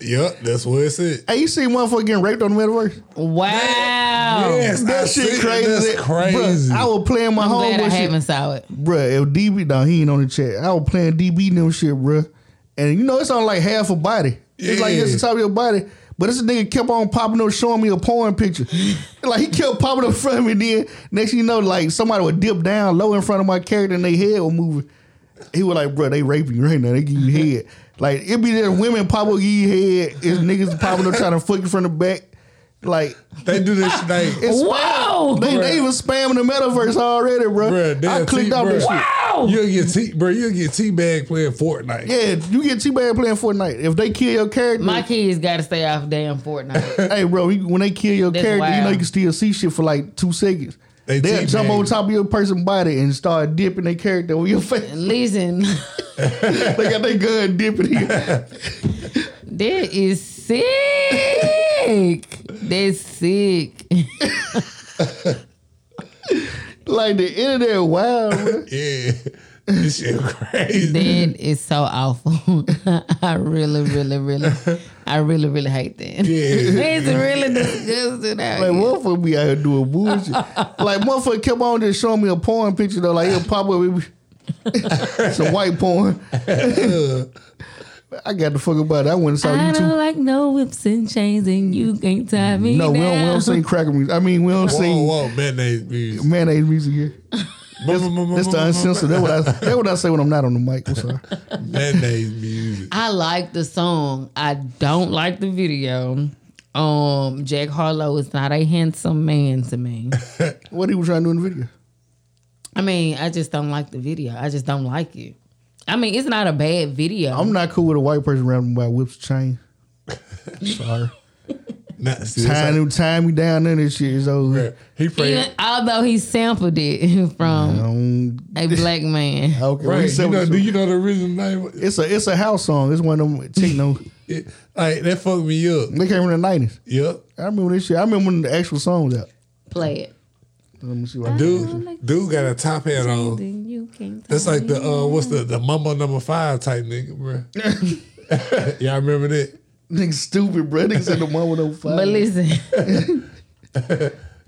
[SPEAKER 8] Yep, that's what it said.
[SPEAKER 2] Hey, you see motherfucker getting raped on the metaverse?
[SPEAKER 1] Wow.
[SPEAKER 8] Yes, I
[SPEAKER 2] um, That
[SPEAKER 8] see
[SPEAKER 2] shit
[SPEAKER 8] it.
[SPEAKER 2] crazy.
[SPEAKER 8] That's crazy.
[SPEAKER 2] Bruh, I was playing my
[SPEAKER 1] I'm glad I
[SPEAKER 2] homeboy shit.
[SPEAKER 1] haven't saw it.
[SPEAKER 2] Bruh, if DB, no, he ain't on the chat. I was playing DB and them shit, bruh. And you know, it's on like half a body. It's like it's the
[SPEAKER 8] Yeah.
[SPEAKER 2] top of your body. But this nigga kept on popping up, showing me a porn picture. like he kept popping up in front of me. Then next thing you know, like somebody would dip down low in front of my character and they head was moving. He was like, bruh, they raping you right now. They give you head. Like it be there, women pop up, give you head. It's niggas popping up trying to fuck you from the back. Like
[SPEAKER 8] They do this thing.
[SPEAKER 2] it's
[SPEAKER 1] Wow.
[SPEAKER 2] spam. They, they even spamming the metaverse already, bro.
[SPEAKER 8] Bruh,
[SPEAKER 2] I
[SPEAKER 8] they'll
[SPEAKER 2] clicked
[SPEAKER 8] te-
[SPEAKER 2] out that
[SPEAKER 8] bruh.
[SPEAKER 2] shit.
[SPEAKER 8] You'll get T bro, you'll get T bag playing Fortnite.
[SPEAKER 2] Oh. Yeah, you get T-Bag playing Fortnite. If they kill your character,
[SPEAKER 1] My kids got to stay off damn Fortnite.
[SPEAKER 2] hey, bro, you- when they kill your
[SPEAKER 1] That's
[SPEAKER 2] character, you know
[SPEAKER 1] wild.
[SPEAKER 2] you can still see shit for like two seconds.
[SPEAKER 8] They
[SPEAKER 2] They will
[SPEAKER 8] T-Bag.
[SPEAKER 2] jump on top of your person's body and start dipping their character on your face.
[SPEAKER 1] Listen,
[SPEAKER 2] they got their gun dipping. in.
[SPEAKER 1] that is sick. That's sick.
[SPEAKER 2] like the internet, wild. Bro.
[SPEAKER 8] Yeah. This shit crazy.
[SPEAKER 1] That is so awful. I really, really, really, I really, really hate that. it's really disgusting out
[SPEAKER 2] Like
[SPEAKER 1] here.
[SPEAKER 2] motherfucker be out here doing bullshit. like motherfucker kept on just showing me a porn picture though. Like it'll pop up, it be- some white porn. I got the fuck about it. I went and saw
[SPEAKER 1] I
[SPEAKER 2] you
[SPEAKER 1] don't
[SPEAKER 2] too.
[SPEAKER 1] like no whips and chains, and you can't tie me
[SPEAKER 2] No, we don't, we don't
[SPEAKER 1] down.
[SPEAKER 2] sing cracker music. I mean, we don't
[SPEAKER 8] Whoa,
[SPEAKER 2] sing
[SPEAKER 8] whoa, mayonnaise music.
[SPEAKER 2] mayonnaise music here. That's the uncensored. That's what I. That's what I say when I'm not on the mic. I'm sorry.
[SPEAKER 8] Mayonnaise music.
[SPEAKER 1] I like the song. I don't like the video. Um, Jack Harlow is not a handsome man to me.
[SPEAKER 2] What he was trying to do in the video?
[SPEAKER 1] I mean, I just don't like the video. I just don't like it. I mean, it's not a bad video.
[SPEAKER 2] I'm not cool with a white person around me by whips chain. Sorry,
[SPEAKER 8] Not see, that's
[SPEAKER 2] tying him, tying me down. None of this shit is over.
[SPEAKER 8] how- He
[SPEAKER 1] Even,
[SPEAKER 8] prayed.
[SPEAKER 1] although he sampled it from
[SPEAKER 2] Um,
[SPEAKER 1] a black man.
[SPEAKER 2] okay, we
[SPEAKER 8] Right. You
[SPEAKER 2] said
[SPEAKER 8] know,
[SPEAKER 2] what-
[SPEAKER 8] do you know the original name?
[SPEAKER 2] It's a it's a house song. It's one of them techno.
[SPEAKER 8] It, like that fucked me up.
[SPEAKER 2] they came from the nineties.
[SPEAKER 8] Yep.
[SPEAKER 2] I remember this shit. I remember when the actual song was out.
[SPEAKER 1] Play it.
[SPEAKER 2] Let me see what I do.
[SPEAKER 8] Dude, dude got a top hat on.
[SPEAKER 1] Then you can't
[SPEAKER 8] Oh. That's like the uh, what's the the mumbo number five type nigga, bro. Y'all remember that?
[SPEAKER 2] Nigga stupid, bro. Nigga said the one oh with no fire.
[SPEAKER 1] But listen,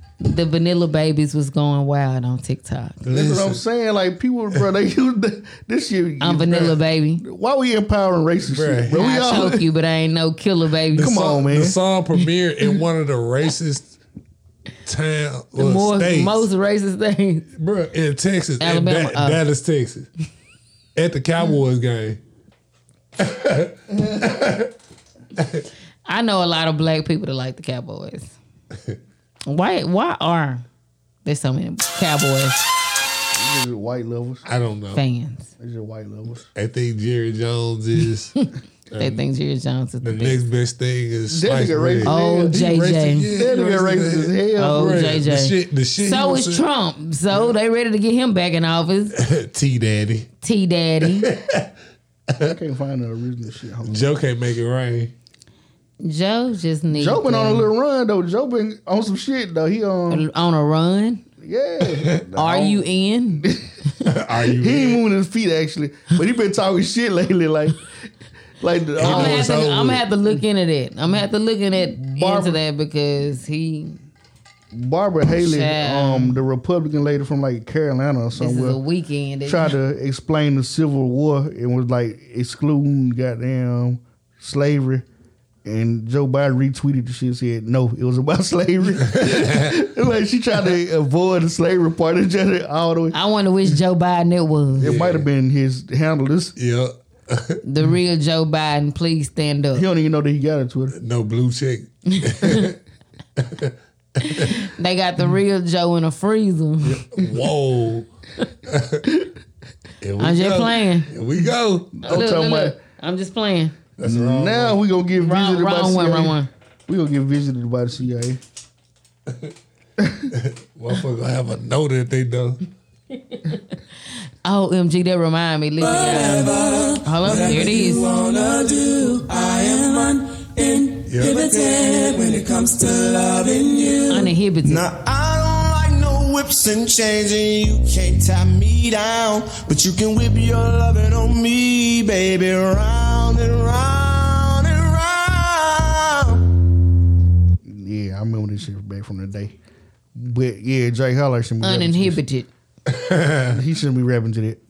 [SPEAKER 1] the Vanilla Babies was going wild on TikTok.
[SPEAKER 2] That's what I'm
[SPEAKER 8] Listen,
[SPEAKER 2] saying. Like people, bro, they use the- this shit.
[SPEAKER 1] I'm Vanilla Baby.
[SPEAKER 2] Why we empowering racist
[SPEAKER 8] Bruh.
[SPEAKER 2] shit, bro? We
[SPEAKER 1] I
[SPEAKER 2] all
[SPEAKER 1] choke you, but I ain't no killer baby.
[SPEAKER 2] Come
[SPEAKER 8] the
[SPEAKER 2] on,
[SPEAKER 8] song-
[SPEAKER 2] man.
[SPEAKER 8] The song premiered in one of the racist town well,
[SPEAKER 1] More,
[SPEAKER 8] states,
[SPEAKER 1] most racist things.
[SPEAKER 8] bro, in Texas, in
[SPEAKER 1] Alabama,
[SPEAKER 8] Da-
[SPEAKER 1] uh,
[SPEAKER 8] Dallas, Texas, at the Cowboys game.
[SPEAKER 1] I know a lot of black people that like the Cowboys. why? Why are there so many Cowboys
[SPEAKER 2] These are white levels.
[SPEAKER 8] I don't know.
[SPEAKER 1] fans?
[SPEAKER 2] These are white levels.
[SPEAKER 8] I think Jerry Jones is
[SPEAKER 1] They think Jerry Jones is the
[SPEAKER 8] the
[SPEAKER 1] best.
[SPEAKER 8] next best thing. Is
[SPEAKER 2] That
[SPEAKER 8] sliced
[SPEAKER 2] nigga
[SPEAKER 8] bread.
[SPEAKER 2] racist.
[SPEAKER 1] Oh,
[SPEAKER 2] He
[SPEAKER 1] JJ.
[SPEAKER 8] yeah,
[SPEAKER 2] That nigga
[SPEAKER 8] racist
[SPEAKER 2] racist
[SPEAKER 8] as
[SPEAKER 2] as hell.
[SPEAKER 1] Oh,
[SPEAKER 2] bro.
[SPEAKER 8] Bruh, The
[SPEAKER 1] JJ.
[SPEAKER 8] shit, the shit.
[SPEAKER 1] So is
[SPEAKER 8] is
[SPEAKER 1] Trump. So they ready to get him back in office.
[SPEAKER 8] T Daddy.
[SPEAKER 1] T Daddy.
[SPEAKER 2] I can't find the original shit. Hold on.
[SPEAKER 8] Joe can't make it rain.
[SPEAKER 1] Joe just needs
[SPEAKER 2] Joe been
[SPEAKER 1] to-
[SPEAKER 2] on a little run though. Joe been on some shit though. He on
[SPEAKER 1] on a run.
[SPEAKER 2] yeah.
[SPEAKER 1] Are you in?
[SPEAKER 8] Are you?
[SPEAKER 2] He ain't
[SPEAKER 8] ready?
[SPEAKER 2] moving his feet actually, but he been talking shit lately. Like, like uh, the,
[SPEAKER 1] I'm gonna, have to,
[SPEAKER 8] Oh, over
[SPEAKER 1] I'm gonna
[SPEAKER 8] with.
[SPEAKER 1] have to look into that. I'm gonna have to look in that
[SPEAKER 2] Barbara-
[SPEAKER 1] into that because he
[SPEAKER 2] Barbara Haley,
[SPEAKER 1] Child.
[SPEAKER 2] um, the Republican lady from like Carolina or
[SPEAKER 1] this is a
[SPEAKER 2] somewhere,
[SPEAKER 1] weekend. that-
[SPEAKER 2] tried to explain the Civil War and was like excluding goddamn slavery And Joe Biden retweeted the shit said, no, it was about slavery. like she tried to avoid the slavery part of it all the way.
[SPEAKER 1] I wonder which Joe Biden it was.
[SPEAKER 2] It might have been his handle. This
[SPEAKER 8] Yeah.
[SPEAKER 1] The real Joe Biden, please stand up.
[SPEAKER 2] he don't even know that he got a Twitter.
[SPEAKER 8] No blue check.
[SPEAKER 1] They got the real Joe in a freezer.
[SPEAKER 8] Whoa. Here we
[SPEAKER 1] I'm just
[SPEAKER 8] go.
[SPEAKER 1] playing.
[SPEAKER 8] Here we go.
[SPEAKER 2] I'm
[SPEAKER 1] Look, look,
[SPEAKER 2] talking about
[SPEAKER 1] look. I'm just playing.
[SPEAKER 8] That's the wrong.
[SPEAKER 2] now we gonna get
[SPEAKER 1] Wrong-
[SPEAKER 2] visited by
[SPEAKER 1] wrong
[SPEAKER 2] the
[SPEAKER 1] one,
[SPEAKER 2] CIA.
[SPEAKER 1] wrong one.
[SPEAKER 2] We gonna get visited by the CIA.
[SPEAKER 8] Motherfucker gonna have a note that they done.
[SPEAKER 1] OMG, Oh, that remind me. Listen, y'all. Hold up, here it is. Uninhibited.
[SPEAKER 4] Now I don't like no whips and chains, and you can't tie me down. But you can whip your loving on me, baby, round and round and round.
[SPEAKER 2] Yeah, I remember this shit back from the day. But yeah, Jay Holler should be rapping to
[SPEAKER 1] Uninhibited.
[SPEAKER 2] this. He shouldn't be rapping to that.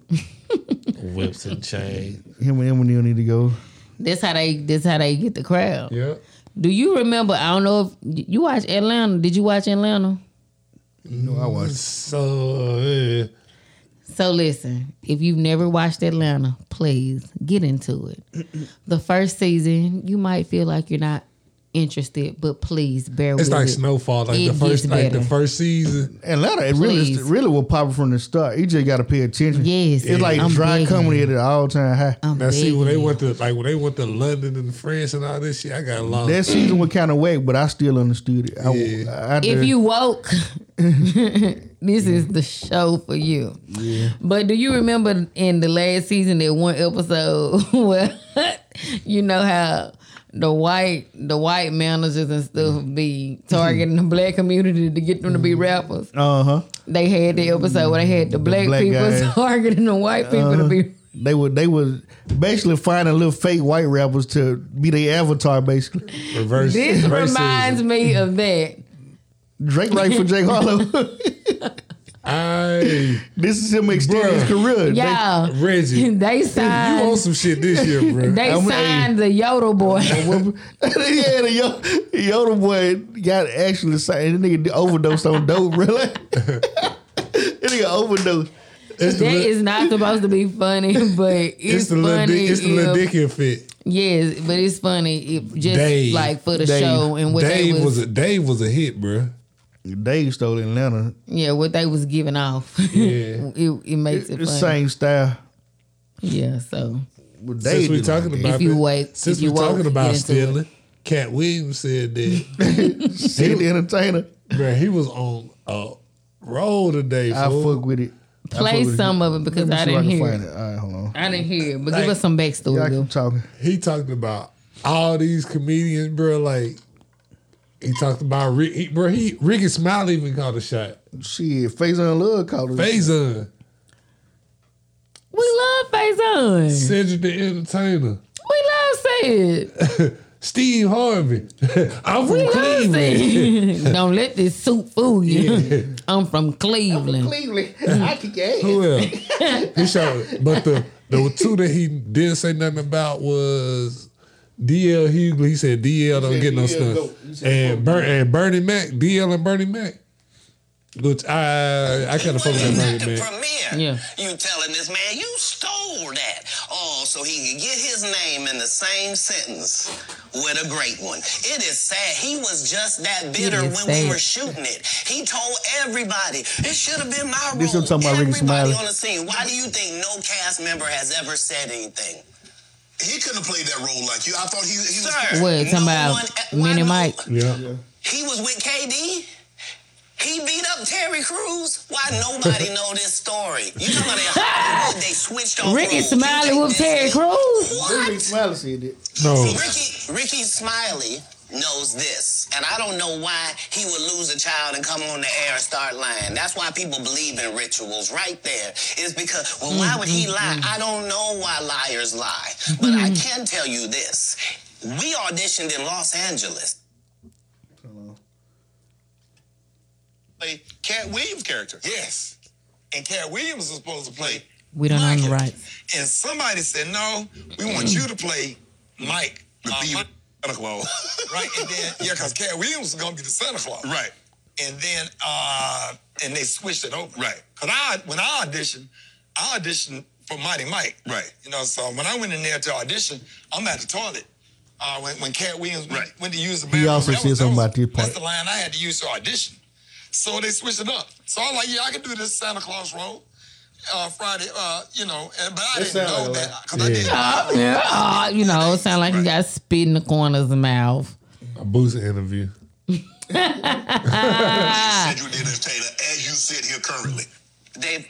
[SPEAKER 8] Whips and chains.
[SPEAKER 2] Him and Eminem need to go.
[SPEAKER 1] That's how they. That's how they get the crowd.
[SPEAKER 8] Yeah.
[SPEAKER 1] Do you remember? I don't know if you watch Atlanta. Did you watch Atlanta?
[SPEAKER 2] No, I was.
[SPEAKER 8] So uh,
[SPEAKER 1] So listen, if you've never watched Atlanta, please get into it. the first season, you might feel like you're not interested, but please bear with
[SPEAKER 8] it's
[SPEAKER 1] it.
[SPEAKER 8] like snowfall. Like
[SPEAKER 1] It
[SPEAKER 8] the first,
[SPEAKER 1] gets
[SPEAKER 8] like the
[SPEAKER 1] better.
[SPEAKER 8] first season.
[SPEAKER 2] Atlanta, it really,
[SPEAKER 1] Please.
[SPEAKER 2] really will pop from the start. You just got to pay attention.
[SPEAKER 1] Yes,
[SPEAKER 2] it's like
[SPEAKER 1] I'm
[SPEAKER 2] dry
[SPEAKER 1] begging
[SPEAKER 2] comedy
[SPEAKER 1] you.
[SPEAKER 2] at an all time high.
[SPEAKER 1] I'm
[SPEAKER 8] Now see when they
[SPEAKER 1] begging you.
[SPEAKER 8] went to like when they went to London and France and all this shit. I got lost.
[SPEAKER 2] that season was kind of whack, but I still understood it. I, I, I
[SPEAKER 1] if
[SPEAKER 2] did-
[SPEAKER 1] you woke, this is the show for you. But do you remember in the last season that one episode where you know how the white the white managers and stuff
[SPEAKER 8] Mm-hmm.
[SPEAKER 1] be targeting the black community to get them to be rappers?
[SPEAKER 2] uh-huh.
[SPEAKER 1] They had the episode where they had the black,
[SPEAKER 2] black
[SPEAKER 1] people
[SPEAKER 2] guys.
[SPEAKER 1] targeting the white people to
[SPEAKER 8] Uh-huh.
[SPEAKER 1] be.
[SPEAKER 2] They were they was basically finding little fake white rappers to be their avatar. Basically,
[SPEAKER 8] reverse.
[SPEAKER 1] This
[SPEAKER 8] reverse
[SPEAKER 1] reminds
[SPEAKER 8] season.
[SPEAKER 1] me of that.
[SPEAKER 2] Drake right for Jake Harlow.
[SPEAKER 8] I
[SPEAKER 2] this is him extending his
[SPEAKER 8] Bruh.
[SPEAKER 2] career.
[SPEAKER 1] Y'all,
[SPEAKER 8] Reggie.
[SPEAKER 1] they
[SPEAKER 8] You on
[SPEAKER 1] signed
[SPEAKER 8] some shit this year, bro.
[SPEAKER 1] they
[SPEAKER 2] I'm a-
[SPEAKER 1] signed the Yodel boy.
[SPEAKER 2] They, yeah, the yo, Yoda boy got actually signed. The nigga overdosed on dope. Really, that nigga overdosed.
[SPEAKER 1] That is not supposed to be funny, but it's,
[SPEAKER 8] it's the
[SPEAKER 1] funny.
[SPEAKER 8] little dick. It's the little
[SPEAKER 1] if-
[SPEAKER 8] dick and fit.
[SPEAKER 1] Yes, but it's funny if just
[SPEAKER 8] Dave.
[SPEAKER 1] like for the
[SPEAKER 2] Dave.
[SPEAKER 1] show Oh, and what
[SPEAKER 8] Dave
[SPEAKER 1] they was,
[SPEAKER 8] was, a Dave was a hit, bro.
[SPEAKER 2] Dave stole Atlanta.
[SPEAKER 1] yeah what they was giving off.
[SPEAKER 8] Yeah.
[SPEAKER 1] it, it makes it,
[SPEAKER 2] The
[SPEAKER 1] funny.
[SPEAKER 2] same style.
[SPEAKER 1] Yeah, so
[SPEAKER 2] But
[SPEAKER 8] Since
[SPEAKER 2] Dave
[SPEAKER 8] we
[SPEAKER 2] did-
[SPEAKER 8] talking about
[SPEAKER 1] If you
[SPEAKER 8] it-
[SPEAKER 1] wait-
[SPEAKER 8] since
[SPEAKER 1] if you
[SPEAKER 8] we talking
[SPEAKER 1] woke,
[SPEAKER 8] about
[SPEAKER 1] get into it.
[SPEAKER 8] stealing, Cat Williams said that
[SPEAKER 2] He the entertainer.
[SPEAKER 8] Bruh, he was on a roll today.
[SPEAKER 2] I
[SPEAKER 8] fool.
[SPEAKER 2] fuck with it. I
[SPEAKER 1] play
[SPEAKER 2] fuck with
[SPEAKER 1] some of it because
[SPEAKER 2] Let me
[SPEAKER 1] I didn't
[SPEAKER 2] see if can
[SPEAKER 1] hear.
[SPEAKER 2] find
[SPEAKER 1] it.
[SPEAKER 2] All right, hold on.
[SPEAKER 1] I didn't hear, it, but
[SPEAKER 8] Like-
[SPEAKER 1] give us some backstory.
[SPEAKER 2] Y'all
[SPEAKER 1] though.
[SPEAKER 2] keep talking.
[SPEAKER 8] He talked about all these comedians, bro. Like he talked about Rick, he, bro. He Ricky Smiley even caught a shot.
[SPEAKER 2] Shit, Phase Love called it.
[SPEAKER 8] Faison,
[SPEAKER 1] We love Faison.
[SPEAKER 8] Cedric the Entertainer,
[SPEAKER 1] We love Sid.
[SPEAKER 8] Steve Harvey. I'm from
[SPEAKER 1] We love
[SPEAKER 8] Cleveland.
[SPEAKER 1] Sid. Don't let this suit fool you. I'm from Cleveland.
[SPEAKER 2] Cleveland. I kick your ass.
[SPEAKER 8] Who else? he shot, but the the two that he didn't say nothing about was DL Hughley. He said DL don't
[SPEAKER 2] said
[SPEAKER 8] get no
[SPEAKER 2] DL
[SPEAKER 8] stuff.
[SPEAKER 2] go. He said
[SPEAKER 8] And, Bur- and Bernie Mac, DL and Bernie Mac. Which I I kind of fuck with that Bernie Mac.
[SPEAKER 1] Yeah.
[SPEAKER 5] premiere. You telling this man you stole that. Oh, so he could get his name in the same sentence with a great one. It is sad. He was just that bitter
[SPEAKER 1] is
[SPEAKER 5] when
[SPEAKER 1] sad.
[SPEAKER 5] we were shooting it. He told everybody it should have been my role.
[SPEAKER 2] This I'm talking about Ricky Smiley.
[SPEAKER 5] everybody on the scene. Why do you think no cast member has ever said anything?
[SPEAKER 12] He couldn't have played that role like you. I thought he, he was.
[SPEAKER 5] Sir,
[SPEAKER 1] What talking
[SPEAKER 5] no
[SPEAKER 1] about?
[SPEAKER 5] one- e- why
[SPEAKER 1] Mini
[SPEAKER 5] no-
[SPEAKER 1] Mike.
[SPEAKER 8] Yeah.
[SPEAKER 5] He was with KD. He beat up Terry Crews. Why nobody know this story? You talking about in Hollywood? They switched off.
[SPEAKER 1] Ricky
[SPEAKER 5] roles. You
[SPEAKER 1] Smiley
[SPEAKER 5] think
[SPEAKER 1] with
[SPEAKER 5] this
[SPEAKER 1] Terry
[SPEAKER 5] is-
[SPEAKER 1] Crews.
[SPEAKER 5] What?
[SPEAKER 2] Smiley said it.
[SPEAKER 8] No.
[SPEAKER 5] Ricky, Ricky Smiley knows this, and I don't know why he would lose a child and come on the air and start lying. That's why people believe in rituals right there. It's because, well, why would he lie?
[SPEAKER 1] Mm-hmm.
[SPEAKER 5] I don't know why liars lie, but I can tell you this. We auditioned in Los Angeles.
[SPEAKER 12] play Cat Williams' character.
[SPEAKER 3] Yes.
[SPEAKER 12] And Cat Williams was supposed to play.
[SPEAKER 1] We don't own the
[SPEAKER 12] Mike.
[SPEAKER 1] rights.
[SPEAKER 12] And somebody said, no, we want you to play Mike. Uh, Mike. Santa Claus.
[SPEAKER 13] right? And then yeah, because Cat Williams was gonna be the Santa Claus,
[SPEAKER 12] right.
[SPEAKER 13] And then uh, and they switched it over,
[SPEAKER 12] Right.
[SPEAKER 13] Because I when I auditioned, I auditioned for Mighty Mike,
[SPEAKER 12] Right.
[SPEAKER 13] You know, so when I went in there to audition, I'm at the toilet. Uh, when when Cat Williams went- went, to use the
[SPEAKER 2] He
[SPEAKER 13] bathroom,
[SPEAKER 2] also
[SPEAKER 13] that
[SPEAKER 2] said
[SPEAKER 13] was- that
[SPEAKER 2] something
[SPEAKER 13] was-
[SPEAKER 2] about this part.
[SPEAKER 13] That's the line I had to use to audition. So they switched it up. So I'm like, yeah, I can do this Santa Claus role. Uh, Friday, uh, you know, and, but I didn't
[SPEAKER 1] That sound
[SPEAKER 13] know
[SPEAKER 1] like a
[SPEAKER 13] that
[SPEAKER 2] uh,
[SPEAKER 1] lot.
[SPEAKER 13] 'cause I didn't.
[SPEAKER 1] Ah, yeah, ah, you know, it sound like you got spit in the corner of the mouth.
[SPEAKER 8] A Boosie interview.
[SPEAKER 12] Cedric the Entertainer, as you sit here currently.
[SPEAKER 5] They,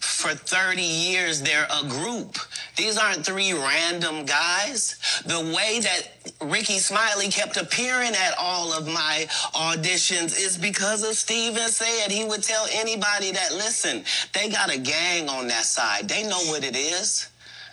[SPEAKER 5] for 30 years, they're a group. These aren't three random guys. The way that Ricky Smiley kept appearing at all of my auditions is because of Steven said he would tell anybody that, listen, they got a gang on that side. They know what it is.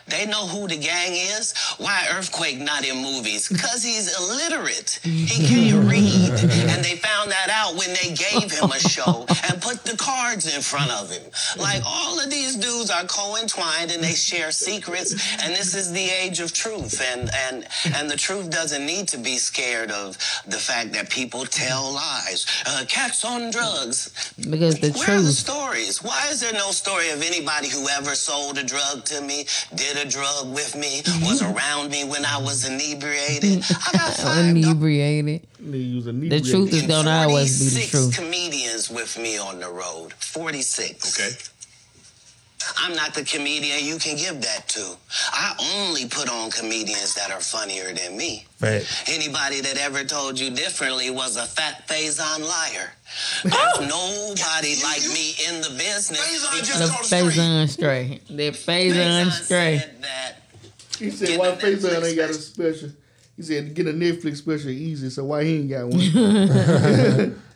[SPEAKER 5] They know who the gang is. Why Earthquake not in movies? Because he's illiterate. He can't read. And they found that out when they gave him a show and put the cards in front of him. Like all of these dudes are co-entwined and they share secrets. And this is the age of truth. And and and the truth doesn't need to be scared of the fact that people tell lies. Uh, cats on drugs.
[SPEAKER 1] Because the
[SPEAKER 5] Where are the
[SPEAKER 1] truth.
[SPEAKER 5] stories? Why is there no story of anybody who ever sold a drug to me, did a drug with me, was around me when I was inebriated? I got five
[SPEAKER 1] inebriated. The truth is gonna always be the
[SPEAKER 5] 46
[SPEAKER 1] truth.
[SPEAKER 5] comedians with me on the road. 46. Okay. I'm not the comedian you can give that to. I only put on comedians that are funnier than me.
[SPEAKER 8] Fact.
[SPEAKER 5] Anybody that ever told you differently was a fat Faison liar. There's nobody like me in the business.
[SPEAKER 1] The Faison Stray. The Faison Stray.
[SPEAKER 2] He said, "Why Faison ain't got a special?" He said, "Get a Netflix special easy, so why he ain't got one?"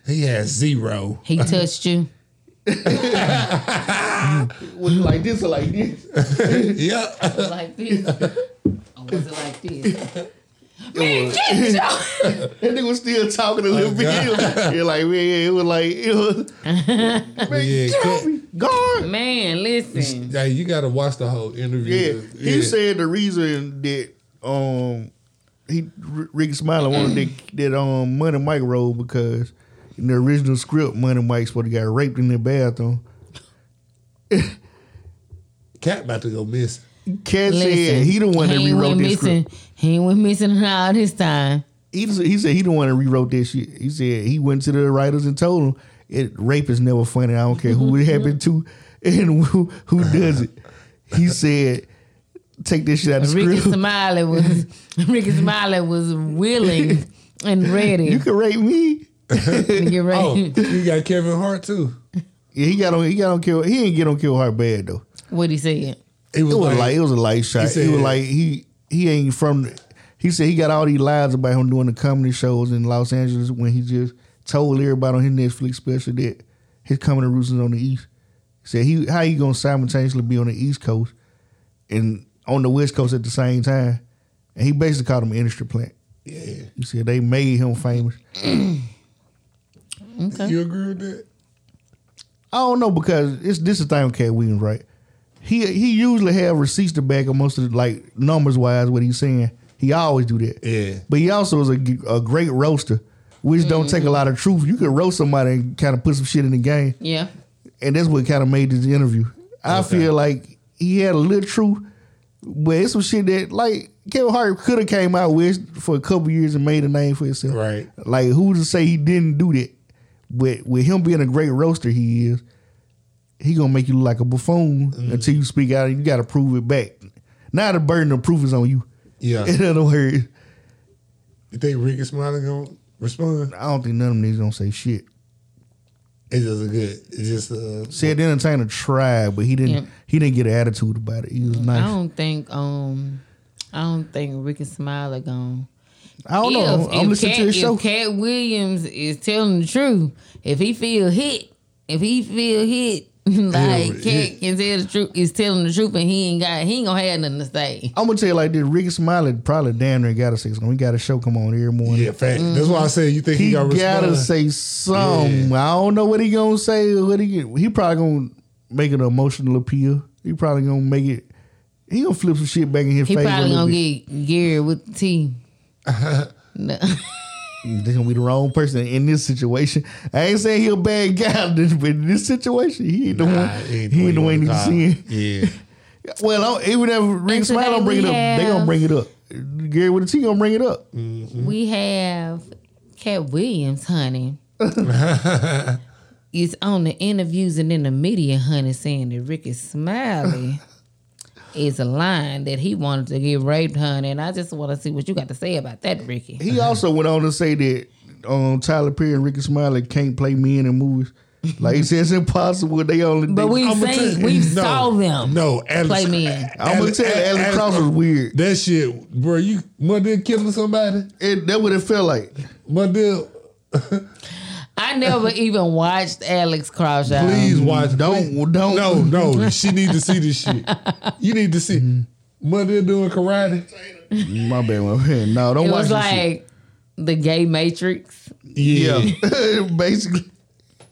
[SPEAKER 8] He has zero.
[SPEAKER 1] He touched you.
[SPEAKER 2] Was it like this or like this?
[SPEAKER 8] yeah.
[SPEAKER 1] like this. Or Oh, was it like this? Man,
[SPEAKER 2] that nigga was still talking a little bit. He was- he was like, man, it was like, it was, man,
[SPEAKER 8] Yeah,
[SPEAKER 2] get off
[SPEAKER 8] Cat-
[SPEAKER 2] me, guard.
[SPEAKER 1] Man, listen.
[SPEAKER 8] Hey, you got to watch the whole
[SPEAKER 2] Yeah,
[SPEAKER 8] interview.
[SPEAKER 2] he said the reason that um he R- Ricky Smiley wanted that, that um Money Mike role because in the original script, Money Mike supposed to got raped in the bathroom.
[SPEAKER 8] Cat about to go miss.
[SPEAKER 2] Cat said he the one that
[SPEAKER 1] he
[SPEAKER 2] rewrote
[SPEAKER 1] went
[SPEAKER 2] this
[SPEAKER 1] missing.
[SPEAKER 2] script.
[SPEAKER 1] He went missing all this time.
[SPEAKER 2] He, just- he said he the one that rewrote that shit. He said he went to the writers and told them, it, "Rape is never funny. I don't care who it happened to and who, who does it." He said, "Take this shit out of the
[SPEAKER 1] Ricky
[SPEAKER 2] script."
[SPEAKER 1] Smiley was Ricky Smiley was willing and ready
[SPEAKER 2] You can rape me.
[SPEAKER 1] to get ready.
[SPEAKER 8] Oh, you got Kevin Hart too.
[SPEAKER 2] Yeah, he got on. He got on kill. He didn't get on kill hard bad though.
[SPEAKER 1] What he said.
[SPEAKER 8] It was,
[SPEAKER 2] It was
[SPEAKER 8] like,
[SPEAKER 2] like it was a light shot.
[SPEAKER 8] said-
[SPEAKER 2] he was like he he ain't from. He said he got all these lies about him doing the comedy shows in Los Angeles when he just told everybody on his Netflix special that his coming to roots is on the East. He said he how he gonna simultaneously be on the East Coast and on the West Coast at the same time, and he basically called him an industry plant.
[SPEAKER 8] yeah.
[SPEAKER 2] He said they made him famous.
[SPEAKER 8] You agree with that?
[SPEAKER 2] I don't know because it's this is the thing with Cat Williams, right? He he usually have receipts to back up most of the, like numbers wise what he's saying. He always do that.
[SPEAKER 8] Yeah.
[SPEAKER 2] But he also is a, g- a great roaster, which don't take a lot of truth. You can roast somebody and kind of put some shit in the game,
[SPEAKER 1] Yeah.
[SPEAKER 2] and that's what kind of made this interview. I feel like he had a little truth, but it's some shit that like Kevin Hart could have came out with for a couple years and made a name for himself.
[SPEAKER 8] Right.
[SPEAKER 2] Like who to say he didn't do that? But with him being a great roaster, he is. He gonna make you look like a buffoon
[SPEAKER 8] Mm-hmm.
[SPEAKER 2] until you speak out. and You gotta prove it back. Now the burden of proof is on you.
[SPEAKER 8] Yeah.
[SPEAKER 2] In other words,
[SPEAKER 8] You think Ricky Smiley gonna respond?
[SPEAKER 2] I don't think none of them niggas gonna say shit.
[SPEAKER 8] It's just a good. It's just a.
[SPEAKER 2] Said the entertainer tried, but he didn't.
[SPEAKER 1] Yeah.
[SPEAKER 2] He didn't get an attitude about it. He was nice.
[SPEAKER 1] I don't think um I don't think Ricky Smiley gone.
[SPEAKER 2] I don't know. Oh, I'm listening
[SPEAKER 1] um, Cat,
[SPEAKER 2] to his show.
[SPEAKER 1] If Cat Williams is telling the truth, if he feel hit, if he feel hit, like
[SPEAKER 8] Yeah,
[SPEAKER 1] Cat can tell the truth, is telling the truth, and he ain't got he ain't gonna have nothing to say.
[SPEAKER 2] I'm gonna tell you like this: Ricky Smiley probably damn near got a six. We got a show come on every morning.
[SPEAKER 8] Yeah, fact. That's why I said you think he,
[SPEAKER 2] He
[SPEAKER 8] gonna
[SPEAKER 2] gotta
[SPEAKER 8] respond.
[SPEAKER 2] say something. I don't know what he gonna say. or What he he probably gonna make an emotional appeal. He probably gonna make it. He gonna flip some shit back in his
[SPEAKER 1] He
[SPEAKER 2] face. a
[SPEAKER 1] probably
[SPEAKER 2] little
[SPEAKER 1] gonna
[SPEAKER 2] bit.
[SPEAKER 1] get geared with the T. No.
[SPEAKER 2] This gonna be the wrong person in this situation. I ain't saying he a bad guy, but in this situation, he ain't the one. He ain't the one to see.
[SPEAKER 8] Yeah.
[SPEAKER 2] Well, I- even if Rick
[SPEAKER 1] And
[SPEAKER 2] Smile
[SPEAKER 1] today
[SPEAKER 2] don't bring it
[SPEAKER 1] we
[SPEAKER 2] up, they gonna
[SPEAKER 1] have-
[SPEAKER 2] bring it up. Gary with the T gonna bring it up.
[SPEAKER 1] We have Cat Williams, honey. is on the interviews and in the media, honey, saying that Ricky Smiley is a line that he wanted to get raped, honey. And I just want to see what you got to say about that, Ricky.
[SPEAKER 2] He also went on to say that um, Tyler Perry and Ricky Smiley can't play men in movies. Like he said, it's impossible. They only.
[SPEAKER 1] But
[SPEAKER 2] they-
[SPEAKER 1] we've
[SPEAKER 2] I'ma
[SPEAKER 1] seen-
[SPEAKER 2] tell you-
[SPEAKER 1] we've saw them
[SPEAKER 8] No, Alex,
[SPEAKER 1] play men.
[SPEAKER 2] I'm gonna tell you, Alex Cross was weird.
[SPEAKER 8] That shit, bro. You mother killing somebody.
[SPEAKER 2] It, that would have felt like.
[SPEAKER 8] Mother,
[SPEAKER 1] I never even watched Alex Cross. y'all.
[SPEAKER 8] please watch.
[SPEAKER 2] Um, Don't don't.
[SPEAKER 8] No, no. She need to see this shit. You need to see.
[SPEAKER 2] Mm-hmm.
[SPEAKER 8] Mother doing karate.
[SPEAKER 2] My bad, my bad. No, don't
[SPEAKER 1] It
[SPEAKER 2] watch
[SPEAKER 1] was
[SPEAKER 2] this shit.
[SPEAKER 1] like the gay matrix.
[SPEAKER 8] Yeah.
[SPEAKER 2] Yeah, basically.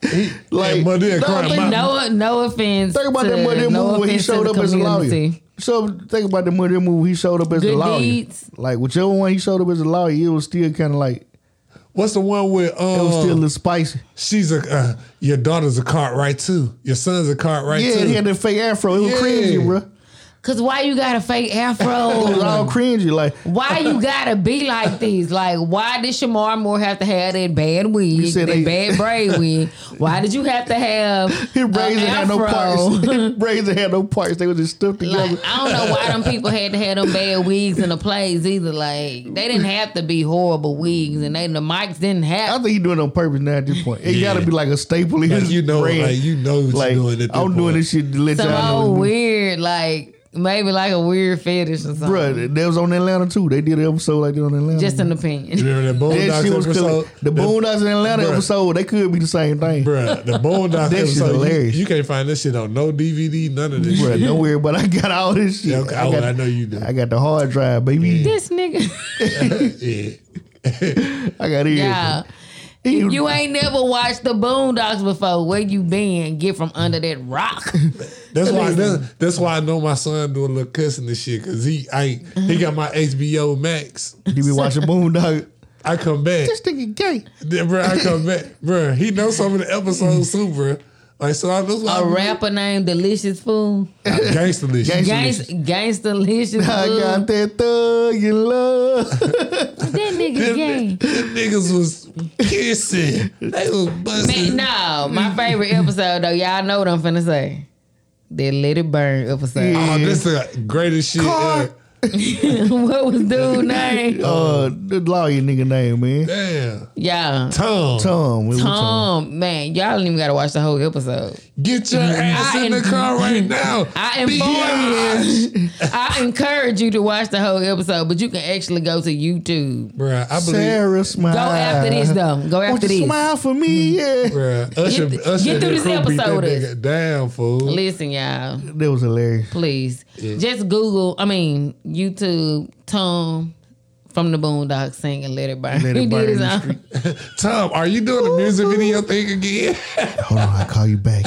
[SPEAKER 8] Like
[SPEAKER 2] Like,
[SPEAKER 8] mother
[SPEAKER 2] no,
[SPEAKER 8] crying.
[SPEAKER 2] but
[SPEAKER 8] My-
[SPEAKER 1] No, no offense.
[SPEAKER 2] Think about
[SPEAKER 1] to,
[SPEAKER 2] that mother
[SPEAKER 1] no
[SPEAKER 2] movie when he
[SPEAKER 1] offense to
[SPEAKER 2] showed
[SPEAKER 1] the
[SPEAKER 2] up as a lawyer.
[SPEAKER 1] community.
[SPEAKER 2] So think about the mother movie he showed up as a
[SPEAKER 1] Good
[SPEAKER 2] lawyer.
[SPEAKER 1] deeds.
[SPEAKER 2] Like whichever one he showed up as a lawyer, it was still kind of like
[SPEAKER 8] What's the one with
[SPEAKER 2] it
[SPEAKER 8] um?
[SPEAKER 2] was still a little spicy.
[SPEAKER 8] she's a uh, your daughter's a Cartwright too. Your son's a Cartwright
[SPEAKER 2] yeah,
[SPEAKER 8] too.
[SPEAKER 2] he had that fake afro. It was
[SPEAKER 8] Yeah.
[SPEAKER 2] cringy, bro.
[SPEAKER 1] Cause why you got a fake
[SPEAKER 2] It was
[SPEAKER 1] afro?
[SPEAKER 2] all cringy. Like
[SPEAKER 1] why you gotta be like this? Like, why did Shamar Moore have to have that bad
[SPEAKER 2] You
[SPEAKER 1] wig, that
[SPEAKER 2] said they-
[SPEAKER 1] bad braid wig? Why did you have to have
[SPEAKER 2] his
[SPEAKER 1] an
[SPEAKER 2] braids didn't have no
[SPEAKER 1] afro?
[SPEAKER 2] parts. His braids didn't have no parts. They were just stuffed together.
[SPEAKER 1] Like, I don't know why them people had to have them bad wigs in the plays either. Like, they didn't have to be horrible wigs, and they the mics didn't
[SPEAKER 2] I
[SPEAKER 1] have.
[SPEAKER 2] think he doing it on purpose now at this point. It
[SPEAKER 8] Yeah.
[SPEAKER 2] gotta be like a staple in
[SPEAKER 8] Like,
[SPEAKER 2] his
[SPEAKER 8] you know,
[SPEAKER 2] brand.
[SPEAKER 8] like you know what
[SPEAKER 2] Like,
[SPEAKER 8] you're doing. At this
[SPEAKER 2] I'm doing
[SPEAKER 8] point.
[SPEAKER 2] this shit to let
[SPEAKER 1] Some
[SPEAKER 2] y'all know.
[SPEAKER 1] old weird, like maybe like a weird fetish or something.
[SPEAKER 2] Bruh, that was on Atlanta too. They did an episode like that on Atlanta.
[SPEAKER 1] Just an opinion.
[SPEAKER 8] Remember that
[SPEAKER 2] That shit
[SPEAKER 8] Boondocks
[SPEAKER 2] was
[SPEAKER 8] episode?
[SPEAKER 2] killing. The Boondocks in Atlanta
[SPEAKER 8] Bruh.
[SPEAKER 2] episode, they could be the same thing. Bruh,
[SPEAKER 8] Bruh, the
[SPEAKER 2] That
[SPEAKER 8] Boondocks
[SPEAKER 2] shit
[SPEAKER 8] episode. you-
[SPEAKER 2] hilarious.
[SPEAKER 8] You, can't find this shit on no DVD, none of this shit.
[SPEAKER 2] don't worry about it. I got all this shit.
[SPEAKER 8] Yeah, okay.
[SPEAKER 2] I,
[SPEAKER 8] Oh,
[SPEAKER 2] got,
[SPEAKER 8] I know you do.
[SPEAKER 2] I got the hard drive, baby.
[SPEAKER 1] This nigga,
[SPEAKER 8] Yeah.
[SPEAKER 2] I got everything.
[SPEAKER 1] yeah.
[SPEAKER 2] He-
[SPEAKER 1] If you ain't never watched the Boondocks before, where you been? Get from under that rock.
[SPEAKER 8] That's why that's, that's why I know my son doing a little cussing and shit, cause he I he got my HBO Max.
[SPEAKER 2] you be watching Boondog.
[SPEAKER 8] I come back.
[SPEAKER 2] This nigga gay.
[SPEAKER 8] Then, bruh, I come back. Bruh, he knows some of the episodes too, bruh. Like so I that's why
[SPEAKER 1] A
[SPEAKER 8] I'm-
[SPEAKER 1] rapper named Delicious Fool.
[SPEAKER 8] Gangsta list.
[SPEAKER 2] Gangsta-
[SPEAKER 1] Gangsta, Delicious
[SPEAKER 2] I
[SPEAKER 1] Fool.
[SPEAKER 2] got that thug in love.
[SPEAKER 1] That nigga gay.
[SPEAKER 8] Them niggas was kissing. They was
[SPEAKER 1] Man,
[SPEAKER 8] busting.
[SPEAKER 1] no, my favorite episode though, y'all know what I'm finna say. That Let It Burn episode.
[SPEAKER 8] Oh, this the greatest shit ever.
[SPEAKER 1] what was dude name?
[SPEAKER 2] uh, the lawyer nigga name, man.
[SPEAKER 8] Damn.
[SPEAKER 1] Yeah.
[SPEAKER 8] Tom,
[SPEAKER 2] Tom. It was Tom.
[SPEAKER 1] Tom, man, y'all don't even gotta watch the whole episode.
[SPEAKER 8] get your ass in the
[SPEAKER 1] Mm-hmm. am- Mm-hmm.
[SPEAKER 8] car right now.
[SPEAKER 1] I
[SPEAKER 8] Be
[SPEAKER 1] inform
[SPEAKER 8] here.
[SPEAKER 1] I encourage you to watch the whole episode, but you can actually go to YouTube.
[SPEAKER 8] Bruh, I believe.
[SPEAKER 2] Sarah smile.
[SPEAKER 1] Go after this though. Go
[SPEAKER 2] Uh, Won't
[SPEAKER 1] after
[SPEAKER 2] you
[SPEAKER 1] this. Mm-hmm.
[SPEAKER 2] smile for me? Yeah.
[SPEAKER 8] Bruh, Usher,
[SPEAKER 1] Get-
[SPEAKER 8] Usher
[SPEAKER 1] get through
[SPEAKER 8] and
[SPEAKER 1] this
[SPEAKER 8] crew beat that
[SPEAKER 1] episode.
[SPEAKER 8] nigga Down, fool.
[SPEAKER 1] Listen, y'all,
[SPEAKER 2] That was hilarious.
[SPEAKER 1] please. Just Google, I mean, YouTube, Tom from the Boondocks singing Let It Burn.
[SPEAKER 2] Let It
[SPEAKER 1] he
[SPEAKER 2] Burn
[SPEAKER 1] did his uh,
[SPEAKER 2] in the
[SPEAKER 1] own.
[SPEAKER 2] street.
[SPEAKER 8] Tom, are you doing the music video thing again?
[SPEAKER 2] Hold on, I'll call you back.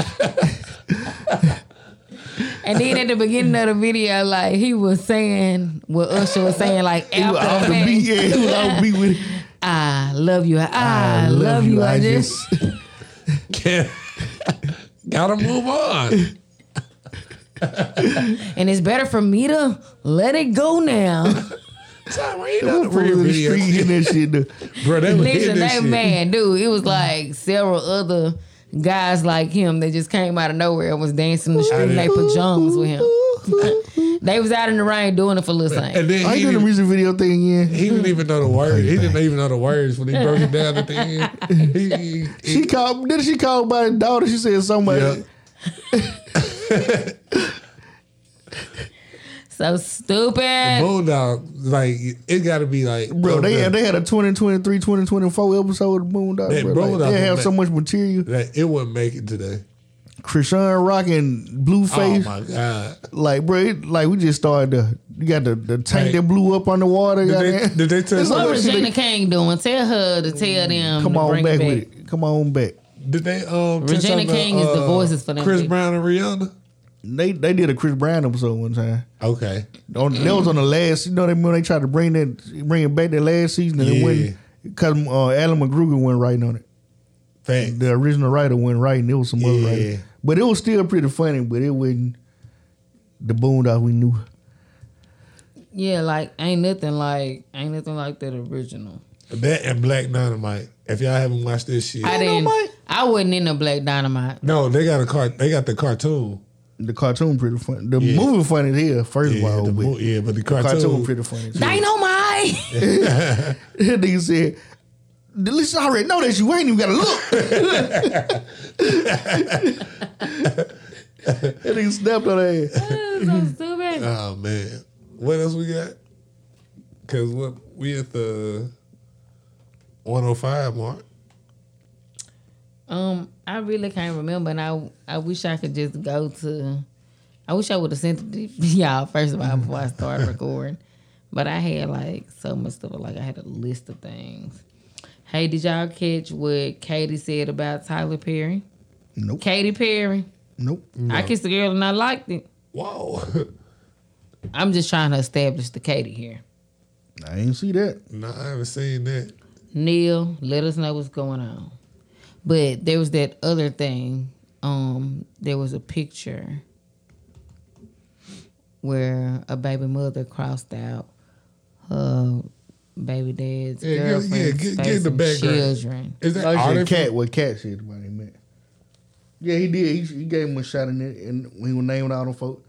[SPEAKER 1] And then at the beginning of the video, like he was saying what Usher was saying, like
[SPEAKER 2] He was off
[SPEAKER 1] after
[SPEAKER 2] the
[SPEAKER 1] the
[SPEAKER 2] beat. Yeah, he was off the beat with it.
[SPEAKER 1] I love you. I, love, you. I just
[SPEAKER 8] Can't- Gotta move on.
[SPEAKER 1] and it's better for me to let it go now.
[SPEAKER 8] Tom, are you
[SPEAKER 2] Them
[SPEAKER 8] doing
[SPEAKER 2] fools
[SPEAKER 8] the real
[SPEAKER 2] in the
[SPEAKER 8] video?
[SPEAKER 2] street hitting that shit. though.
[SPEAKER 8] Bruh, they was hitting
[SPEAKER 1] Listen,
[SPEAKER 8] this
[SPEAKER 1] that
[SPEAKER 8] shit.
[SPEAKER 1] man, dude, it was like several other guys like him that just came out of nowhere and was dancing in the street in their pajamas with him. they was out in the rain doing it for little thing.
[SPEAKER 8] And then
[SPEAKER 2] I ain't
[SPEAKER 8] he
[SPEAKER 2] doing the
[SPEAKER 8] didn't,
[SPEAKER 2] music video thing yet.
[SPEAKER 8] he didn't even know the words. He didn't even know the words when he broke it down at the end. He, he,
[SPEAKER 2] She called. Then she called my daughter. She said somebody.
[SPEAKER 8] Yeah.
[SPEAKER 1] So stupid.
[SPEAKER 8] Bulldog, like it got to be like,
[SPEAKER 2] Bro, they
[SPEAKER 8] that,
[SPEAKER 2] had, they had a 2023, 2024 episode of Boondocks.
[SPEAKER 8] That
[SPEAKER 2] Bro. Like,
[SPEAKER 8] Boondocks
[SPEAKER 2] they have
[SPEAKER 8] was
[SPEAKER 2] so
[SPEAKER 8] back.
[SPEAKER 2] much material.
[SPEAKER 8] that it wouldn't make it today.
[SPEAKER 2] Krishan Rock and Blueface.
[SPEAKER 8] Oh my god!
[SPEAKER 2] like, bro, it, like we just started the. You got the, the tank
[SPEAKER 8] Hey.
[SPEAKER 2] that blew up on the water.
[SPEAKER 8] Did they,
[SPEAKER 2] goddamn.
[SPEAKER 8] did they tell
[SPEAKER 2] It's
[SPEAKER 1] What
[SPEAKER 2] like-
[SPEAKER 8] you?
[SPEAKER 1] was Regina King doing? Tell her to tell them.
[SPEAKER 2] Come
[SPEAKER 1] to
[SPEAKER 2] on
[SPEAKER 1] bring
[SPEAKER 2] back,
[SPEAKER 1] it back.
[SPEAKER 2] with it. Come on back.
[SPEAKER 8] Did they um? tell
[SPEAKER 1] Regina
[SPEAKER 8] something
[SPEAKER 1] King is the voices for them
[SPEAKER 8] uh, Chris
[SPEAKER 1] people.
[SPEAKER 8] Brown and Rihanna.
[SPEAKER 2] They they did a Chris Brown episode one time.
[SPEAKER 8] Okay.
[SPEAKER 2] On, That was on the last. You know they when they tried to bring that bring it back that last season and
[SPEAKER 8] Yeah.
[SPEAKER 2] it went because uh, Alan McGruger went writing on it. The original writer went writing. It was some other
[SPEAKER 8] Yeah.
[SPEAKER 2] writer, but it was still pretty funny. But it wasn't the boondock we knew.
[SPEAKER 1] Yeah, like ain't nothing like ain't nothing like that original.
[SPEAKER 8] That and Black Dynamite. If y'all haven't watched this shit,
[SPEAKER 1] I didn't. I wasn't in the Black Dynamite.
[SPEAKER 8] No, they got a cart. They got the cartoon.
[SPEAKER 2] The cartoon pretty funny. The movie funny as hell. First of all, but
[SPEAKER 8] yeah, but the
[SPEAKER 2] cartoon
[SPEAKER 8] cartoon-
[SPEAKER 2] pretty funny. as hell.
[SPEAKER 1] Dynamite.
[SPEAKER 2] that nigga said, "The listen, I already know that you ain't even gotta look." that nigga snapped on her ass.
[SPEAKER 1] so stupid.
[SPEAKER 8] Oh man, what else we got? Cause what we at the one hundred five mark.
[SPEAKER 1] Um, I really can't remember, and I I wish I could just go to. I wish I would have sent it to y'all first of all before I started recording, but I had like so much stuff. Like I had a list of things. Hey, did y'all catch what Katie said about Tyler Perry?
[SPEAKER 2] Nope.
[SPEAKER 1] Katy Perry.
[SPEAKER 2] Nope.
[SPEAKER 1] I kissed a girl and I liked it.
[SPEAKER 8] Whoa.
[SPEAKER 1] I'm just trying to establish the Katie here.
[SPEAKER 2] I ain't see that.
[SPEAKER 8] No, I haven't seen that.
[SPEAKER 1] Neil, let us know what's going on. But there was that other thing. Um, there was a picture where a baby mother crossed out her baby dad's
[SPEAKER 8] Yeah, yeah,
[SPEAKER 1] girlfriend's
[SPEAKER 8] yeah, get- get
[SPEAKER 1] face
[SPEAKER 8] the
[SPEAKER 1] and
[SPEAKER 8] background.
[SPEAKER 1] children.
[SPEAKER 8] Is that
[SPEAKER 2] I said
[SPEAKER 8] artificial?
[SPEAKER 2] cat? What cat said about him? Man. Yeah, he did. He, he gave him a shot in it, and we were naming all them folks.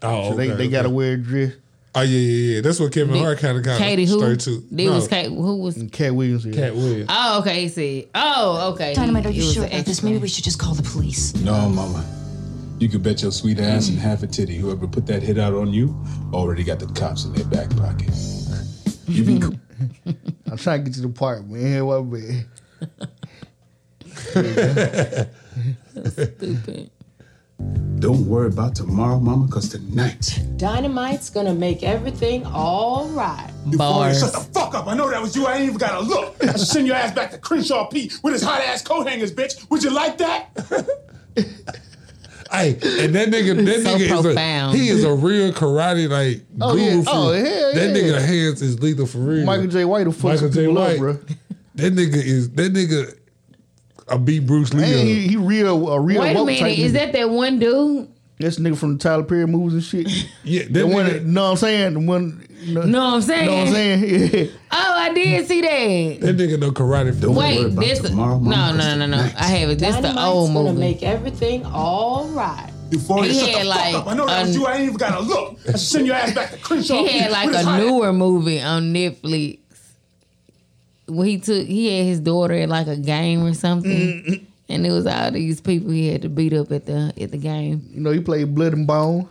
[SPEAKER 8] Oh,
[SPEAKER 2] so they,
[SPEAKER 8] okay,
[SPEAKER 2] they got to
[SPEAKER 8] okay.
[SPEAKER 2] wear a dress.
[SPEAKER 8] Oh yeah, yeah, yeah. That's what Kevin
[SPEAKER 1] Did-
[SPEAKER 8] Hart kind of got
[SPEAKER 1] Katie who?
[SPEAKER 8] straight to.
[SPEAKER 1] There was Kate, who was?
[SPEAKER 2] Cat Williams. Here.
[SPEAKER 8] Cat Williams.
[SPEAKER 1] Oh, okay. He said. Oh, okay.
[SPEAKER 14] Dynamite,
[SPEAKER 1] He-
[SPEAKER 14] are you
[SPEAKER 1] it was
[SPEAKER 14] sure
[SPEAKER 1] an
[SPEAKER 14] about this?
[SPEAKER 1] extra.
[SPEAKER 14] Maybe we should just call the police.
[SPEAKER 4] No, mama. You could bet your sweet ass and half a titty. Whoever put that hit out on you already got the cops in their back pocket. You be cool.
[SPEAKER 2] I'm trying to get to the part, man. What man?
[SPEAKER 1] Stupid.
[SPEAKER 4] Don't worry about tomorrow, mama, because tonight.
[SPEAKER 9] Dynamite's gonna make everything all right.
[SPEAKER 6] Bars. Shut the fuck up. I know that was you. I ain't even gotta look. I should send your ass back to Crenshaw Pete with his hot ass coat hangers, bitch. Would you like that?
[SPEAKER 8] Hey, and that nigga, that
[SPEAKER 1] So
[SPEAKER 8] nigga
[SPEAKER 1] profound.
[SPEAKER 8] is a, he is a real karate like
[SPEAKER 2] Oh,
[SPEAKER 8] guru.
[SPEAKER 2] yeah.
[SPEAKER 8] for-
[SPEAKER 2] Oh, hell
[SPEAKER 8] that
[SPEAKER 2] yeah.
[SPEAKER 8] nigga hands is lethal for real.
[SPEAKER 2] Michael J. White will fuck
[SPEAKER 8] Michael
[SPEAKER 2] some
[SPEAKER 8] J.
[SPEAKER 2] people up,
[SPEAKER 8] White,
[SPEAKER 2] bro.
[SPEAKER 8] That nigga is that nigga. I beat Bruce Lee.
[SPEAKER 2] Man,
[SPEAKER 8] up.
[SPEAKER 2] he, he real a real
[SPEAKER 1] Wait a
[SPEAKER 2] woke type
[SPEAKER 1] minute. Is
[SPEAKER 2] nigga.
[SPEAKER 1] that that one dude?
[SPEAKER 2] This nigga from the Tyler Perry movies and shit.
[SPEAKER 8] yeah,
[SPEAKER 2] the one. that- Know what I'm saying? The one. Know,
[SPEAKER 1] Know what I'm saying?
[SPEAKER 2] Know what I'm saying? Yeah.
[SPEAKER 1] Oh, I did see that.
[SPEAKER 8] That nigga know karate. For
[SPEAKER 1] Wait, this no, no, no, no, no. I have it. This the
[SPEAKER 9] Dynamite's
[SPEAKER 1] old
[SPEAKER 9] gonna
[SPEAKER 1] movie.
[SPEAKER 9] make everything all right.
[SPEAKER 1] He
[SPEAKER 6] Shut
[SPEAKER 1] had
[SPEAKER 6] the
[SPEAKER 1] like
[SPEAKER 6] fuck up. I know that was
[SPEAKER 1] a-
[SPEAKER 6] you. I ain't even gotta look. I should send your ass back to Crenshaw
[SPEAKER 1] he
[SPEAKER 6] Pete.
[SPEAKER 1] had like
[SPEAKER 6] with his
[SPEAKER 1] a
[SPEAKER 6] hot
[SPEAKER 1] newer movie on Netflix. Where he took he had his daughter at like a game or something,
[SPEAKER 6] Mm-hmm.
[SPEAKER 1] and it was all these people he had to beat up at the at the game.
[SPEAKER 2] You know, he played Blood and Bone.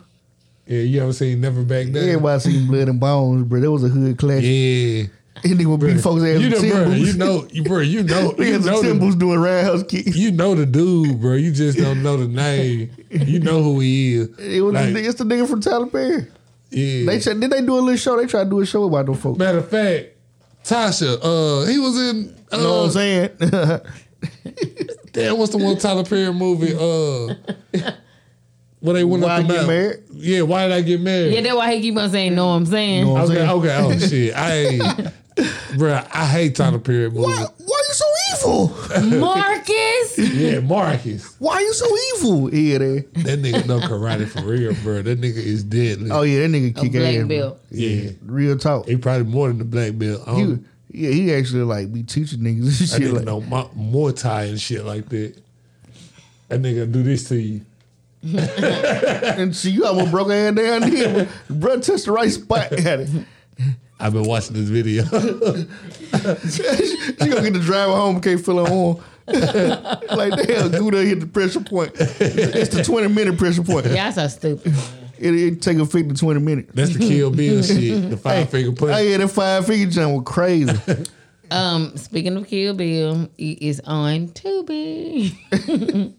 [SPEAKER 8] Yeah, you ever seen Never Back Down?
[SPEAKER 2] Everybody seen Blood and Bones, bro. That was a hood classic.
[SPEAKER 8] Yeah.
[SPEAKER 2] And they would beat folks ass
[SPEAKER 8] you
[SPEAKER 2] with
[SPEAKER 8] know, bro,
[SPEAKER 2] cymbals.
[SPEAKER 8] you know, you bro, you know,
[SPEAKER 2] Niggas
[SPEAKER 8] you
[SPEAKER 2] with
[SPEAKER 8] know,
[SPEAKER 2] cymbals
[SPEAKER 8] the,
[SPEAKER 2] doing roundhouse kicks.
[SPEAKER 8] You know the dude, bro. You just don't know the name. You know who he is.
[SPEAKER 2] It was
[SPEAKER 8] Like,
[SPEAKER 2] the, it's the nigga from Tyler Perry.
[SPEAKER 8] yeah.
[SPEAKER 2] They said, did they do a little show? They tried to do a show about them folks.
[SPEAKER 8] Matter of fact, Tasha, uh, he was in. Uh,
[SPEAKER 2] You know what I'm saying?
[SPEAKER 8] Damn, what's the one Tyler Perry movie? Uh, where they went
[SPEAKER 2] Why I Get
[SPEAKER 8] up the mountain?
[SPEAKER 2] Married?
[SPEAKER 8] Yeah, why did I get married?
[SPEAKER 1] Yeah, that's why he keep on saying, "Know what I'm saying?"
[SPEAKER 8] I was like, okay, oh shit, I, ain't- bro, I hate Tyler Perry movies.
[SPEAKER 2] Why you so evil?
[SPEAKER 1] Marcus.
[SPEAKER 8] Yeah, Marcus,
[SPEAKER 2] Why you so evil? Yeah, they.
[SPEAKER 8] that nigga know karate for real, bro. That nigga is deadly.
[SPEAKER 2] Oh yeah, that nigga
[SPEAKER 1] A
[SPEAKER 2] kick
[SPEAKER 1] black
[SPEAKER 2] ass. bro.
[SPEAKER 1] belt.
[SPEAKER 8] yeah,
[SPEAKER 2] Real talk.
[SPEAKER 8] he probably more than the black belt. I
[SPEAKER 2] He,
[SPEAKER 8] don't-
[SPEAKER 2] yeah, he actually like be teaching niggas and
[SPEAKER 8] That
[SPEAKER 2] shit
[SPEAKER 8] nigga
[SPEAKER 2] like
[SPEAKER 8] know Mu- Muay Thai and shit like that. That nigga do this to you.
[SPEAKER 2] and see you almost broke her head down there. Bro touched the right spot at it.
[SPEAKER 8] I've been watching this video.
[SPEAKER 2] she gonna get the driver home can't feel her arm. like damn, Gouda hit the pressure point. It's the twenty minute pressure point.
[SPEAKER 1] Y'all so stupid.
[SPEAKER 2] It, it take a fifty twenty minutes.
[SPEAKER 8] That's the Kill Bill shit. The five finger punch.
[SPEAKER 2] Oh yeah, that five figure jump was crazy.
[SPEAKER 1] Um, speaking of Kill Bill, it is on Tubi.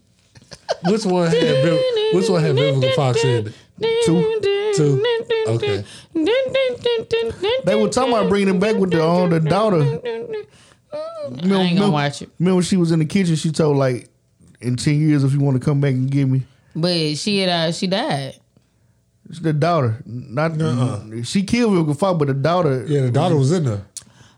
[SPEAKER 8] Which one had Viv- Which one had Vivica Fox in it?
[SPEAKER 2] Two.
[SPEAKER 8] Two. Okay.
[SPEAKER 2] They were talking about bringing it back with the uh, the daughter. Remember,
[SPEAKER 1] I ain't
[SPEAKER 2] remember-
[SPEAKER 1] gonna watch it.
[SPEAKER 2] Remember, she was in the kitchen. She told like, in ten years, if you want to come back and get me,
[SPEAKER 1] But she had uh, she died.
[SPEAKER 2] It's the daughter, not she killed Vivica Fox, but the daughter.
[SPEAKER 8] Yeah, the daughter was in there.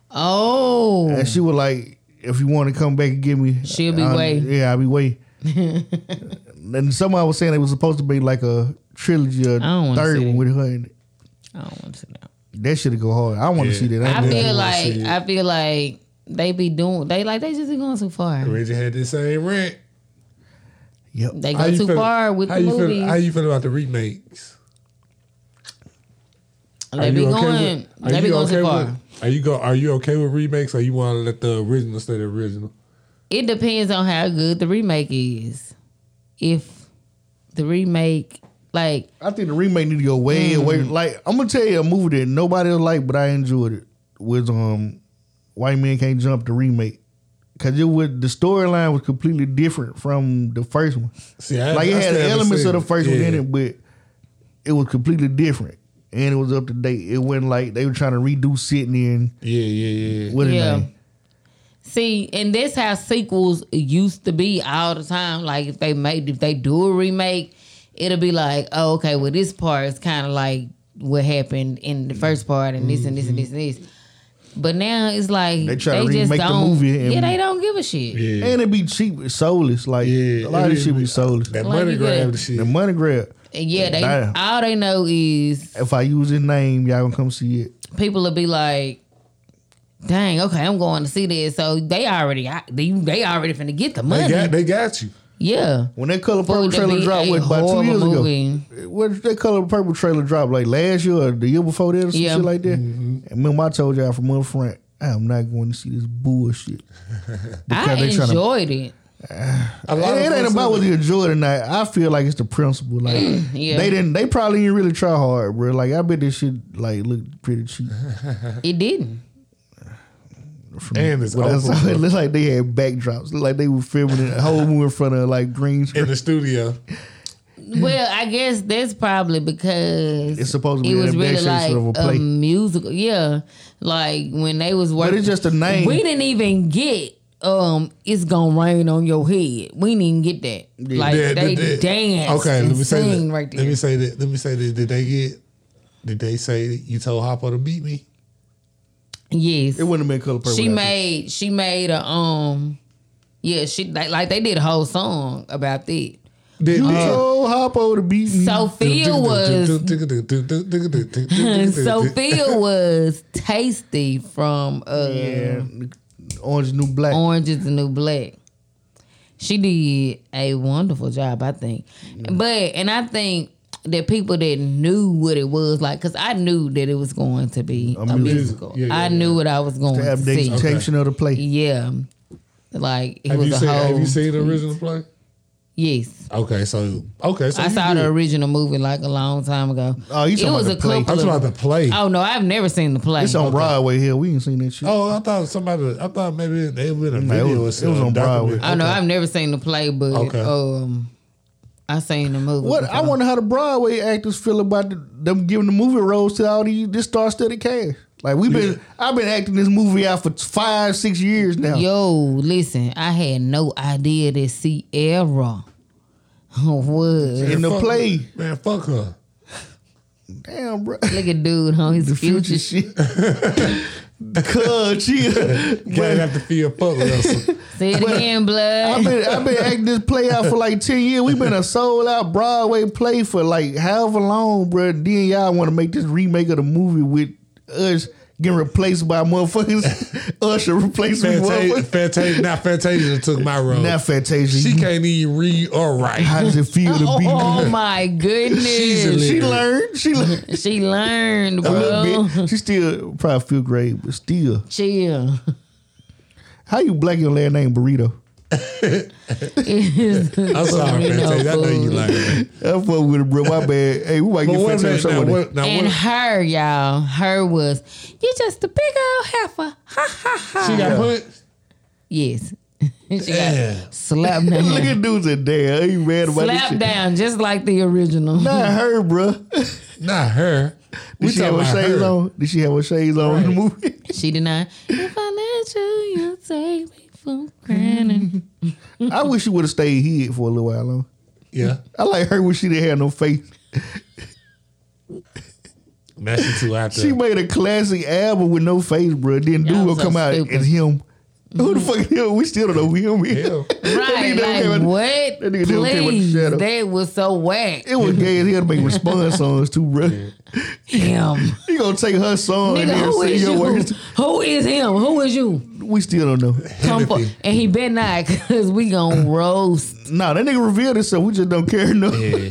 [SPEAKER 1] Oh,
[SPEAKER 2] and she was like, "If you want to come back and get me,
[SPEAKER 1] She'll be
[SPEAKER 2] I'll-
[SPEAKER 1] way.
[SPEAKER 2] Yeah, I'll be way." and someone was saying it was supposed to be like a trilogy, or
[SPEAKER 1] don't wanna
[SPEAKER 2] third
[SPEAKER 1] see
[SPEAKER 2] one with her in it.
[SPEAKER 1] I don't want to know.
[SPEAKER 2] That should go hard. I want to see that.
[SPEAKER 1] I
[SPEAKER 2] ain't
[SPEAKER 1] feel
[SPEAKER 2] never
[SPEAKER 1] like
[SPEAKER 2] seen it.
[SPEAKER 1] I feel like they be doing they like they just be going too far.
[SPEAKER 8] Reggie had the same rent.
[SPEAKER 2] Yep.
[SPEAKER 1] They go too far with
[SPEAKER 8] how
[SPEAKER 1] the
[SPEAKER 8] you
[SPEAKER 1] movies.
[SPEAKER 8] Feel, how you feel about the remakes?
[SPEAKER 1] They be going-
[SPEAKER 8] With, are
[SPEAKER 1] they be
[SPEAKER 8] you
[SPEAKER 1] going too
[SPEAKER 8] okay
[SPEAKER 1] far.
[SPEAKER 8] With, are you go? Are you okay with remakes? Or you want to let the original stay the original?
[SPEAKER 1] It depends on how good the remake is. If the remake like
[SPEAKER 2] I think the remake need to go way
[SPEAKER 1] Mm.
[SPEAKER 2] away.
[SPEAKER 8] Mm-hmm.
[SPEAKER 2] Like I'm gonna tell you a movie that nobody else liked, but I enjoyed it. Was um, White Men Can't Jump the remake because it was the storyline was completely different from the first one.
[SPEAKER 8] See, I-
[SPEAKER 2] like it
[SPEAKER 8] I
[SPEAKER 2] had
[SPEAKER 8] still haven't
[SPEAKER 2] elements of
[SPEAKER 8] seen
[SPEAKER 2] the
[SPEAKER 8] it.
[SPEAKER 2] first one in
[SPEAKER 8] Yeah.
[SPEAKER 2] it, but it was completely different and it was up to date. It wasn't like they were trying to redo Sydney and
[SPEAKER 8] yeah, yeah, yeah.
[SPEAKER 2] What his
[SPEAKER 1] Yeah.
[SPEAKER 2] name?
[SPEAKER 1] See, and that's how sequels used to be all the time. Like if they made if they do a remake, it'll be like, oh, okay, well this part is kinda like what happened in the first part and this and this and this and this. But now it's like
[SPEAKER 2] They try to
[SPEAKER 1] just
[SPEAKER 2] remake the
[SPEAKER 1] don't,
[SPEAKER 2] movie and-
[SPEAKER 1] yeah, they don't give a shit.
[SPEAKER 2] And it be cheap, it's soulless. Like a lot of
[SPEAKER 8] it
[SPEAKER 2] this shit
[SPEAKER 8] is.
[SPEAKER 2] be soulless.
[SPEAKER 8] That Like money you grab could-
[SPEAKER 2] The money grab.
[SPEAKER 1] And yeah, they
[SPEAKER 2] Damn.
[SPEAKER 1] all they know is
[SPEAKER 2] If I use his name, y'all gonna come see it.
[SPEAKER 1] people will be like, "Dang, okay, I'm going to see this." So they already, I- they they already finna get the money.
[SPEAKER 8] They got, they got you.
[SPEAKER 1] yeah,
[SPEAKER 2] When that color purple
[SPEAKER 1] Food to
[SPEAKER 2] trailer
[SPEAKER 1] be
[SPEAKER 2] dropped,
[SPEAKER 1] a
[SPEAKER 2] what, about two
[SPEAKER 1] horrible
[SPEAKER 2] years
[SPEAKER 1] movie.
[SPEAKER 2] ago? What that color purple trailer dropped like last year or the year before that or some
[SPEAKER 1] Yeah.
[SPEAKER 2] shit like that? And remember, I told y'all from up front, I am not going to see this bullshit.
[SPEAKER 1] I
[SPEAKER 2] they tryna-
[SPEAKER 1] enjoyed it.
[SPEAKER 8] A
[SPEAKER 2] it,
[SPEAKER 8] lot of
[SPEAKER 2] it ain't
[SPEAKER 8] folks
[SPEAKER 2] about
[SPEAKER 8] look-
[SPEAKER 2] whether you enjoy it or not. I feel like it's the principle. Like
[SPEAKER 1] Yeah.
[SPEAKER 2] they didn't, they probably didn't really try hard, bro. Like I bet this shit like looked pretty cheap.
[SPEAKER 1] It didn't.
[SPEAKER 2] From
[SPEAKER 8] And it's
[SPEAKER 2] what I
[SPEAKER 8] over,
[SPEAKER 2] saw,
[SPEAKER 8] bro.
[SPEAKER 2] it looked like they had backdrops. Looked like they were filming a whole movie in front of like green screen.
[SPEAKER 8] in the studio.
[SPEAKER 1] Well, I guess that's probably because
[SPEAKER 2] It's supposed to be
[SPEAKER 1] it was
[SPEAKER 2] an
[SPEAKER 1] really like
[SPEAKER 2] adaptation of a play.
[SPEAKER 1] musical. Yeah, like when they was working.
[SPEAKER 2] it's just a name.
[SPEAKER 1] We didn't even get. Um, it's gonna rain on your head. We didn't even get that. Like
[SPEAKER 8] Did-
[SPEAKER 1] they
[SPEAKER 8] did-
[SPEAKER 1] dance.
[SPEAKER 8] Okay, let me say
[SPEAKER 1] sing
[SPEAKER 8] that.
[SPEAKER 1] right there.
[SPEAKER 8] Let me say that. Let me say that. Did they get? Did they say you told Hopper to beat me?
[SPEAKER 1] Yes,
[SPEAKER 2] it wouldn't have been color purple.
[SPEAKER 1] she
[SPEAKER 2] after.
[SPEAKER 1] made she made a um yeah she like, like they did a whole song about that
[SPEAKER 2] You told Hoppo to beat me.
[SPEAKER 1] sophia was sophia was tasty from uh
[SPEAKER 2] Yeah, Orange is the New Black.
[SPEAKER 1] orange is the new black she did a wonderful job i think
[SPEAKER 8] Mm-hmm.
[SPEAKER 1] but and i think that people that knew what it was like because i knew that it was going to be a,
[SPEAKER 2] musical.
[SPEAKER 1] musical
[SPEAKER 8] Yeah, yeah,
[SPEAKER 1] i
[SPEAKER 8] yeah.
[SPEAKER 1] knew what i was going
[SPEAKER 2] to
[SPEAKER 1] to,
[SPEAKER 2] have the
[SPEAKER 1] see
[SPEAKER 2] expectation of the play.
[SPEAKER 1] yeah like it
[SPEAKER 8] Have
[SPEAKER 1] was
[SPEAKER 8] you
[SPEAKER 1] a
[SPEAKER 8] seen?
[SPEAKER 1] whole
[SPEAKER 8] Have you seen the original play?
[SPEAKER 1] yes
[SPEAKER 8] Okay, so okay, so
[SPEAKER 1] I
[SPEAKER 8] you
[SPEAKER 1] saw the
[SPEAKER 8] good.
[SPEAKER 1] original movie like a long time ago.
[SPEAKER 2] Oh, you talking
[SPEAKER 1] it was
[SPEAKER 2] about
[SPEAKER 1] a
[SPEAKER 2] the play.
[SPEAKER 1] couple.
[SPEAKER 8] I'm talking
[SPEAKER 1] of-
[SPEAKER 8] about the play.
[SPEAKER 1] Oh no, I've never seen the play.
[SPEAKER 2] It's on Broadway here. We ain't seen that shit.
[SPEAKER 8] Oh, I thought somebody. I thought maybe they were in a
[SPEAKER 2] No, it
[SPEAKER 8] video. or
[SPEAKER 2] was- it was
[SPEAKER 8] something,
[SPEAKER 2] on Broadway.
[SPEAKER 1] I know
[SPEAKER 8] documentary.
[SPEAKER 1] I've never seen the play, but
[SPEAKER 8] Okay.
[SPEAKER 1] um, I seen the movie.
[SPEAKER 2] What I wonder how the Broadway actors feel about the, them giving the movie roles to all these this star-studded cast. Like we've been, I've been acting this movie out for five, six years now.
[SPEAKER 1] Yo, listen, I had no idea that Sierra was
[SPEAKER 2] In the
[SPEAKER 8] Fuck-
[SPEAKER 2] play,
[SPEAKER 8] man, fuck her.
[SPEAKER 2] damn, bro,
[SPEAKER 1] Look at dude, huh? He's
[SPEAKER 2] the
[SPEAKER 1] a
[SPEAKER 2] future
[SPEAKER 1] future.
[SPEAKER 2] shit. Cuz, chill.
[SPEAKER 8] Glad have to feel fuck Russell.
[SPEAKER 1] Say it again,
[SPEAKER 2] I've
[SPEAKER 1] blood.
[SPEAKER 2] been I've been acting this play out for like ten years. We've been a sold out Broadway play for like however long, bro. Then y'all want to make this remake of the movie with us getting replaced by motherfuckers. Usher replaced with
[SPEAKER 8] Fantasia,
[SPEAKER 2] motherfuckers.
[SPEAKER 8] Fantasia, now Fantasia took my role.
[SPEAKER 2] Not Fantasia.
[SPEAKER 8] she
[SPEAKER 2] you-
[SPEAKER 8] can't even read or write.
[SPEAKER 2] How does it feel to be?
[SPEAKER 1] Oh my
[SPEAKER 8] She's
[SPEAKER 1] goodness,
[SPEAKER 8] a
[SPEAKER 2] She
[SPEAKER 8] literate.
[SPEAKER 2] learned. She learned
[SPEAKER 1] she learned,
[SPEAKER 2] a little
[SPEAKER 1] bro.
[SPEAKER 2] bit. She still probably feel great, but still,
[SPEAKER 1] Chill.
[SPEAKER 2] how you black your last name burrito?
[SPEAKER 8] I'm sorry, Fantasia. I know you like it.
[SPEAKER 2] I fuck with it, bro. My bad. Hey, we might
[SPEAKER 8] But
[SPEAKER 2] get
[SPEAKER 8] what
[SPEAKER 2] Fantasia
[SPEAKER 8] if
[SPEAKER 2] something
[SPEAKER 8] now,
[SPEAKER 2] with it.
[SPEAKER 8] what, now
[SPEAKER 1] and
[SPEAKER 8] what,
[SPEAKER 1] her, y'all, her was you just a big old heifer.
[SPEAKER 8] she got put?
[SPEAKER 1] Yes, she
[SPEAKER 8] Yeah.
[SPEAKER 1] got slapped
[SPEAKER 2] Look
[SPEAKER 1] down,
[SPEAKER 2] at dudes in there. He mad about this
[SPEAKER 1] slapped
[SPEAKER 2] shit.
[SPEAKER 1] down, just like the original.
[SPEAKER 2] Not her, bro.
[SPEAKER 8] Not her.
[SPEAKER 2] Did
[SPEAKER 8] We
[SPEAKER 2] she have
[SPEAKER 8] talking
[SPEAKER 2] her
[SPEAKER 8] about
[SPEAKER 2] shades
[SPEAKER 8] her.
[SPEAKER 2] on? Did she have her shades on in the movie?
[SPEAKER 1] she did not. If I let you, you take me for granted.
[SPEAKER 2] I wish she would have stayed hid for a little while long.
[SPEAKER 8] Yeah.
[SPEAKER 2] I like her when she didn't have no face.
[SPEAKER 8] Messy too after.
[SPEAKER 2] She made a classic album with no face, bro. Then dude
[SPEAKER 8] Y'all
[SPEAKER 2] will
[SPEAKER 8] so
[SPEAKER 2] come out
[SPEAKER 8] stupid.
[SPEAKER 2] as him. Who the fuck is him? We still don't know who him is.
[SPEAKER 1] Mm-hmm. Right,
[SPEAKER 2] never
[SPEAKER 1] like
[SPEAKER 2] came out-
[SPEAKER 1] what?
[SPEAKER 2] that nigga never came out the
[SPEAKER 1] Please,
[SPEAKER 2] shadow.
[SPEAKER 1] that was so whack.
[SPEAKER 2] It was gay as hell to make response songs too, bro.
[SPEAKER 1] Him.
[SPEAKER 2] He gonna take her song and
[SPEAKER 1] Nigga,
[SPEAKER 2] then
[SPEAKER 1] who
[SPEAKER 2] sing
[SPEAKER 1] is
[SPEAKER 2] your
[SPEAKER 1] you?
[SPEAKER 2] words.
[SPEAKER 1] Who is him? Who is you?
[SPEAKER 2] We still don't know.
[SPEAKER 1] Come for, and he better not, cause we gonna roast.
[SPEAKER 2] Nah, that nigga revealed himself. We just don't care enough.
[SPEAKER 8] Yeah.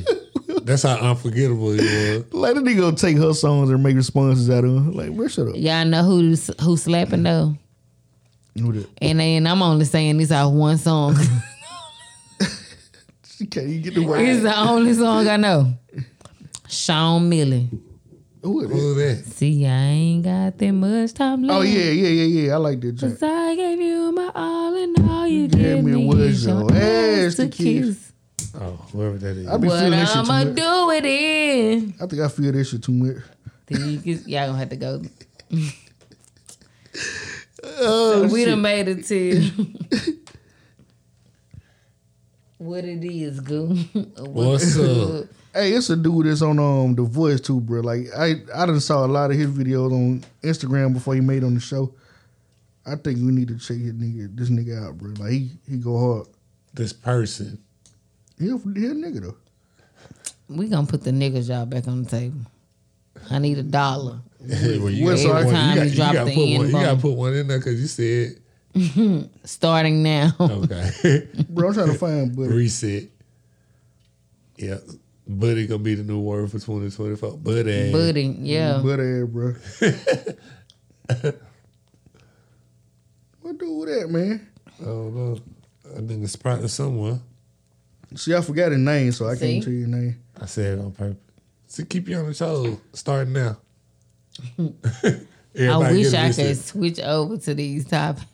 [SPEAKER 8] That's how unforgettable it was.
[SPEAKER 2] Like that nigga gonna take her songs and make responses out of them. Like, bro, shut up.
[SPEAKER 1] Y'all know who's who slapping though,
[SPEAKER 2] Who the-
[SPEAKER 1] and then I'm only saying this out of one song.
[SPEAKER 2] She can't even get the word.
[SPEAKER 1] it's the only song I know. Sean Millie.
[SPEAKER 2] Who
[SPEAKER 8] is that?
[SPEAKER 1] See, I ain't got that much time left.
[SPEAKER 2] Oh yeah, yeah, yeah, yeah. I like that joint.
[SPEAKER 1] Cause I gave you my all and all you
[SPEAKER 2] Damn
[SPEAKER 1] gave
[SPEAKER 2] it
[SPEAKER 1] me
[SPEAKER 2] was
[SPEAKER 1] was
[SPEAKER 2] your ass to kiss.
[SPEAKER 8] Oh, whoever that is.
[SPEAKER 2] I be
[SPEAKER 1] What
[SPEAKER 2] feeling that shit
[SPEAKER 1] I'ma
[SPEAKER 2] too much.
[SPEAKER 1] do it in?
[SPEAKER 2] I think I feel that shit too much.
[SPEAKER 1] Then you can- y'all gonna have to go.
[SPEAKER 2] Oh,
[SPEAKER 1] So we
[SPEAKER 2] shit.
[SPEAKER 1] done made it to what it is, goo.
[SPEAKER 8] What's up?
[SPEAKER 2] Hey, it's a dude that's on um the voice too, bro. Like I I done saw a lot of his videos on Instagram before he made on the show. I think we need to check his nigga this nigga out, bro. Like he he go hard.
[SPEAKER 8] This person.
[SPEAKER 2] He a, he a nigga though.
[SPEAKER 1] We gonna put the niggas y'all back on the table. I need a dollar.
[SPEAKER 8] Well, you
[SPEAKER 1] Every
[SPEAKER 8] gotta put one-
[SPEAKER 1] time
[SPEAKER 8] you
[SPEAKER 1] you, drop
[SPEAKER 8] gotta
[SPEAKER 1] the
[SPEAKER 8] put one-
[SPEAKER 1] end
[SPEAKER 8] you gotta
[SPEAKER 1] bomb.
[SPEAKER 8] put one in there because you said
[SPEAKER 1] Starting now.
[SPEAKER 8] okay.
[SPEAKER 2] Bro, I'm trying to find buddy.
[SPEAKER 8] Reset. Yeah. Buddy gonna be the new word for 2024. Buddy.
[SPEAKER 1] Buddy, yeah.
[SPEAKER 2] Butt ass, bro. what do with that, man?
[SPEAKER 8] I don't know. I think it's probably someone.
[SPEAKER 2] See, I forgot his name, so I
[SPEAKER 1] See?
[SPEAKER 2] can't tell you his name.
[SPEAKER 8] I said it on purpose. To keep you on the toes, starting now.
[SPEAKER 1] I
[SPEAKER 8] Everybody
[SPEAKER 1] wish
[SPEAKER 8] get a
[SPEAKER 1] I
[SPEAKER 8] reset.
[SPEAKER 1] could switch over to these topics.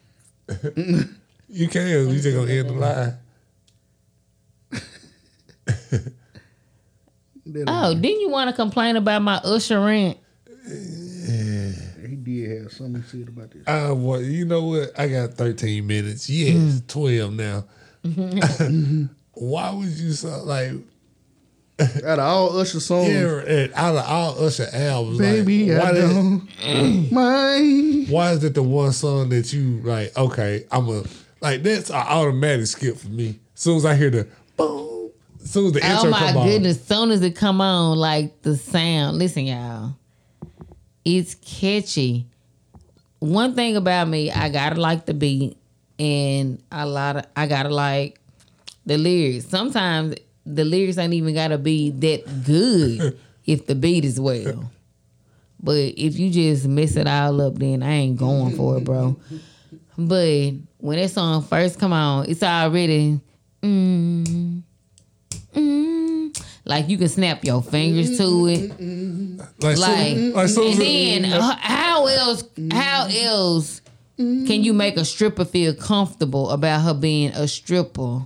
[SPEAKER 8] You can. We just gonna end the line.
[SPEAKER 2] That
[SPEAKER 1] Oh, didn't you want to complain about my Usher rant?
[SPEAKER 2] He did have something to say about this.
[SPEAKER 8] I want. You know what? I got 13 minutes. Yes, 12 now. Why would you so like?
[SPEAKER 2] Out of all Usher songs,
[SPEAKER 8] Yeah, and out of all Usher albums,
[SPEAKER 2] Oh. baby,
[SPEAKER 8] like,
[SPEAKER 2] I
[SPEAKER 8] why, that,
[SPEAKER 1] Mm.
[SPEAKER 2] don't. mind.
[SPEAKER 8] why is that the one song that you like? Okay, I'm a like that's an automatic skip for me. As soon as I hear the boom, as soon as the
[SPEAKER 1] Oh
[SPEAKER 8] intro
[SPEAKER 1] my
[SPEAKER 8] come on,
[SPEAKER 1] goodness! Soon as it come on, like the sound. Listen, y'all, it's catchy. One thing about me, I gotta like the beat, and a lot of I gotta like the lyrics. Sometimes the lyrics ain't even gotta be that good if the beat is well. But if you just mess it all up, then I ain't going for it, bro. But when that song first come on, it's already mm, mm, like you can snap your fingers to it.
[SPEAKER 8] like,
[SPEAKER 1] Like
[SPEAKER 8] soon, like soon as
[SPEAKER 1] and
[SPEAKER 8] it-
[SPEAKER 1] then h- how else how else can you make a stripper feel comfortable about her being a stripper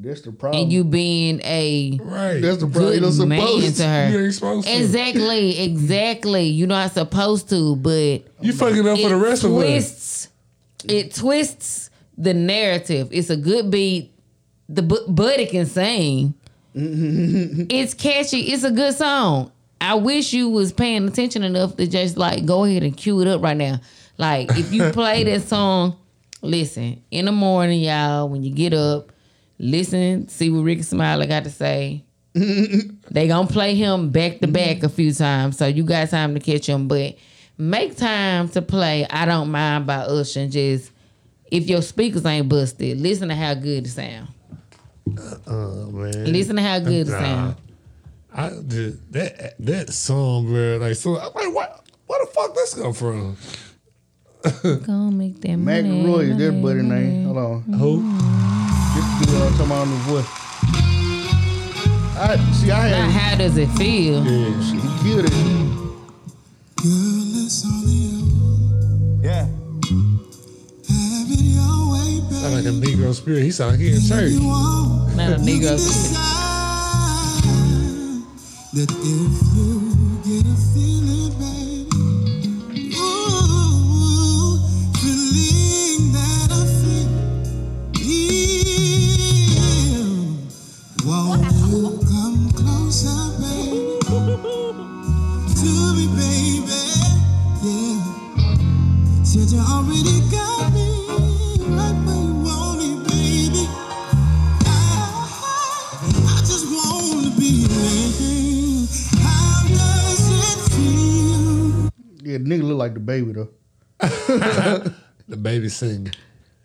[SPEAKER 2] That's the problem.
[SPEAKER 1] and you being a
[SPEAKER 8] right.
[SPEAKER 2] That's the problem.
[SPEAKER 1] good
[SPEAKER 2] You don't
[SPEAKER 1] man
[SPEAKER 2] supposed
[SPEAKER 1] to her?
[SPEAKER 8] You ain't supposed to.
[SPEAKER 1] Exactly, exactly. You're not supposed to, but
[SPEAKER 8] You fucking up for the rest of us.
[SPEAKER 1] twists, It twists the narrative. It's a good beat. The bu- buddy can sing. it's catchy. It's a good song. I wish you was paying attention enough to just like go ahead and cue it up right now. Like if you play that song, listen in the morning, y'all. When you get up, listen, see what Ricky Smiley got to say. They gonna play him back to back a few times, so you got time to catch him. But make time to play. I don't mind by Usher. And just if your speakers ain't busted, listen to how good it sound.
[SPEAKER 8] Oh man.
[SPEAKER 1] Listen to how good it
[SPEAKER 8] Nah.
[SPEAKER 1] sound.
[SPEAKER 8] I just, that that song, bro. Like, so I'm like, what? Where the fuck this come from?
[SPEAKER 1] Gonna make that
[SPEAKER 2] McElroy is that buddy name. Hold on.
[SPEAKER 8] Who?
[SPEAKER 2] This dude I'm talking about on the voice. I see. I
[SPEAKER 1] Now, how
[SPEAKER 2] had
[SPEAKER 1] does it feel?
[SPEAKER 2] he killed it.
[SPEAKER 4] Yeah.
[SPEAKER 6] É.
[SPEAKER 8] Sound like a Negro spirit. He sound like he in church.
[SPEAKER 1] Not a Negro.
[SPEAKER 4] Wow.
[SPEAKER 2] Yeah, the nigga look like the baby though.
[SPEAKER 8] the baby singing.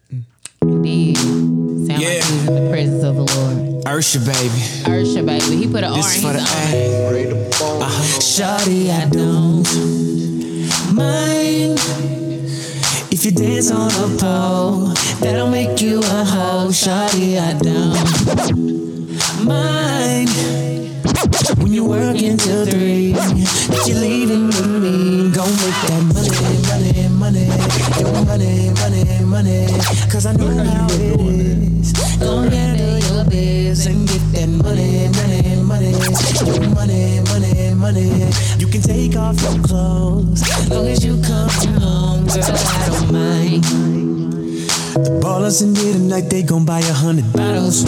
[SPEAKER 1] Did sound like he was in the presence of the Lord.
[SPEAKER 4] Ursha, baby.
[SPEAKER 1] Ursha, baby. He put an R in
[SPEAKER 4] This
[SPEAKER 1] his
[SPEAKER 4] for the
[SPEAKER 1] own.
[SPEAKER 4] Uh-huh. Shawty, I don't mind if you dance on a pole. That'll make you a hoe. Shawty, I don't mind when you work until three. That you're leaving with me. Go make that money, money, money, your money, money, money. Cause I know how it is. Go handle your biz and get that money, money, money, your money, money, money. You can take off your clothes long as you come home. Girl, I don't mind. The ballers in here tonight, they gon' buy a hundred bottles.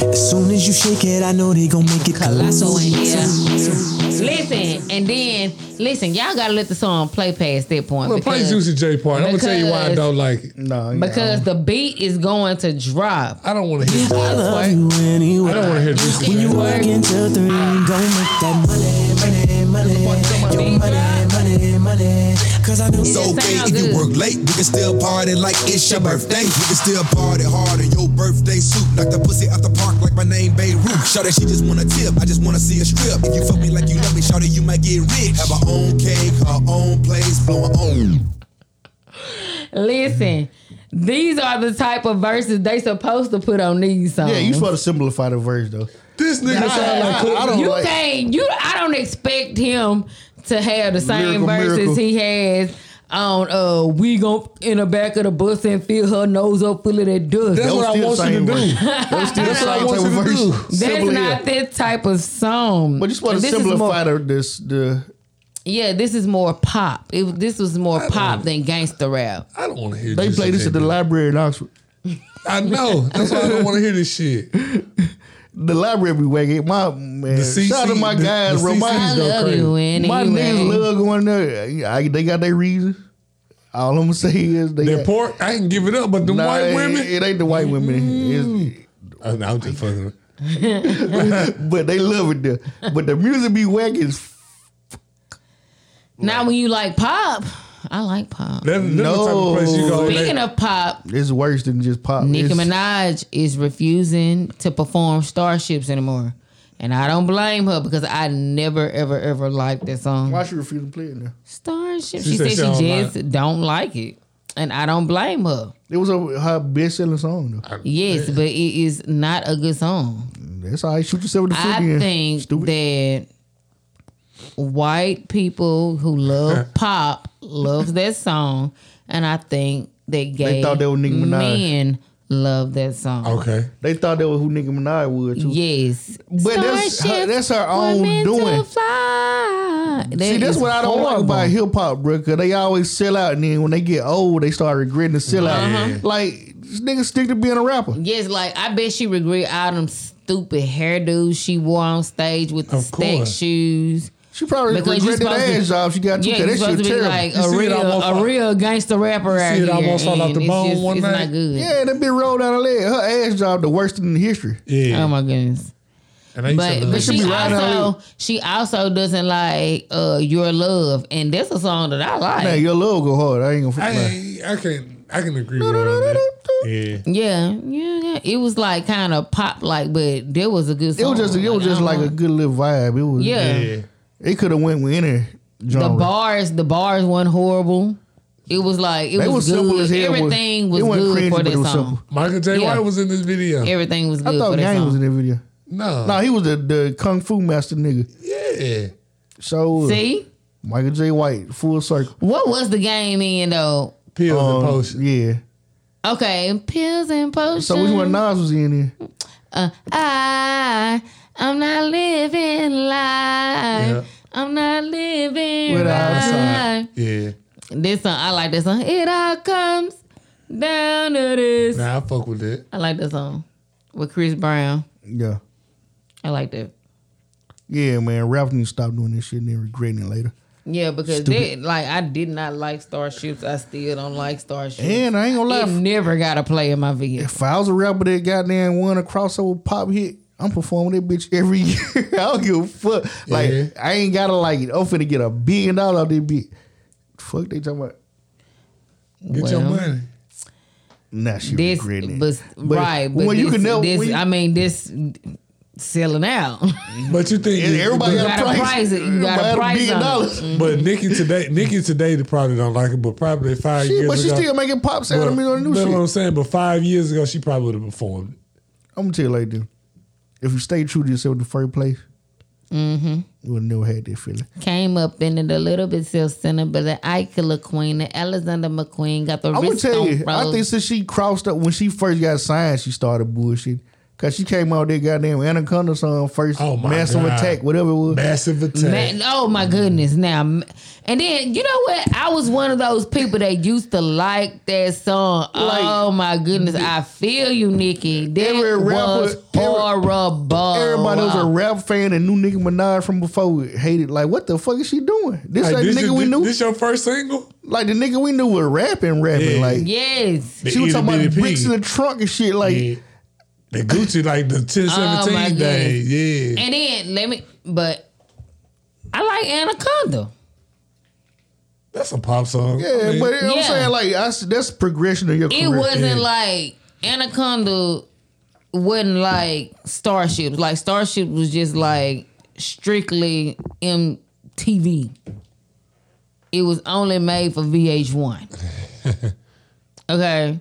[SPEAKER 4] As soon as you shake it, I know they gon' make it colossal.
[SPEAKER 1] in here. Listen, and then listen, y'all gotta let the song play past that point.
[SPEAKER 8] Well, play
[SPEAKER 1] because-
[SPEAKER 8] Juicy J part. I'm gonna tell you why I
[SPEAKER 1] because-
[SPEAKER 8] don't like it.
[SPEAKER 2] No,
[SPEAKER 1] because the beat is going to drop.
[SPEAKER 8] I don't want to hear.
[SPEAKER 4] I love you anyway. I don't wanna
[SPEAKER 8] hear this.
[SPEAKER 4] When you work until three, gon' make that money, money, money, your money, money, money. Cause I know
[SPEAKER 3] It's okay if you work late. We can still party like it's your birthday. We can still party hard in your birthday suit. Knock the pussy out the park like my name Beirut. Shout that she just wanna tip. I just wanna see a strip. If you fuck me like you love me, shout that you might get rich. Have her own cake, her own place, blowing on.
[SPEAKER 1] Listen, these are the type of verses they supposed to put on these songs.
[SPEAKER 2] Yeah, you supposed to simplify the verse though.
[SPEAKER 8] This
[SPEAKER 2] nigga sound like Cook. I don't
[SPEAKER 1] you
[SPEAKER 2] like-
[SPEAKER 1] can't. You, I don't expect him to have the same
[SPEAKER 2] Lyrical
[SPEAKER 1] verses
[SPEAKER 2] miracle.
[SPEAKER 1] he has on. Uh, we go in the back of the bus and fill her nose up full of that dust.
[SPEAKER 8] That's what I want you to do.
[SPEAKER 2] That's still the
[SPEAKER 8] That's what I
[SPEAKER 2] same
[SPEAKER 8] want
[SPEAKER 2] type of
[SPEAKER 8] you to
[SPEAKER 2] verse.
[SPEAKER 8] do.
[SPEAKER 1] That's
[SPEAKER 2] Simple
[SPEAKER 1] not
[SPEAKER 2] as.
[SPEAKER 1] that type of song.
[SPEAKER 2] But you supposed to
[SPEAKER 1] This is
[SPEAKER 2] simplify
[SPEAKER 1] more-
[SPEAKER 2] the this the
[SPEAKER 1] Yeah, this is more pop. It, this was more pop than gangster rap.
[SPEAKER 8] I don't want to hear.
[SPEAKER 2] They
[SPEAKER 8] Juicy
[SPEAKER 2] play this
[SPEAKER 8] J
[SPEAKER 2] at the
[SPEAKER 8] part.
[SPEAKER 2] library in Oxford.
[SPEAKER 8] I know. That's why I don't want to hear this shit.
[SPEAKER 2] The library be wagging. My man,
[SPEAKER 8] CC
[SPEAKER 2] shout out to my
[SPEAKER 8] the-
[SPEAKER 2] guys.
[SPEAKER 8] the CCs
[SPEAKER 2] Remind
[SPEAKER 8] go I love crazy. you
[SPEAKER 2] My
[SPEAKER 8] anyway.
[SPEAKER 2] niggas love going there. I, they got their reasons. All I'm gonna say is they
[SPEAKER 8] That pork, I can give it up, but the
[SPEAKER 2] Nah,
[SPEAKER 8] white
[SPEAKER 2] it-
[SPEAKER 8] women. Mm-hmm.
[SPEAKER 2] It, ain't the white women.
[SPEAKER 8] I, am just fucking. with-
[SPEAKER 2] It's, but they love it there. But the music be wagging. as f-
[SPEAKER 1] Now when you like pop, I like pop.
[SPEAKER 8] That, that's the type of place you go. and
[SPEAKER 1] Speaking
[SPEAKER 8] they-
[SPEAKER 1] of pop,
[SPEAKER 2] It's worse than just pop.
[SPEAKER 1] Nicki
[SPEAKER 2] It's-
[SPEAKER 1] Minaj is refusing to perform Starships anymore. And I don't blame her because I never, ever, ever liked that song.
[SPEAKER 2] Why she refuse to play it now?
[SPEAKER 1] Starship.
[SPEAKER 8] She
[SPEAKER 1] She, said
[SPEAKER 8] said she
[SPEAKER 1] she
[SPEAKER 8] don't
[SPEAKER 1] just don't like it. And I don't blame her.
[SPEAKER 2] It was a, her best selling song though.
[SPEAKER 1] Yes, but it is not a good song.
[SPEAKER 2] That's all right. Shoot yourself in the foot.
[SPEAKER 1] I
[SPEAKER 2] then.
[SPEAKER 1] think that white people who love pop love that song, and I think that gay
[SPEAKER 2] thought that was Nicki Minaj.
[SPEAKER 1] men love that song.
[SPEAKER 8] okay.
[SPEAKER 2] They thought that was who Nicki Minaj was too.
[SPEAKER 1] Yes,
[SPEAKER 2] But that's her,
[SPEAKER 1] Starships
[SPEAKER 2] that's her
[SPEAKER 1] were
[SPEAKER 2] own
[SPEAKER 1] meant to
[SPEAKER 2] doing.
[SPEAKER 1] fly. That
[SPEAKER 2] See, that's
[SPEAKER 1] is
[SPEAKER 2] what I don't like
[SPEAKER 1] horrible.
[SPEAKER 2] about hip hop, bro. Cause they always sell out, and then when they get old, they start regretting the sellout.
[SPEAKER 1] Uh-huh.
[SPEAKER 2] Like this nigga stick to being a rapper.
[SPEAKER 1] Yes, like I bet she regret all them stupid hairdos she wore on stage with the
[SPEAKER 2] Of
[SPEAKER 1] stack
[SPEAKER 2] course.
[SPEAKER 1] shoes.
[SPEAKER 2] She probably
[SPEAKER 1] Because you
[SPEAKER 2] regretted that
[SPEAKER 1] supposed to-
[SPEAKER 2] ass job she got too.
[SPEAKER 1] Yeah,
[SPEAKER 2] cause
[SPEAKER 1] you're
[SPEAKER 2] that
[SPEAKER 1] supposed
[SPEAKER 2] shit
[SPEAKER 1] to be
[SPEAKER 2] terrible.
[SPEAKER 1] like uh, a real, a real gangster rapper
[SPEAKER 8] You
[SPEAKER 1] out
[SPEAKER 8] see
[SPEAKER 1] here.
[SPEAKER 8] it almost all off the
[SPEAKER 1] and it's
[SPEAKER 8] bone
[SPEAKER 1] just-
[SPEAKER 8] one
[SPEAKER 1] it's
[SPEAKER 8] night?
[SPEAKER 1] not good.
[SPEAKER 2] Yeah, that bitch rolled down her leg. Her ass job the worst in history.
[SPEAKER 8] Yeah.
[SPEAKER 1] Oh my goodness.
[SPEAKER 8] And I used to
[SPEAKER 1] But,
[SPEAKER 8] love
[SPEAKER 1] but
[SPEAKER 8] it.
[SPEAKER 1] she
[SPEAKER 2] riding her
[SPEAKER 1] also she also doesn't like uh, your love, and that's a song that I like.
[SPEAKER 2] Man, your love go hard. I ain't gonna.
[SPEAKER 8] I,
[SPEAKER 2] fucking lie.
[SPEAKER 8] ain't- I can I can agree with her on that. Yeah.
[SPEAKER 1] Yeah, yeah, yeah. It was like kind of pop like, but there was a good
[SPEAKER 2] It
[SPEAKER 1] song.
[SPEAKER 2] was just it was just like a good little vibe. It was
[SPEAKER 1] Yeah. Yeah.
[SPEAKER 2] It could have went with any genre.
[SPEAKER 1] the bars. The bars weren't horrible. It was like it
[SPEAKER 2] They
[SPEAKER 1] was
[SPEAKER 2] was simple
[SPEAKER 1] good.
[SPEAKER 2] as hell.
[SPEAKER 1] Everything was,
[SPEAKER 2] It wasn't
[SPEAKER 1] good
[SPEAKER 2] cringy,
[SPEAKER 1] for
[SPEAKER 2] but it
[SPEAKER 1] that
[SPEAKER 2] was
[SPEAKER 1] song.
[SPEAKER 2] simple.
[SPEAKER 8] Michael J.
[SPEAKER 1] Yeah.
[SPEAKER 8] White was in this video.
[SPEAKER 1] Everything was good
[SPEAKER 2] I thought
[SPEAKER 1] for that
[SPEAKER 2] Gang
[SPEAKER 1] song.
[SPEAKER 2] was in that video.
[SPEAKER 8] No.
[SPEAKER 2] No, he was the, the kung fu master nigga.
[SPEAKER 8] Yeah.
[SPEAKER 2] So uh,
[SPEAKER 1] See
[SPEAKER 2] Michael J. White, full circle.
[SPEAKER 1] what was the game in though?
[SPEAKER 8] Pills and
[SPEAKER 2] Um,
[SPEAKER 8] potions.
[SPEAKER 2] Yeah.
[SPEAKER 1] Okay, pills and potions.
[SPEAKER 2] So which one
[SPEAKER 1] Mm.
[SPEAKER 2] Nas was in here?
[SPEAKER 1] Uh, I I'm not living life. I'm not living
[SPEAKER 2] Without a
[SPEAKER 1] right.
[SPEAKER 8] Yeah.
[SPEAKER 1] This song I like. This song. It all comes down to this.
[SPEAKER 8] Nah, I fuck with that.
[SPEAKER 1] I like that song with Chris Brown.
[SPEAKER 2] Yeah.
[SPEAKER 1] I like that.
[SPEAKER 2] Yeah, man. Ralph need to stop doing this shit and then regretting it later.
[SPEAKER 1] Yeah, because they,
[SPEAKER 2] Stupid.
[SPEAKER 1] like I did not like Starships. I still don't like Starships.
[SPEAKER 2] And I ain't gonna lie.
[SPEAKER 1] It never got a play in my video.
[SPEAKER 2] If I was a rapper that goddamn won a crossover pop hit, I'm performing that bitch every year. I don't give a fuck. Like
[SPEAKER 8] Yeah.
[SPEAKER 2] I ain't gotta like it. I'm finna get a billion dollars out this bitch. Fuck they talking about.
[SPEAKER 8] Get your Well, money.
[SPEAKER 2] Nah, she
[SPEAKER 1] this,
[SPEAKER 2] regretting it.
[SPEAKER 1] but, right. But
[SPEAKER 2] when
[SPEAKER 1] this,
[SPEAKER 2] you can never,
[SPEAKER 1] this,
[SPEAKER 2] when you-
[SPEAKER 1] I mean, this selling out.
[SPEAKER 8] But you think
[SPEAKER 2] And everybody
[SPEAKER 1] you
[SPEAKER 2] got a
[SPEAKER 1] gotta
[SPEAKER 2] price.
[SPEAKER 1] it. You
[SPEAKER 2] Everybody
[SPEAKER 1] got
[SPEAKER 2] had
[SPEAKER 1] a
[SPEAKER 2] a
[SPEAKER 1] price
[SPEAKER 2] billion
[SPEAKER 1] on it.
[SPEAKER 2] dollars.
[SPEAKER 8] But Nikki today, Nikki today probably don't like it, but probably five
[SPEAKER 2] Shit,
[SPEAKER 8] years
[SPEAKER 2] but she
[SPEAKER 8] ago.
[SPEAKER 2] still making pop sound
[SPEAKER 8] But-
[SPEAKER 2] on me on the new
[SPEAKER 8] that's
[SPEAKER 2] shit.
[SPEAKER 8] what I'm saying. But five years ago, she probably would have performed.
[SPEAKER 2] I'm gonna tell you like this: if you stay true to yourself in the first place,
[SPEAKER 1] Mm-hmm.
[SPEAKER 2] you would never had that feeling.
[SPEAKER 1] Came up in it a little bit self-centered, but the Ikela Queen, the Alexander McQueen got the
[SPEAKER 2] I'm gonna
[SPEAKER 1] wrist
[SPEAKER 2] tell
[SPEAKER 1] on
[SPEAKER 2] you, I
[SPEAKER 1] froze.
[SPEAKER 2] think since she crossed up when she first got signed, she started bullshit. Cause she came out that goddamn Anaconda song first,
[SPEAKER 8] Oh my
[SPEAKER 2] massive
[SPEAKER 8] God.
[SPEAKER 2] attack, whatever it was.
[SPEAKER 8] Massive attack.
[SPEAKER 1] Man, oh my goodness! Now, m- and then you know what? I was one of those people that used to like that song. oh my goodness! I feel you, Nikki. That
[SPEAKER 2] Every rapper-
[SPEAKER 1] was
[SPEAKER 2] every-
[SPEAKER 1] horrible.
[SPEAKER 2] Everybody was a
[SPEAKER 1] Oh,
[SPEAKER 2] rap fan and knew Nicki Minaj from before. Hated like, what the fuck is she doing? This
[SPEAKER 8] Like,
[SPEAKER 2] like,
[SPEAKER 8] this
[SPEAKER 2] the nigga
[SPEAKER 8] your-
[SPEAKER 2] we knew.
[SPEAKER 8] this your first single?
[SPEAKER 2] Like the nigga we knew was rapping, rapping.
[SPEAKER 8] Yeah.
[SPEAKER 2] Like
[SPEAKER 1] Yes.
[SPEAKER 2] she was talking about bricks in the trunk and shit. Like
[SPEAKER 8] Yeah. The Gucci, like the 10,
[SPEAKER 1] Oh,
[SPEAKER 8] 17
[SPEAKER 1] my
[SPEAKER 8] days. Yeah.
[SPEAKER 1] And then let me, but I like Anaconda.
[SPEAKER 8] That's a pop song.
[SPEAKER 2] yeah, but you know what I'm
[SPEAKER 1] Yeah.
[SPEAKER 2] saying like I s that's progression of your career.
[SPEAKER 1] It wasn't
[SPEAKER 2] Yeah.
[SPEAKER 1] like Anaconda wasn't like Starship. Like Starship was just like strictly MTV. It was only made for VH1. okay.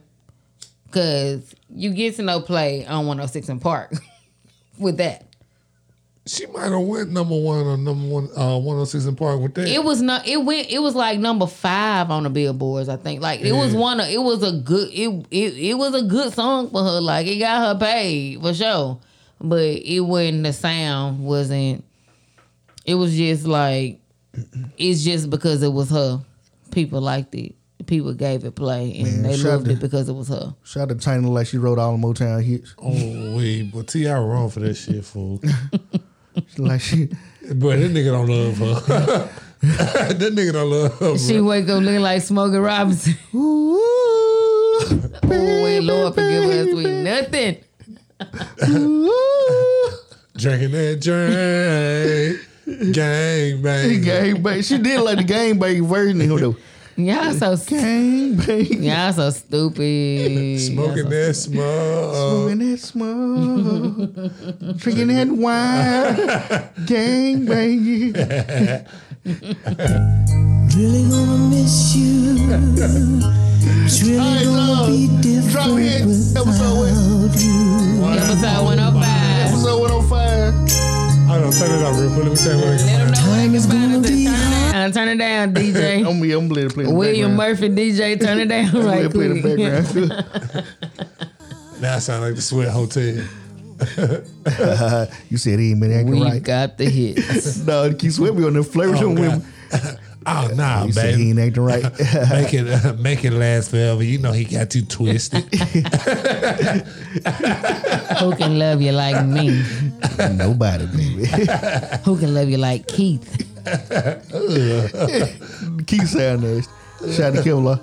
[SPEAKER 1] Cause you get to no play on 106 and Park with that.
[SPEAKER 8] She might have went number one on number one, uh, 106 in Park with that.
[SPEAKER 1] It was not. It went. It was like number five on the billboards. I think. Like it was
[SPEAKER 8] Yeah.
[SPEAKER 1] one. Of, it was a good. It, it it was a good song for her. Like it got her paid for sure. But it wasn't. The sound wasn't. It was just like. It's just because it was her. People liked it. People gave it play and
[SPEAKER 2] Man,
[SPEAKER 1] they
[SPEAKER 2] shout
[SPEAKER 1] loved
[SPEAKER 2] to-
[SPEAKER 1] it because it was her.
[SPEAKER 2] Shout out to Tiny like she wrote all the Motown hits.
[SPEAKER 8] Oh, wait. But T.I. wrong for that shit, fool.
[SPEAKER 2] Like she
[SPEAKER 8] but that nigga don't love her. that nigga don't love her.
[SPEAKER 1] She wake up looking like Smokey Robinson.
[SPEAKER 2] Ooh,
[SPEAKER 1] wait, Lord forgive us. We nothing.
[SPEAKER 8] Drinking that drink. Gang bang.
[SPEAKER 2] gang bang. She did like the gang bang version of him though.
[SPEAKER 1] Y'all so
[SPEAKER 2] Gang bang.
[SPEAKER 1] Y'all so stupid.
[SPEAKER 8] Smoking
[SPEAKER 1] Y'all so
[SPEAKER 8] that smoke.
[SPEAKER 2] Smoking that smoke, drinking that wine, gang banging.
[SPEAKER 15] Really gonna miss you. It's really gonna be
[SPEAKER 2] Drop
[SPEAKER 15] different
[SPEAKER 2] it.
[SPEAKER 15] without you.
[SPEAKER 1] Episode 105.
[SPEAKER 2] Episode 105.
[SPEAKER 8] I don't turn it off real quick. Let me tell you what I can find.
[SPEAKER 15] Time is gonna be
[SPEAKER 1] Uh, turn it down, DJ.
[SPEAKER 2] I'm, I'm letting it play in the
[SPEAKER 1] William
[SPEAKER 2] background.
[SPEAKER 1] Murphy, DJ, turn it down
[SPEAKER 2] I'm
[SPEAKER 1] right
[SPEAKER 2] letting it play in
[SPEAKER 1] quick.
[SPEAKER 2] the background.
[SPEAKER 8] Now I sound like the Sweat Hotel.
[SPEAKER 2] you said he ain't been acting
[SPEAKER 1] We
[SPEAKER 2] right.
[SPEAKER 1] got the hits.
[SPEAKER 2] no, Keith Sweat be on the flirting
[SPEAKER 8] Oh,
[SPEAKER 2] with him.
[SPEAKER 8] God. oh nah,
[SPEAKER 2] You said he
[SPEAKER 8] baby.
[SPEAKER 2] ain't acting right.
[SPEAKER 8] Make it, make it last forever. You know he got too twisted.
[SPEAKER 1] Who can love you like me?
[SPEAKER 2] Nobody, baby.
[SPEAKER 1] Who can love you like Keith?
[SPEAKER 2] Keith sound nasty. Shout out to Kevlar.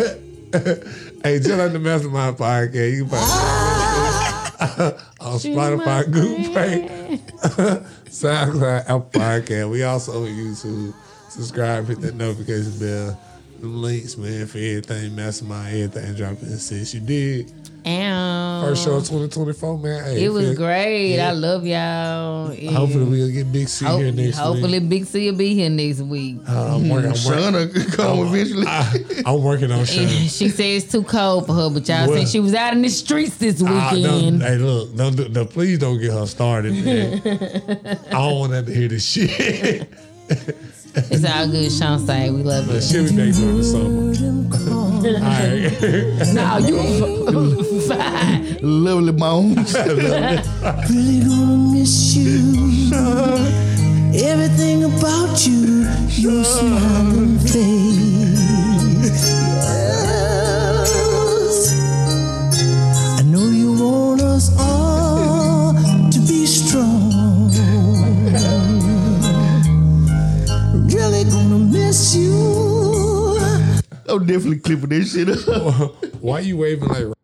[SPEAKER 8] hey, just like the Mastermind Podcast, you can find it on Spotify, Google Play, SoundCloud, Apple Podcast. We also on YouTube. Subscribe, hit that notification bell. The links, man, for everything, Mastermind, everything dropping since you did.
[SPEAKER 1] Ow.
[SPEAKER 8] First show of 2024, man. Hey,
[SPEAKER 1] Uh-huh. It was
[SPEAKER 8] feel-
[SPEAKER 1] great.
[SPEAKER 8] Yeah.
[SPEAKER 1] I love y'all. Yeah.
[SPEAKER 8] Hopefully, we'll get Big C
[SPEAKER 1] Hope-
[SPEAKER 8] here next
[SPEAKER 1] hopefully
[SPEAKER 8] week.
[SPEAKER 1] Big C will be here next week.
[SPEAKER 8] Uh, I'm working, I'm working,
[SPEAKER 2] Son, will come eventually.
[SPEAKER 8] I, am working on Sean.
[SPEAKER 1] And she says it's too cold for her, but y'all
[SPEAKER 8] Well-
[SPEAKER 1] said she was out in the streets this
[SPEAKER 8] Ah, don't,
[SPEAKER 1] weekend.
[SPEAKER 8] hey, look, don't, do- no, please don't get her started, man. I don't want her to hear this shit.
[SPEAKER 1] it's all good, Sean say. We love you.
[SPEAKER 8] but she'll be back during the summer. All right.
[SPEAKER 1] No, you fine.
[SPEAKER 2] Lovely bones.
[SPEAKER 15] really gonna miss you. Everything about you, your smiling face. I know you want us all to be strong. Really gonna miss you.
[SPEAKER 2] I'm definitely clipping this shit up.
[SPEAKER 8] Why you waving like